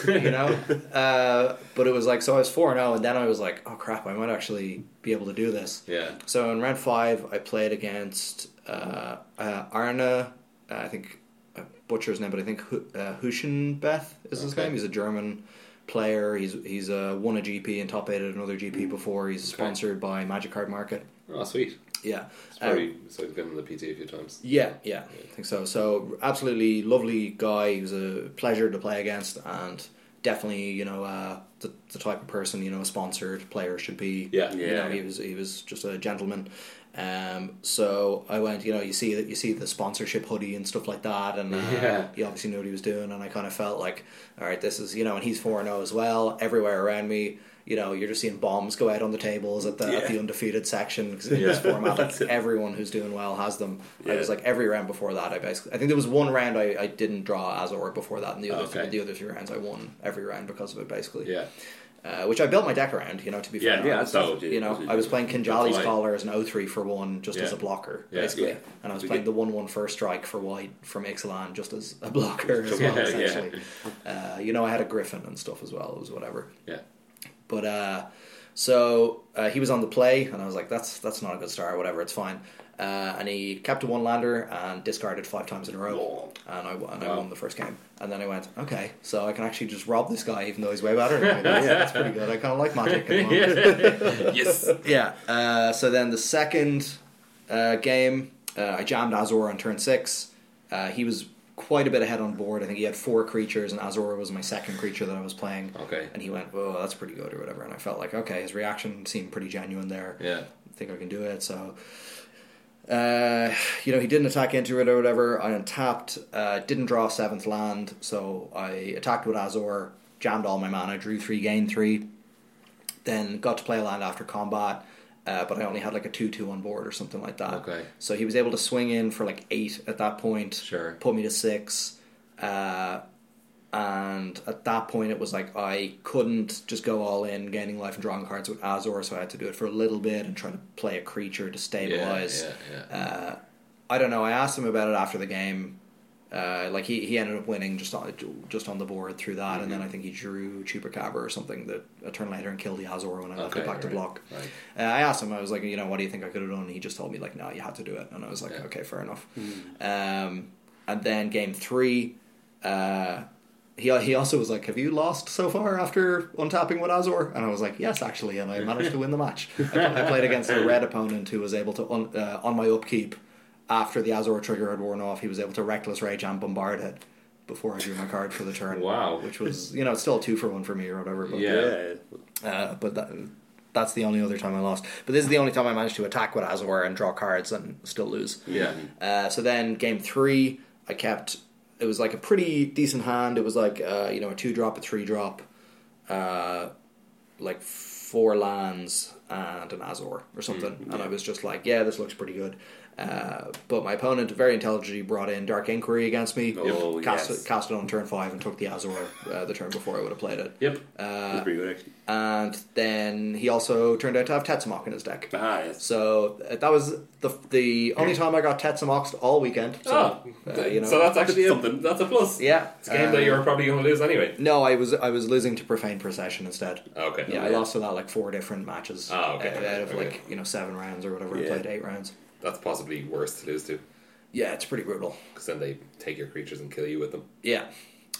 Speaker 2: you know. Uh, but it was like so I was four and zero, and then I was like, oh crap, I might actually be able to do this.
Speaker 1: Yeah.
Speaker 2: So in round five, I played against uh, uh, Arna. Uh, I think I butcher his name, but I think Hu- uh, Huschenbeth is his
Speaker 1: Okay.
Speaker 2: name. He's a German player. He's he's uh, won a GP and top eight at another GP before. He's sponsored by Magic Card Market.
Speaker 1: Oh, sweet.
Speaker 2: Yeah.
Speaker 1: It's
Speaker 2: Um,
Speaker 1: probably so he's been in the PT a few times.
Speaker 2: yeah, yeah, I think so. So absolutely lovely guy. He was a pleasure to play against, and definitely you know uh, the the type of person you know a sponsored player should be.
Speaker 1: Yeah.
Speaker 2: You know,
Speaker 3: Yeah.
Speaker 2: he was he was just a gentleman. Um, so I went, you know, you see that you see the sponsorship hoodie and stuff like that, and uh,
Speaker 1: Yeah.
Speaker 2: he obviously knew what he was doing, and I kind of felt like, all right, this is you know, and he's four four zero as well. Everywhere around me, you know, you're just seeing bombs go out on the tables at the at the
Speaker 3: Yeah.
Speaker 2: undefeated section 'cause in this
Speaker 1: Yeah.
Speaker 2: format, like,
Speaker 3: That's it.
Speaker 2: everyone who's doing well has them. I
Speaker 3: Yeah.
Speaker 2: was like every round before that, I basically I think there was one round I, I didn't draw Azor before that, and
Speaker 3: Oh,
Speaker 2: the other
Speaker 1: Okay.
Speaker 2: the other three rounds I won every round because of it basically.
Speaker 1: Yeah.
Speaker 2: Uh, which I built my deck around, you know, to be
Speaker 1: Yeah,
Speaker 2: fair.
Speaker 1: yeah,
Speaker 2: I was-
Speaker 1: that's
Speaker 3: what
Speaker 2: you know,
Speaker 3: that's what
Speaker 2: I was
Speaker 3: do.
Speaker 2: playing Kinjali's
Speaker 1: why.
Speaker 2: Collar as an 0-3 for one just
Speaker 1: Yeah.
Speaker 2: as a blocker,
Speaker 1: Yeah,
Speaker 2: basically.
Speaker 1: yeah.
Speaker 2: And I was
Speaker 3: We
Speaker 2: playing
Speaker 3: did-
Speaker 2: the 1-1 first strike for white from Ixalan just as a blocker as
Speaker 1: Yeah,
Speaker 2: well,
Speaker 1: yeah.
Speaker 2: essentially. Uh, you know, I had a Griffin and stuff as well, it was whatever.
Speaker 1: Yeah.
Speaker 2: But uh, so uh, he was on the play, and I was like, "That's that's not a good start. Whatever, it's fine." Uh, and he kept a one lander and discarded five times in a row, and I and I
Speaker 1: Wow.
Speaker 2: won the first game. And then I went, "Okay, so I can actually just rob this guy, even though he's way better." Than me. That's, that's pretty good. I kind of like magic. At the moment
Speaker 1: yes.
Speaker 2: yeah. Uh, so then the second uh, game, uh, I jammed Azor on turn six. Uh, he was quite a bit ahead on board. I think he had four creatures, and Azor was my second creature that I was playing.
Speaker 1: Okay.
Speaker 2: And he went, "Oh, that's pretty good," or whatever. And I felt like, okay, his reaction seemed pretty genuine there.
Speaker 1: Yeah.
Speaker 2: I think I can do it. So Uh, you know, he didn't attack into it or whatever. I untapped, uh, didn't draw seventh land, so I attacked with Azor, jammed all my mana, drew three, gained three. Then got to play a land after combat, uh, but I only had like a 2 2 on board or something like that.
Speaker 1: Okay.
Speaker 2: So he was able to swing in for like eight at that point,
Speaker 1: Sure.
Speaker 2: put me to six. Uh, and at that point, it was like I couldn't just go all in, gaining life and drawing cards with Azor, so I had to do it for a little bit and try to play a creature to stabilize.
Speaker 1: yeah, yeah.
Speaker 2: Uh, I don't know. I asked him about it after the game. Uh, like he, he ended up winning just on just on the board through that, and
Speaker 1: Mm-hmm.
Speaker 2: then I think he drew Chupacabra or something that a turn later and killed the Azor when I left
Speaker 1: Okay,
Speaker 2: it back to
Speaker 1: right,
Speaker 2: block.
Speaker 1: right.
Speaker 2: Uh, I asked him, I was like, you know, what do you think I could have done? And he just told me like, no, you had to do it, and I was like,
Speaker 1: Yeah. Mm-hmm.
Speaker 2: okay, fair enough. Um, and then game three, uh, he he also was like, have you lost so far after untapping with Azor? And I was like, yes, actually, and I managed to win the match. I, I played against a red opponent who was able to un, uh, on my upkeep after the Azor trigger had worn off, he was able to reckless rage and bombard it before I drew my card for the turn.
Speaker 1: Wow.
Speaker 2: which was you know it's still a two for one for me or whatever. But
Speaker 1: Yeah.
Speaker 2: uh, but that, that's the only other time I lost. But this is the only time I managed to attack with Azor and draw cards and still lose.
Speaker 1: Yeah.
Speaker 2: Uh, so then game three, I kept. It was like a pretty decent hand. It was like uh, you know a two drop, a three drop, uh, like four lands and an Azor or something. And I was just like, yeah, this looks pretty good. Uh, but my opponent very intelligently brought in Dark Inquiry against me.
Speaker 3: Oh,
Speaker 2: cast,
Speaker 3: yes.
Speaker 2: it, cast it on turn five and took the Azor uh, the turn before I would have played it.
Speaker 1: Yep.
Speaker 2: Uh,
Speaker 3: That's pretty good, actually.
Speaker 2: And then he also turned out to have Tetsamok in his deck.
Speaker 3: Ah, yes.
Speaker 2: So uh, that was the the only time I got Tetsamoxed all weekend.
Speaker 1: Oh.
Speaker 2: So, uh, you know,
Speaker 1: Ah, so that's actually something. That's a plus.
Speaker 2: yeah.
Speaker 1: It's a game that
Speaker 2: Um,
Speaker 1: you're probably going to lose anyway.
Speaker 2: No, I was I was losing to Profane Procession instead.
Speaker 1: oh, Okay.
Speaker 2: yeah, I lost to that like four different matches
Speaker 1: Ah, okay,
Speaker 2: out,
Speaker 1: okay,
Speaker 2: out of
Speaker 1: okay.
Speaker 2: like you know seven rounds or whatever. I
Speaker 3: Yeah.
Speaker 2: played eight rounds.
Speaker 1: That's possibly worse to lose to,
Speaker 2: Yeah, it's pretty brutal.
Speaker 1: because then they take your creatures and kill you with them.
Speaker 2: Yeah.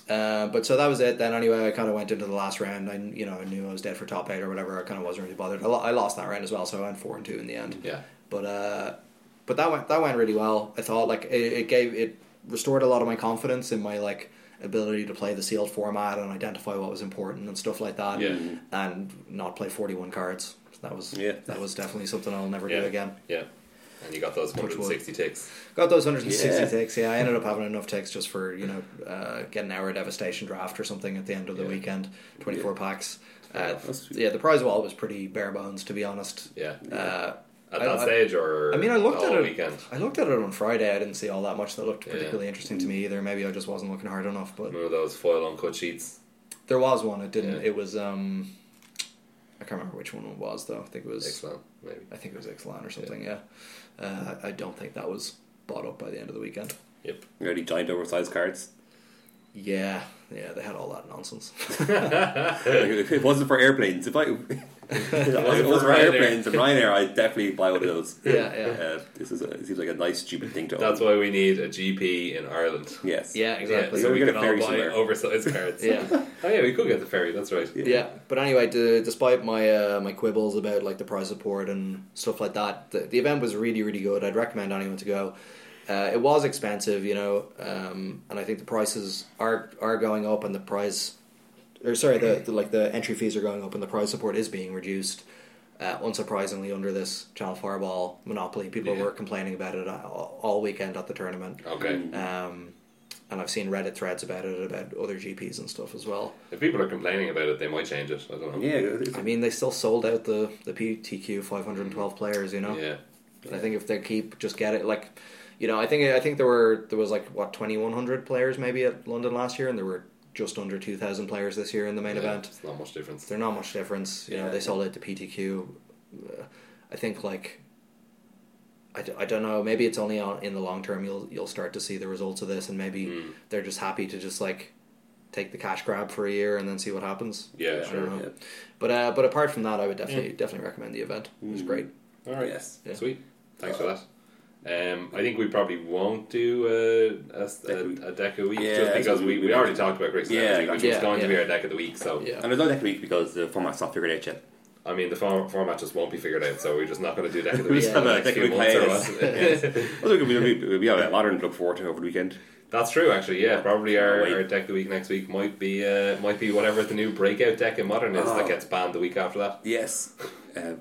Speaker 2: Uh, but so that was it. Then anyway, I kind of went into the last round. I you know I knew I was dead for top eight or whatever. I kind of wasn't really bothered. I, lo- I lost that round as well, so I went four and two in the end.
Speaker 1: Yeah.
Speaker 2: But uh, but that went that went really well. I thought like it, it gave it restored a lot of my confidence in my like ability to play the sealed format and identify what was important and stuff like that.
Speaker 1: Yeah.
Speaker 2: And not play forty one cards. That was
Speaker 3: Yeah.
Speaker 2: that was definitely something I'll never
Speaker 1: Yeah.
Speaker 2: do again.
Speaker 1: Yeah. And you got those
Speaker 2: wood.
Speaker 1: 160 ticks.
Speaker 2: Got those 160
Speaker 3: Yeah.
Speaker 2: ticks. Yeah, I ended up having enough ticks just for you know uh, get an hour of devastation draft or something at the end of the
Speaker 1: Yeah.
Speaker 2: weekend. 24 packs. Uh,
Speaker 3: That's sweet.
Speaker 2: yeah, the prize wall was pretty bare bones to be honest.
Speaker 1: Yeah.
Speaker 2: Uh,
Speaker 1: At
Speaker 2: I-
Speaker 1: that
Speaker 2: I-
Speaker 1: stage, or
Speaker 2: I mean, I looked
Speaker 1: the
Speaker 2: at
Speaker 1: whole
Speaker 2: it.
Speaker 1: weekend.
Speaker 2: I looked at it on Friday. I didn't see all that much that looked
Speaker 1: Yeah.
Speaker 2: particularly interesting to me either. Maybe I just wasn't looking hard enough. But
Speaker 1: One of those foil uncut sheets.
Speaker 2: there was one. It didn't.
Speaker 1: Yeah.
Speaker 2: It was. um I can't remember which one it was though. I think it was.
Speaker 1: Excellent, maybe.
Speaker 2: I think it was Exlan or something. Yeah. Uh, I don't think that was bought up by the end of the weekend.
Speaker 1: Yep.
Speaker 3: Really giant oversized cards.
Speaker 2: Yeah, yeah, they had all that nonsense.
Speaker 3: Like, if it wasn't for airplanes, if I if it
Speaker 1: for
Speaker 3: wasn't for
Speaker 1: Ryanair.
Speaker 3: airplanes and Ryanair, I'd definitely buy one of those.
Speaker 2: Yeah, yeah.
Speaker 3: Uh, this is a, it seems like a nice stupid thing to
Speaker 1: That's
Speaker 3: own.
Speaker 1: why we need a GP in Ireland.
Speaker 3: yes.
Speaker 2: Yeah,
Speaker 1: Yeah,
Speaker 2: exactly.
Speaker 1: so
Speaker 3: We're
Speaker 1: we
Speaker 3: gonna
Speaker 1: can all
Speaker 3: ferry
Speaker 1: buy
Speaker 3: somewhere.
Speaker 1: oversized cards.
Speaker 2: Yeah.
Speaker 1: Oh yeah, we could get the ferry. That's right.
Speaker 3: Yeah.
Speaker 2: Yeah, but anyway, d- despite my uh, my quibbles about like the prize support and stuff like that, the, the event was really really good. I'd recommend anyone to go. Uh, it was expensive, you know, um, and I think the prices are are going up, and the prize, or sorry, the, the like the entry fees are going up, and the prize support is being reduced. Uh, unsurprisingly, under this Channel Fireball monopoly, people
Speaker 1: Yeah.
Speaker 2: were complaining about it all, all weekend at the tournament.
Speaker 1: Okay.
Speaker 2: Um, and I've seen Reddit threads about it, about other GPs and stuff as well.
Speaker 1: If people are complaining about it, they might change it. I don't know.
Speaker 3: Yeah, it's-
Speaker 2: I mean, they still sold out the, the PTQ 512 players, you know?
Speaker 1: Mm-hmm. Yeah.
Speaker 2: And I think if they keep, just get it, like, you know, I think I think there were, there was like, what, 2,100 players maybe at London last year, and there were just under 2,000 players this year in the main
Speaker 1: Yeah,
Speaker 2: event.
Speaker 1: It's not much difference.
Speaker 2: They're not much difference. You know,
Speaker 3: Yeah.
Speaker 2: they sold out the PTQ. Uh, I think, like, I, d- I don't know. Maybe it's only on, in the long term you'll you'll start to see the results of this, and maybe
Speaker 3: Hmm.
Speaker 1: Mm.
Speaker 2: they're just happy to just like take the cash grab for a year and then see what happens.
Speaker 1: Yeah,
Speaker 2: I
Speaker 1: sure.
Speaker 2: don't know.
Speaker 3: yeah.
Speaker 2: But uh, but apart from that, I would definitely definitely recommend the event. It
Speaker 3: Hmm.
Speaker 2: was great.
Speaker 1: All right.
Speaker 3: Yes.
Speaker 2: Yeah.
Speaker 1: Sweet. Thanks
Speaker 3: Uh,
Speaker 1: for that. Um, I think we probably won't do uh, a, s- a,
Speaker 3: Deck
Speaker 1: a deck a week
Speaker 3: Yeah,
Speaker 1: just because we,
Speaker 3: we-
Speaker 1: we already talked about Greeks and
Speaker 3: Yeah,
Speaker 1: Energy, which
Speaker 3: exactly.
Speaker 1: was
Speaker 2: Yeah,
Speaker 1: going to be
Speaker 2: yeah.
Speaker 1: our deck of the week. So
Speaker 2: Yeah.
Speaker 3: And there's no next week because the format's not figured out yet.
Speaker 1: I mean, the form, format just won't be figured out. So we're just not going to do deck of the
Speaker 3: We
Speaker 1: week
Speaker 3: just
Speaker 1: for
Speaker 3: have
Speaker 1: the
Speaker 3: a
Speaker 1: next
Speaker 3: deck of
Speaker 1: few
Speaker 3: the
Speaker 1: months
Speaker 3: week
Speaker 1: or what. Yeah.
Speaker 3: I think we, we, we have a modern to look forward to over the weekend.
Speaker 1: That's true, actually. Yeah, probably our,
Speaker 3: Wait.
Speaker 1: our deck of the week next week might be uh, might be whatever the new breakout deck in modern is
Speaker 3: Oh.
Speaker 1: that gets banned the week after that.
Speaker 3: Yes. Uh,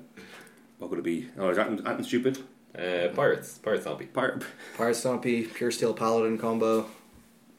Speaker 3: what could it be? Oh, is Anton, Anton Stupid?
Speaker 1: Uh, pirates, pirate zombie.
Speaker 3: Pirate.
Speaker 2: Pirate Stompy, Pure Steel Paladin combo.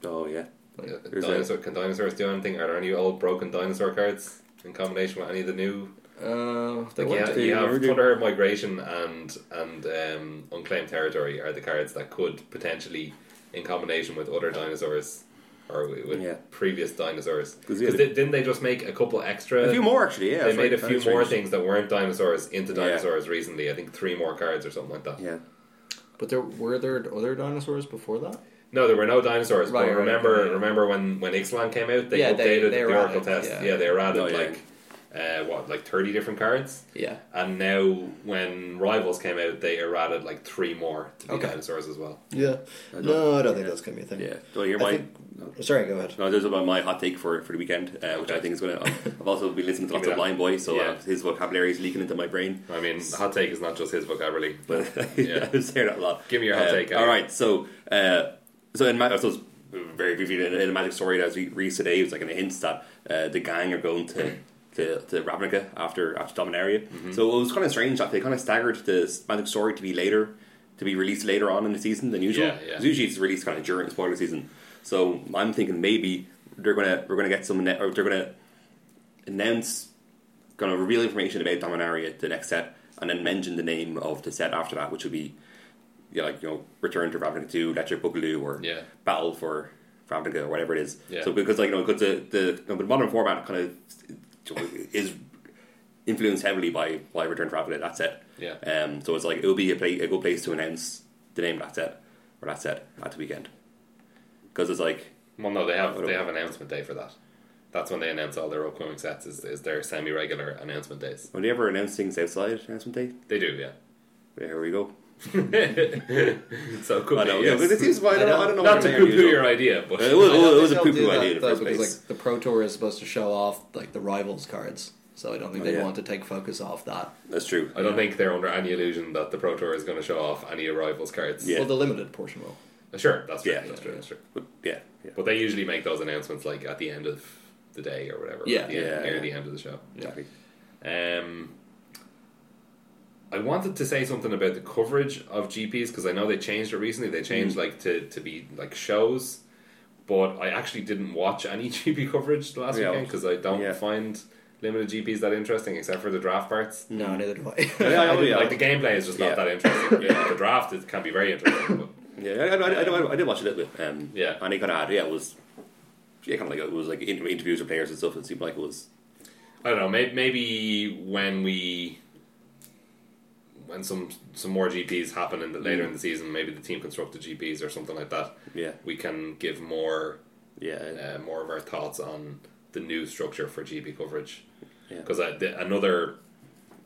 Speaker 3: Oh yeah.
Speaker 1: Uh,
Speaker 3: There's
Speaker 1: Dinosaur, can dinosaurs do anything? Are there any old broken dinosaur cards in combination with any of the new?
Speaker 2: Uh,
Speaker 1: Like
Speaker 2: they
Speaker 1: you,
Speaker 2: weren't-
Speaker 1: ha-
Speaker 3: to,
Speaker 1: you
Speaker 3: they
Speaker 1: have
Speaker 3: were doing-
Speaker 1: Thunder Migration and and um, Unclaimed Territory are the cards that could potentially, in combination with other dinosaurs, or wi- with
Speaker 3: Yeah.
Speaker 1: previous dinosaurs,
Speaker 3: 'Cause,
Speaker 1: because
Speaker 3: yeah, they-
Speaker 1: didn't they just make a couple extra?
Speaker 3: A few more actually. Yeah.
Speaker 1: Uh, They
Speaker 3: that's
Speaker 1: made a
Speaker 3: right.
Speaker 1: few
Speaker 3: That's
Speaker 1: more
Speaker 3: right.
Speaker 1: things that weren't dinosaurs into
Speaker 3: Yeah.
Speaker 1: dinosaurs recently. I think three more cards or something like that.
Speaker 3: Yeah.
Speaker 2: But there were there other dinosaurs before that?
Speaker 1: No, there were no dinosaurs.
Speaker 2: Right,
Speaker 1: but
Speaker 2: right,
Speaker 1: remember,
Speaker 2: yeah.
Speaker 1: remember when when Ixalan came out, they
Speaker 2: Yeah,
Speaker 1: updated
Speaker 2: they- they
Speaker 1: the
Speaker 2: were
Speaker 1: Oracle
Speaker 2: added,
Speaker 1: test.
Speaker 2: yeah.
Speaker 1: Yeah, they were added
Speaker 3: Oh, yeah.
Speaker 1: like uh, what, like thirty different cards.
Speaker 2: Yeah.
Speaker 1: And now, when Rivals came out, they added like three more to be
Speaker 2: Okay.
Speaker 1: dinosaurs as well.
Speaker 2: Yeah.
Speaker 3: don't-
Speaker 2: No, I don't think
Speaker 3: yeah.
Speaker 2: that's going to be a thing.
Speaker 3: Yeah. Do I hear
Speaker 2: I
Speaker 3: my?
Speaker 2: think- Sorry, go ahead.
Speaker 3: No, this is about my hot take for, for the weekend, uh, which I think is going to. I've also been listening to lots
Speaker 1: Give
Speaker 3: of
Speaker 1: me that.
Speaker 3: Blind Boy, so uh,
Speaker 1: Yeah.
Speaker 3: his vocabulary is leaking into my brain.
Speaker 1: I mean, hot take is not just his vocabulary.
Speaker 3: But
Speaker 1: Yeah.
Speaker 3: I was hearing that a lot.
Speaker 1: Give me your hot
Speaker 3: Uh,
Speaker 1: take,
Speaker 3: All
Speaker 1: Elliot.
Speaker 3: right, so uh, so in Magic, so it's very briefly in, in the Magic story as we read today, it was like in the hints that uh, the gang are going to. To, to Ravnica after after Dominaria,
Speaker 1: Mm-hmm.
Speaker 3: so it was kind of strange that they kind of staggered the Magic story to be later, to be released later on in the season than usual.
Speaker 1: Yeah, yeah.
Speaker 3: 'Cause usually it's released kind of during spoiler season. So I'm thinking maybe they're gonna we're gonna get some ne- or they're gonna announce gonna reveal information about Dominaria the next set, and then mention the name of the set after that, which would be yeah, like you know Return to Ravnica Two, Electric Boogaloo, or
Speaker 1: Yeah.
Speaker 3: Battle for Ravnica or whatever it is.
Speaker 1: Yeah.
Speaker 3: So because like you know because the the, the modern format kind of is influenced heavily by by Return to Ravnica. That's it.
Speaker 1: Yeah.
Speaker 3: Um. So it's like it would be a, play, a good place to announce the name of that set or that set at the weekend because it's like
Speaker 1: Well, no, they have they have announcement day for that. That's when they announce all their upcoming sets. Is, is their semi regular announcement days?
Speaker 3: when they ever announce things outside announcement day.
Speaker 1: They do, yeah.
Speaker 3: There we go.
Speaker 1: so it could
Speaker 3: I
Speaker 1: be.
Speaker 3: know.
Speaker 1: yes.
Speaker 3: Yeah, but it seems why I don't, I don't know.
Speaker 1: not
Speaker 3: what
Speaker 1: to
Speaker 3: they're
Speaker 1: poo poo
Speaker 3: usual.
Speaker 1: your idea, but
Speaker 3: It was,
Speaker 2: I don't
Speaker 3: it
Speaker 2: think
Speaker 3: was a
Speaker 2: they'll
Speaker 3: poo poo
Speaker 2: do that,
Speaker 3: idea in the
Speaker 2: though,
Speaker 3: first
Speaker 2: because,
Speaker 3: place.
Speaker 2: Like, the Pro Tour is supposed to show off like the rivals cards, so I don't think
Speaker 3: Oh,
Speaker 2: they
Speaker 3: yeah.
Speaker 2: want to take focus off that.
Speaker 3: That's true.
Speaker 1: I don't think they're under any illusion that the Pro Tour is going to show off any arrivals cards.
Speaker 3: Yeah.
Speaker 2: Well, the limited portion will.
Speaker 1: Sure, that's true.
Speaker 3: Yeah.
Speaker 1: that's true. That's true.
Speaker 3: But yeah, yeah.
Speaker 1: But they usually make those announcements like at the end of the day or whatever.
Speaker 2: Yeah.
Speaker 1: at the end-
Speaker 3: Yeah,
Speaker 1: near
Speaker 3: yeah.
Speaker 1: the end of the show.
Speaker 3: Exactly.
Speaker 1: Um, I wanted to say something about the coverage of GPs because I know they changed it recently. They
Speaker 3: Mm.
Speaker 1: changed like to, to be like shows, but I actually didn't watch any GP coverage the last
Speaker 3: Yeah.
Speaker 1: weekend because I don't
Speaker 3: Yeah.
Speaker 1: find limited GPs that interesting except for the draft parts.
Speaker 2: No, neither do I.
Speaker 3: Mm-hmm. Yeah,
Speaker 1: I
Speaker 3: oh,
Speaker 1: didn't-
Speaker 3: yeah.
Speaker 1: Like the gameplay is just not
Speaker 3: Yeah.
Speaker 1: that interesting. Yeah, the draft it can be very interesting. But
Speaker 3: Yeah, I, I, I, I, I did watch a little bit. Um,
Speaker 1: Yeah.
Speaker 3: and it kind of had yeah, it was yeah, kind of like it was like inter- interviews with players and stuff. It seemed like it was
Speaker 1: I don't know. Maybe, maybe when we when some some more GPS happen in the,
Speaker 3: Hmm.
Speaker 1: later in the season, maybe the team constructed GPS or something like that.
Speaker 3: yeah,
Speaker 1: We can give more
Speaker 3: yeah,
Speaker 1: uh, more of our thoughts on the new structure for GP coverage
Speaker 3: Yeah.
Speaker 1: because another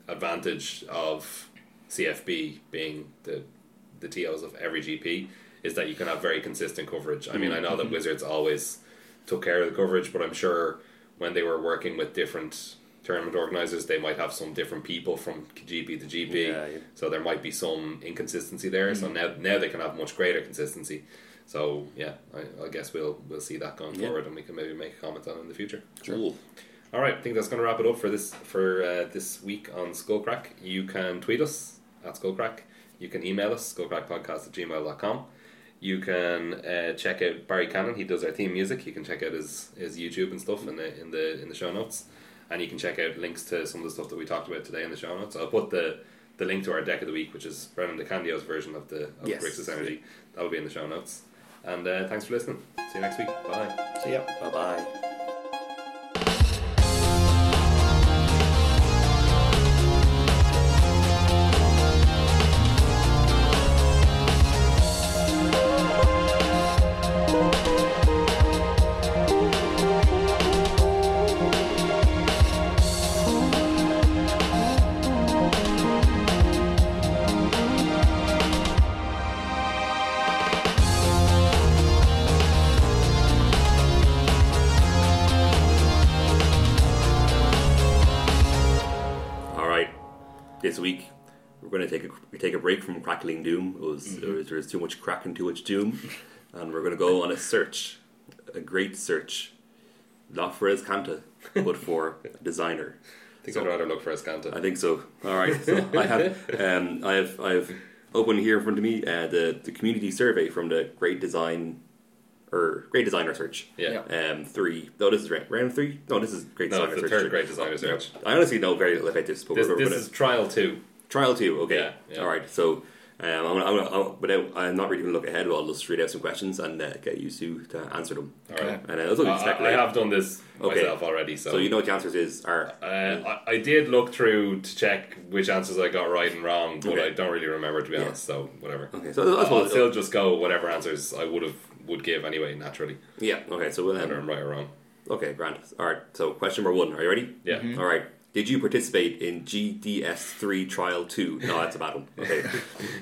Speaker 1: advantage of CFB being the the TOs of every GP is that you can have very consistent coverage. I mean, I know
Speaker 3: Mm-hmm.
Speaker 1: that Wizards always took care of the coverage, but I'm sure when they were working with different tournament organizers, they might have some different people from GP to GP.
Speaker 3: Yeah, Mm-hmm. yeah.
Speaker 1: So there might be some inconsistency there. So now now they can have much greater consistency. So yeah, I, I guess we'll we'll see that going
Speaker 3: Yeah.
Speaker 1: forward, and we can maybe make a comment on it in the future.
Speaker 3: cool.
Speaker 1: All right, I think that's going to wrap it up for this for uh, this week on Skullcrack. You can tweet us at Skullcrack. You can email us, skullcrackpodcast at gmail.com. You can uh, check out Barry Cannon. He does our theme music. You can check out his, his YouTube and stuff in the, in the in the show notes. And you can check out links to some of the stuff that we talked about today in the show notes. I'll put the, the link to our deck of the week, which is Brennan DeCandio's version of the of
Speaker 3: Yes.
Speaker 1: Grixis Energy. That'll be in the show notes. And uh, thanks for listening. See you next week. Bye.
Speaker 2: so yeah.
Speaker 3: Bye bye. All right, this week we're going to take a we take a break from crackling doom. It was,
Speaker 1: Mm-hmm.
Speaker 3: there was there was too much crack and too much doom, and we're going to go on a search, a great search, not for his Kanta, but for a designer.
Speaker 1: I think I'd rather look for Escanta.
Speaker 3: I think so. All right. So I have, um, I have, I have open here in front of me uh, the the community survey from the Great Design or Great Design Research.
Speaker 1: Yeah.
Speaker 2: Yeah.
Speaker 3: Um, three. No, this is round, round three. No, this is Great
Speaker 1: No,
Speaker 3: Design
Speaker 1: it's the
Speaker 3: Research.
Speaker 1: third Great Design Research.
Speaker 3: I honestly know very little about this, but
Speaker 1: This,
Speaker 3: we're-
Speaker 1: this
Speaker 3: but
Speaker 1: is trial two.
Speaker 3: Trial two, okay.
Speaker 1: Yeah, yeah.
Speaker 3: All right, so um, I'm, gonna- I'm, gonna- I'm, without, I'm not really going to look ahead. I'll just read out some questions and uh, get you to, to answer them.
Speaker 1: All right.
Speaker 3: And uh, that's what we
Speaker 1: I, I
Speaker 3: speculate.
Speaker 1: have done this
Speaker 3: Okay.
Speaker 1: myself already, so,
Speaker 3: So you know what the answers is are
Speaker 1: uh, I, I did look through to check which answers I got right and wrong, but
Speaker 3: Okay.
Speaker 1: I don't really remember to be
Speaker 3: Yeah.
Speaker 1: honest. So whatever.
Speaker 3: okay. So I
Speaker 1: I'll
Speaker 3: suppose
Speaker 1: still just go whatever answers I would have would give anyway naturally,
Speaker 3: yeah. Okay, so we'll
Speaker 1: whether
Speaker 3: um,
Speaker 1: I'm right or wrong.
Speaker 3: okay, grand. All right. So question number one. Are you ready? Mm-hmm.
Speaker 1: Yeah.
Speaker 3: All right. Did you participate in GDS three trial two? No, that's a bad one. Okay,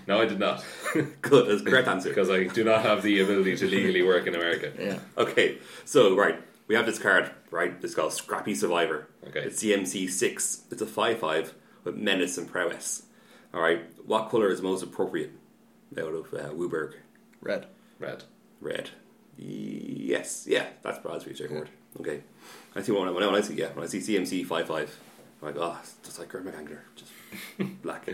Speaker 1: No, I did not,
Speaker 3: good. That's the correct answer.
Speaker 1: because I do not have the ability to legally work in America.
Speaker 2: Yeah.
Speaker 3: Okay, so right, we have this card, right? It's called Scrappy Survivor.
Speaker 1: Okay.
Speaker 3: It's CMC six. It's a five five with menace and prowess. All right, what color is most appropriate out of uh, Wooberg?
Speaker 2: Red.
Speaker 1: Red.
Speaker 3: Red. Yes, yeah, that's that's pretty straightforward. Okay, I see when I, when I when I see yeah when I see CMC five five, I'm like oh, it's just like Grim McAngler, just black.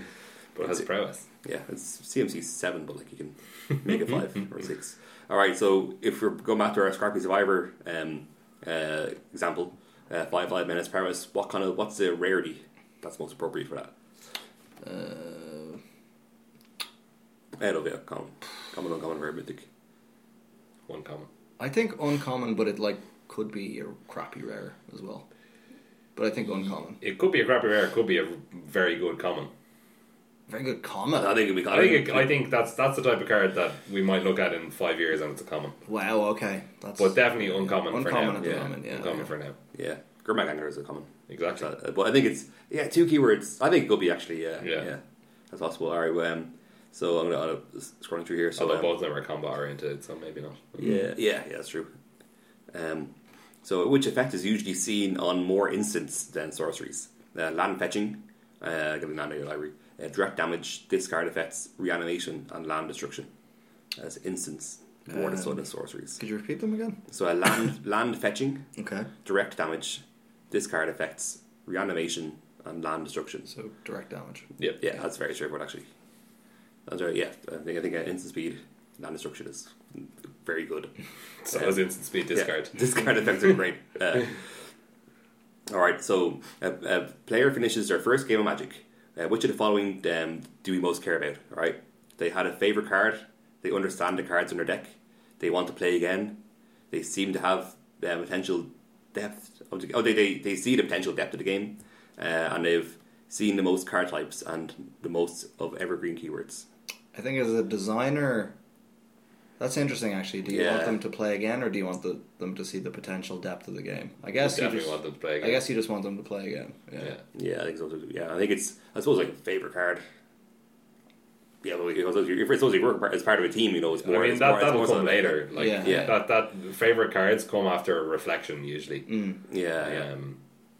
Speaker 1: But it has
Speaker 3: It's-
Speaker 1: prowess.
Speaker 3: yeah, it's CMC seven, but like you can make it five or six. All right, so if we're going back to our Scrappy Survivor um, uh, example, uh, five five minutes Paris. What kind of what's the rarity that's most appropriate for that?
Speaker 2: Uh,
Speaker 3: It'll be a common, common, uncommon, rare mythic.
Speaker 1: One common.
Speaker 2: I think uncommon, but it like could be a crappy rare as well. But I think uncommon.
Speaker 1: It could be a crappy rare. It could be a very good common.
Speaker 2: Very good
Speaker 3: I
Speaker 2: common.
Speaker 3: think it'll be
Speaker 1: I
Speaker 3: common.
Speaker 1: think it, I think that's that's the type of card that we might look at in five years and it's a common,
Speaker 2: Wow. Okay. That's
Speaker 1: but definitely uncommon.
Speaker 2: Uncommon
Speaker 1: for now.
Speaker 2: at the
Speaker 1: yeah,
Speaker 2: moment, yeah.
Speaker 1: uncommon for now.
Speaker 3: yeah, Gurmaganger is a common.
Speaker 1: Exactly.
Speaker 3: So, uh, but I think it's yeah two keywords. I think it could be actually yeah yeah,
Speaker 1: Yeah.
Speaker 3: that's possible. All right, well, um, so I'm gonna uh, scrolling through here. So
Speaker 1: Although
Speaker 3: um,
Speaker 1: both of them are combat oriented, so maybe not.
Speaker 3: Yeah, yeah, yeah, that's true. Um, so, which effect is usually seen on more instants than sorceries? Uh, land fetching, uh, get a land out of your library, uh, direct damage, discard effects, reanimation, and land destruction as instants more than so than sorceries.
Speaker 2: Could you repeat them again?
Speaker 3: So, a land land fetching,
Speaker 2: Okay.
Speaker 3: direct damage, discard effects, reanimation, and land destruction.
Speaker 2: So direct damage.
Speaker 1: Yeah.
Speaker 3: Yeah, that's very straightforward actually. That's right. Yeah, I think I think uh, instant speed, land destruction is very good.
Speaker 1: So as instant speed discard.
Speaker 3: Yeah, discard effects are great. Uh, all right, so a, a player finishes their first game of Magic. Uh, which of the following um, do we most care about? All right, they had a favorite card. They understand the cards in their deck. They want to play again. They seem to have uh, potential depth. Of the, oh, they, they they see the potential depth of the game, uh, and they've seen the most card types and the most of evergreen keywords.
Speaker 2: I think as a designer, that's interesting. Actually, do you want
Speaker 3: Yeah.
Speaker 2: them to play again, or do you want the, them to see the potential depth of the game? I guess you
Speaker 1: Definitely
Speaker 2: just,
Speaker 1: want them to play again.
Speaker 2: I guess you just want them to play again. Yeah.
Speaker 1: Yeah.
Speaker 3: Yeah, I think so. too. Yeah, I think it's. I suppose like a favorite card. Yeah, but if it's supposed to work as part of a team, you know, it's
Speaker 1: I
Speaker 3: more.
Speaker 1: mean
Speaker 3: it's
Speaker 1: that
Speaker 3: more, it's
Speaker 1: that'll
Speaker 3: more
Speaker 1: come
Speaker 3: so-
Speaker 1: later. Like
Speaker 2: Yeah.
Speaker 3: Yeah.
Speaker 1: that that favorite cards come after reflection usually.
Speaker 3: Yeah, yeah,
Speaker 1: Um,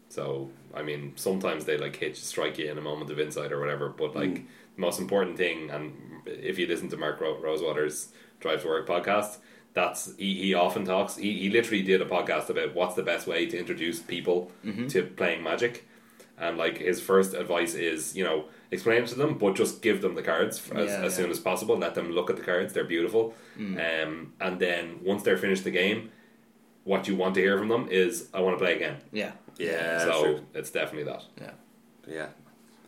Speaker 1: so I mean, sometimes they like hit strike you in a moment of insight or whatever.
Speaker 2: Mm.
Speaker 1: But like the most important thing, and if you listen to Mark Ro- Rosewater's Drive to Work podcast, that's he, he often talks. He, he literally did a podcast about what's the best way to introduce people
Speaker 2: Mm-hmm.
Speaker 1: to playing Magic, and like his first advice is you know explain it to them, but just give them the cards f- as,
Speaker 2: Yeah, Mm.
Speaker 1: as
Speaker 2: yeah.
Speaker 1: soon as possible. Let them look at the cards; they're beautiful. Um, and then once they're finished the game. What you want to hear from them is, I want to play again
Speaker 2: Yeah.
Speaker 3: yeah. that's
Speaker 1: so
Speaker 3: true.
Speaker 1: it's definitely that.
Speaker 2: Yeah.
Speaker 3: yeah.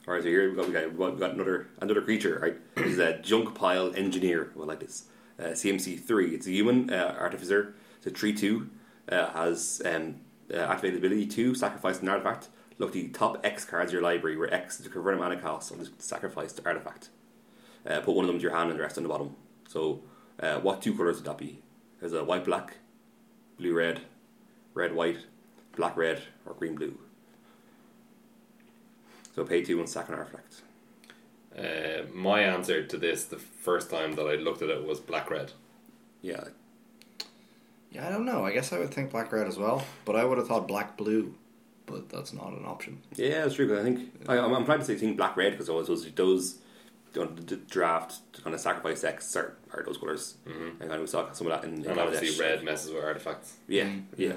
Speaker 3: All right, so here we got we got, we got another another creature. Right, this is a junk pile engineer. Well, like this, uh, CMC three. It's a human uh, artificer. It's a three two. Uh, has um, uh, activated ability two. Sacrifice an artifact. Look at the top X cards of your library, where X is the converted mana cost of the sacrificed artifact. Uh, put one of them to your hand and the rest on the bottom. So, uh, what two colors would that be? There's a white black, blue red, red white, black red, or green blue. So pay two and sack an artifact.
Speaker 1: Uh, my answer to this the first time that I looked at it was black red.
Speaker 3: Yeah,
Speaker 2: Yeah. I don't know. I guess I would think black red as well, but I would have thought black blue, but that's not an option.
Speaker 3: yeah, that's true. 'cause I think I, I'm, I'm trying to say think black red because I suppose it does you know, the draft kind of sacrifice X or, or those colors. Mm-hmm. And I we saw some of that in, in
Speaker 1: And obviously
Speaker 3: Bangladesh.
Speaker 1: red Mm-hmm. messes with artifacts.
Speaker 3: Yeah,
Speaker 2: Mm,
Speaker 3: yeah,
Speaker 2: yeah.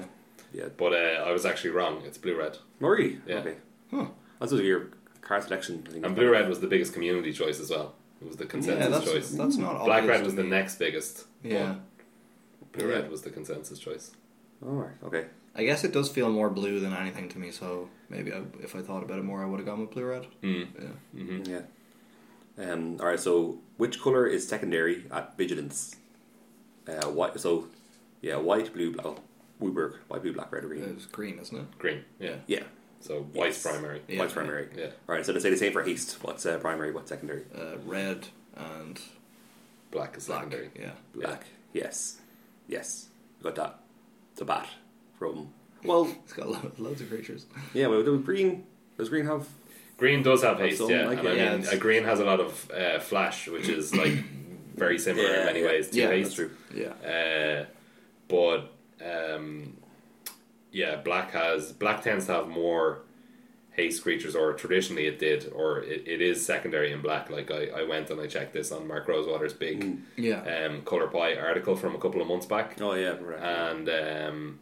Speaker 3: yeah.
Speaker 1: But uh, I was actually wrong. It's blue red.
Speaker 3: Oh, really?
Speaker 1: Yeah.
Speaker 3: Okay.
Speaker 2: Huh.
Speaker 3: That's what your card selection. I think.
Speaker 1: And blue red was the biggest community choice as well. It was the
Speaker 2: Yeah,
Speaker 1: consensus
Speaker 2: that's
Speaker 1: choice.
Speaker 2: that's not
Speaker 1: Black
Speaker 2: obvious
Speaker 1: red
Speaker 2: to
Speaker 1: was the
Speaker 2: me.
Speaker 1: next biggest.
Speaker 2: Yeah,
Speaker 1: one. Blue red was the consensus choice.
Speaker 3: Alright, Oh, okay.
Speaker 2: I guess it does feel more blue than anything to me. So maybe I, if I thought about it more, I would have gone with blue red.
Speaker 1: Mm.
Speaker 2: Yeah.
Speaker 1: hmm
Speaker 3: Yeah. Um, all right. So, which color is secondary at vigilance? Uh, white. So, yeah, white, blue, black. Oh, we work white, blue, black, red, green.
Speaker 1: Uh,
Speaker 2: It was green, isn't it?
Speaker 1: Green. Yeah.
Speaker 3: yeah,
Speaker 1: So white's
Speaker 3: Yes.
Speaker 1: primary.
Speaker 2: Yeah.
Speaker 3: white's primary.
Speaker 1: Yeah.
Speaker 3: All right. So they say the same for haste. What's uh, primary? What's secondary?
Speaker 2: Uh, red and
Speaker 1: Black is
Speaker 2: black.
Speaker 1: secondary.
Speaker 2: Yeah.
Speaker 3: Black. Yes. Yes. Got that. The bat from. Well,
Speaker 2: It's got lo- loads of creatures.
Speaker 3: yeah. Well, the green. Does green have?
Speaker 1: Green does have
Speaker 3: Or
Speaker 1: haste,
Speaker 3: something
Speaker 1: yeah.
Speaker 3: like
Speaker 1: and
Speaker 3: it.
Speaker 1: I
Speaker 2: Yeah,
Speaker 1: mean,
Speaker 2: it's-
Speaker 1: a green has a lot of uh, flash, which is like very similar
Speaker 3: Yeah,
Speaker 1: in many
Speaker 3: yeah.
Speaker 1: ways to
Speaker 2: Yeah,
Speaker 1: haste.
Speaker 3: That's true.
Speaker 2: Yeah.
Speaker 1: Uh, but um, yeah, black has black tends to have more haste creatures, or traditionally it did, or it, it is secondary in black. Like I, I went and I checked this on Mark Rosewater's
Speaker 3: Mm.
Speaker 1: big
Speaker 2: Yeah.
Speaker 1: um, color pie article from a couple of months back,
Speaker 3: Oh yeah. Right.
Speaker 1: and um,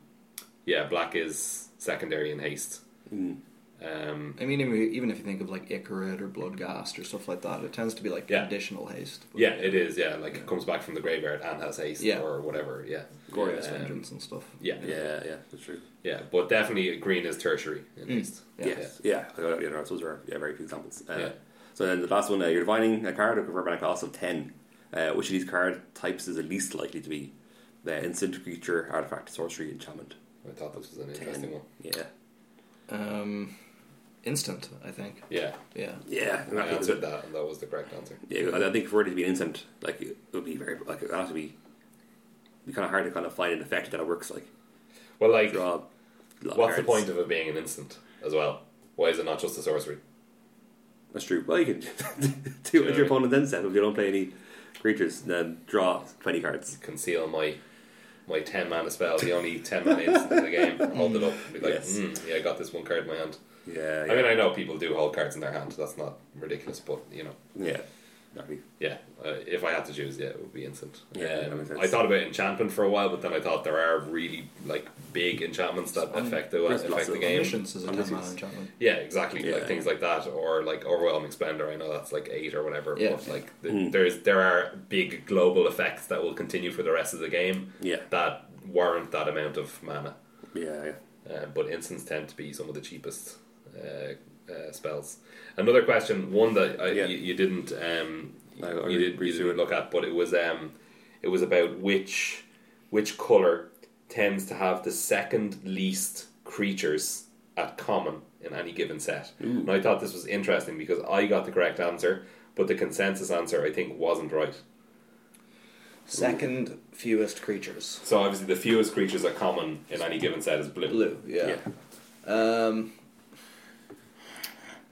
Speaker 1: yeah, black is secondary in haste.
Speaker 3: Mm.
Speaker 1: Um,
Speaker 2: I mean, even even if you think of like Icarid or Bloodgast or stuff like that, it tends to be like
Speaker 1: Yeah.
Speaker 2: additional haste. But
Speaker 1: yeah, it is. Yeah, like it comes back from the graveyard and has haste
Speaker 2: Yeah.
Speaker 1: or whatever. Yeah,
Speaker 2: Glorious
Speaker 1: Um,
Speaker 2: vengeance and stuff.
Speaker 1: Yeah, yeah,
Speaker 3: yeah. Yeah. That's true.
Speaker 1: But definitely green is tertiary in haste.
Speaker 2: Yeah.
Speaker 3: Mm. Yes. Yeah. I got- yeah, no, those are yeah, very few examples. Uh,
Speaker 1: Yeah.
Speaker 3: So then the last one, uh, you're defining a card with a cost of 10. Uh, which of these card types is the least likely to be? The instant creature, artifact, sorcery, enchantment.
Speaker 1: I thought this was an
Speaker 3: 10.
Speaker 1: interesting one.
Speaker 3: Yeah.
Speaker 2: Um, instant, I think.
Speaker 1: Yeah,
Speaker 2: Yeah.
Speaker 3: Yeah.
Speaker 1: I
Speaker 3: yeah,
Speaker 1: answered that, and that was the correct answer.
Speaker 3: I I think for it to be an instant, like it would be very like it would have to be, be kind of hard to kind of find an effect that it works like.
Speaker 1: Well, like,
Speaker 3: Draw. a lot of
Speaker 1: what's the
Speaker 3: cards.
Speaker 1: point of it being an instant as well? Why is it not just a sorcery?
Speaker 3: That's true. Well, you can do what
Speaker 1: Yeah.
Speaker 3: your opponent then said if you don't play any creatures, then draw twenty cards.
Speaker 1: Conceal my my ten mana spell, the only ten mana instant in the game. Hold it up, and be like,
Speaker 3: Yes.
Speaker 1: "Hmm, yeah, I got this one card in my hand.
Speaker 3: Yeah.
Speaker 1: I mean, I know people do hold cards in their hand. That's not ridiculous, but you know.
Speaker 3: Yeah. That'd be-
Speaker 1: Yeah, uh, if I had to choose, yeah, it would be instant.
Speaker 3: Yeah, that
Speaker 1: Um,
Speaker 3: makes sense.
Speaker 1: I thought about enchantment for a while, but then I thought there are really like big enchantments that
Speaker 2: Um,
Speaker 1: affect the
Speaker 3: there's lots
Speaker 1: affect the
Speaker 3: of
Speaker 1: game.
Speaker 2: Omniscience is a ten
Speaker 3: Omniscience.
Speaker 2: mana enchantment.
Speaker 1: Yeah, exactly.
Speaker 3: Yeah.
Speaker 1: Like things like that, or like overwhelming splendor. I know that's like eight or whatever,
Speaker 2: Yeah.
Speaker 1: but like th-
Speaker 3: Mm.
Speaker 1: there's there are big global effects that will continue for the rest of the game
Speaker 3: Yeah.
Speaker 1: that warrant that amount of mana.
Speaker 3: Yeah. Yeah.
Speaker 1: Uh, but instants tend to be some of the cheapest uh, uh, spells. Another question, one that I,
Speaker 3: Yeah.
Speaker 1: you, you didn't um,
Speaker 3: I- I
Speaker 1: you, did, you
Speaker 3: read through
Speaker 1: didn't look at, but it was um, it was about which which color tends to have the second least creatures at common in any given set. And I thought this was interesting because I got the correct answer, but the consensus answer I think wasn't right.
Speaker 2: Second fewest creatures.
Speaker 1: So obviously the fewest creatures at common in any given set is blue.
Speaker 2: Blue.
Speaker 3: Yeah.
Speaker 2: Um,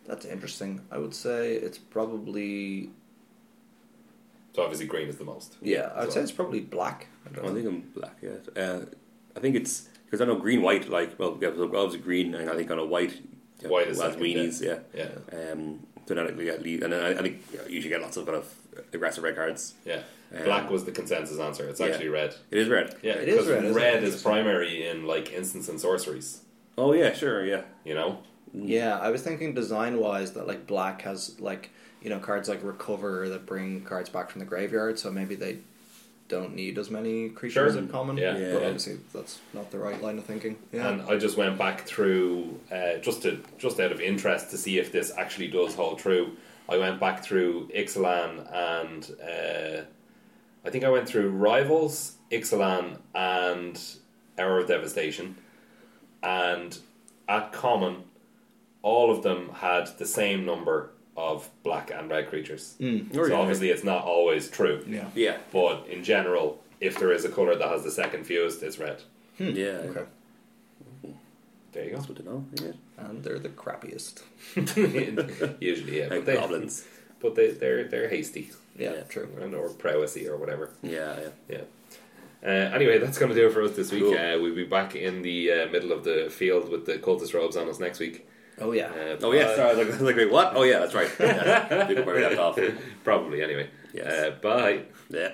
Speaker 2: that's interesting. I would say it's probably
Speaker 1: So obviously green is the most.
Speaker 2: yeah. I would
Speaker 1: So-
Speaker 2: say it's probably black. I
Speaker 3: I
Speaker 2: don't know.
Speaker 3: think I'm black. Yeah, uh, I think it's because I know green, white. Like, well, yeah, so gloves are green, and I think on a white, yeah,
Speaker 1: White is
Speaker 3: well,
Speaker 1: second,
Speaker 3: weenies. Yeah.
Speaker 1: Yeah.
Speaker 3: Um, so then yeah, lead, and then I, I think you, know, you should get lots of kind of aggressive red cards.
Speaker 1: Yeah,
Speaker 3: Um,
Speaker 1: black was the consensus answer. It's
Speaker 3: yeah.
Speaker 1: actually red.
Speaker 3: It is red.
Speaker 1: Yeah,
Speaker 2: It is
Speaker 1: 'cause
Speaker 2: red, isn't it?
Speaker 1: is primary in like instants and sorceries.
Speaker 3: Oh yeah, sure. Yeah.
Speaker 1: You know,
Speaker 2: Yeah, I was thinking design wise that like black has like you know cards like recover that bring cards back from the graveyard, so maybe they don't need as many creatures
Speaker 1: Sure.
Speaker 2: in common.
Speaker 1: Yeah.
Speaker 3: Yeah.
Speaker 2: but obviously that's not the right line of thinking. Yeah,
Speaker 1: and I just went back through uh, just to just out of interest to see if this actually does hold true. I went back through Ixalan and uh, I think I went through Rivals, Ixalan, and Hour of Devastation, and at common, all of them had the same number of black and red creatures.
Speaker 3: Oh,
Speaker 1: So
Speaker 3: yeah.
Speaker 1: obviously, it's not always true.
Speaker 2: yeah,
Speaker 3: Yeah.
Speaker 1: But in general, if there is a colour that has the second fewest, it's red.
Speaker 3: Yeah.
Speaker 2: okay.
Speaker 1: There you
Speaker 3: That's good to know. Yeah.
Speaker 2: And they're the crappiest.
Speaker 1: go. Usually, yeah.
Speaker 3: Like
Speaker 1: But, they,
Speaker 3: goblins.
Speaker 1: but they, they're, they're hasty
Speaker 2: Yeah,
Speaker 3: Yeah.
Speaker 2: true.
Speaker 1: and or prowessy or whatever.
Speaker 3: Yeah. Yeah.
Speaker 1: Yeah. Uh, anyway, that's going to do it for us this week.
Speaker 3: Cool.
Speaker 1: Uh, we'll be back in the uh, middle of the field with the cultist robes on us next week.
Speaker 2: Oh yeah,
Speaker 1: Uh,
Speaker 3: Oh yeah.
Speaker 1: bye.
Speaker 3: sorry. I was like, I was like, wait, what? Oh yeah, that's right. Yeah. People probably left off.
Speaker 1: Probably, anyway.
Speaker 3: Yes.
Speaker 1: Uh, bye.
Speaker 3: Yeah.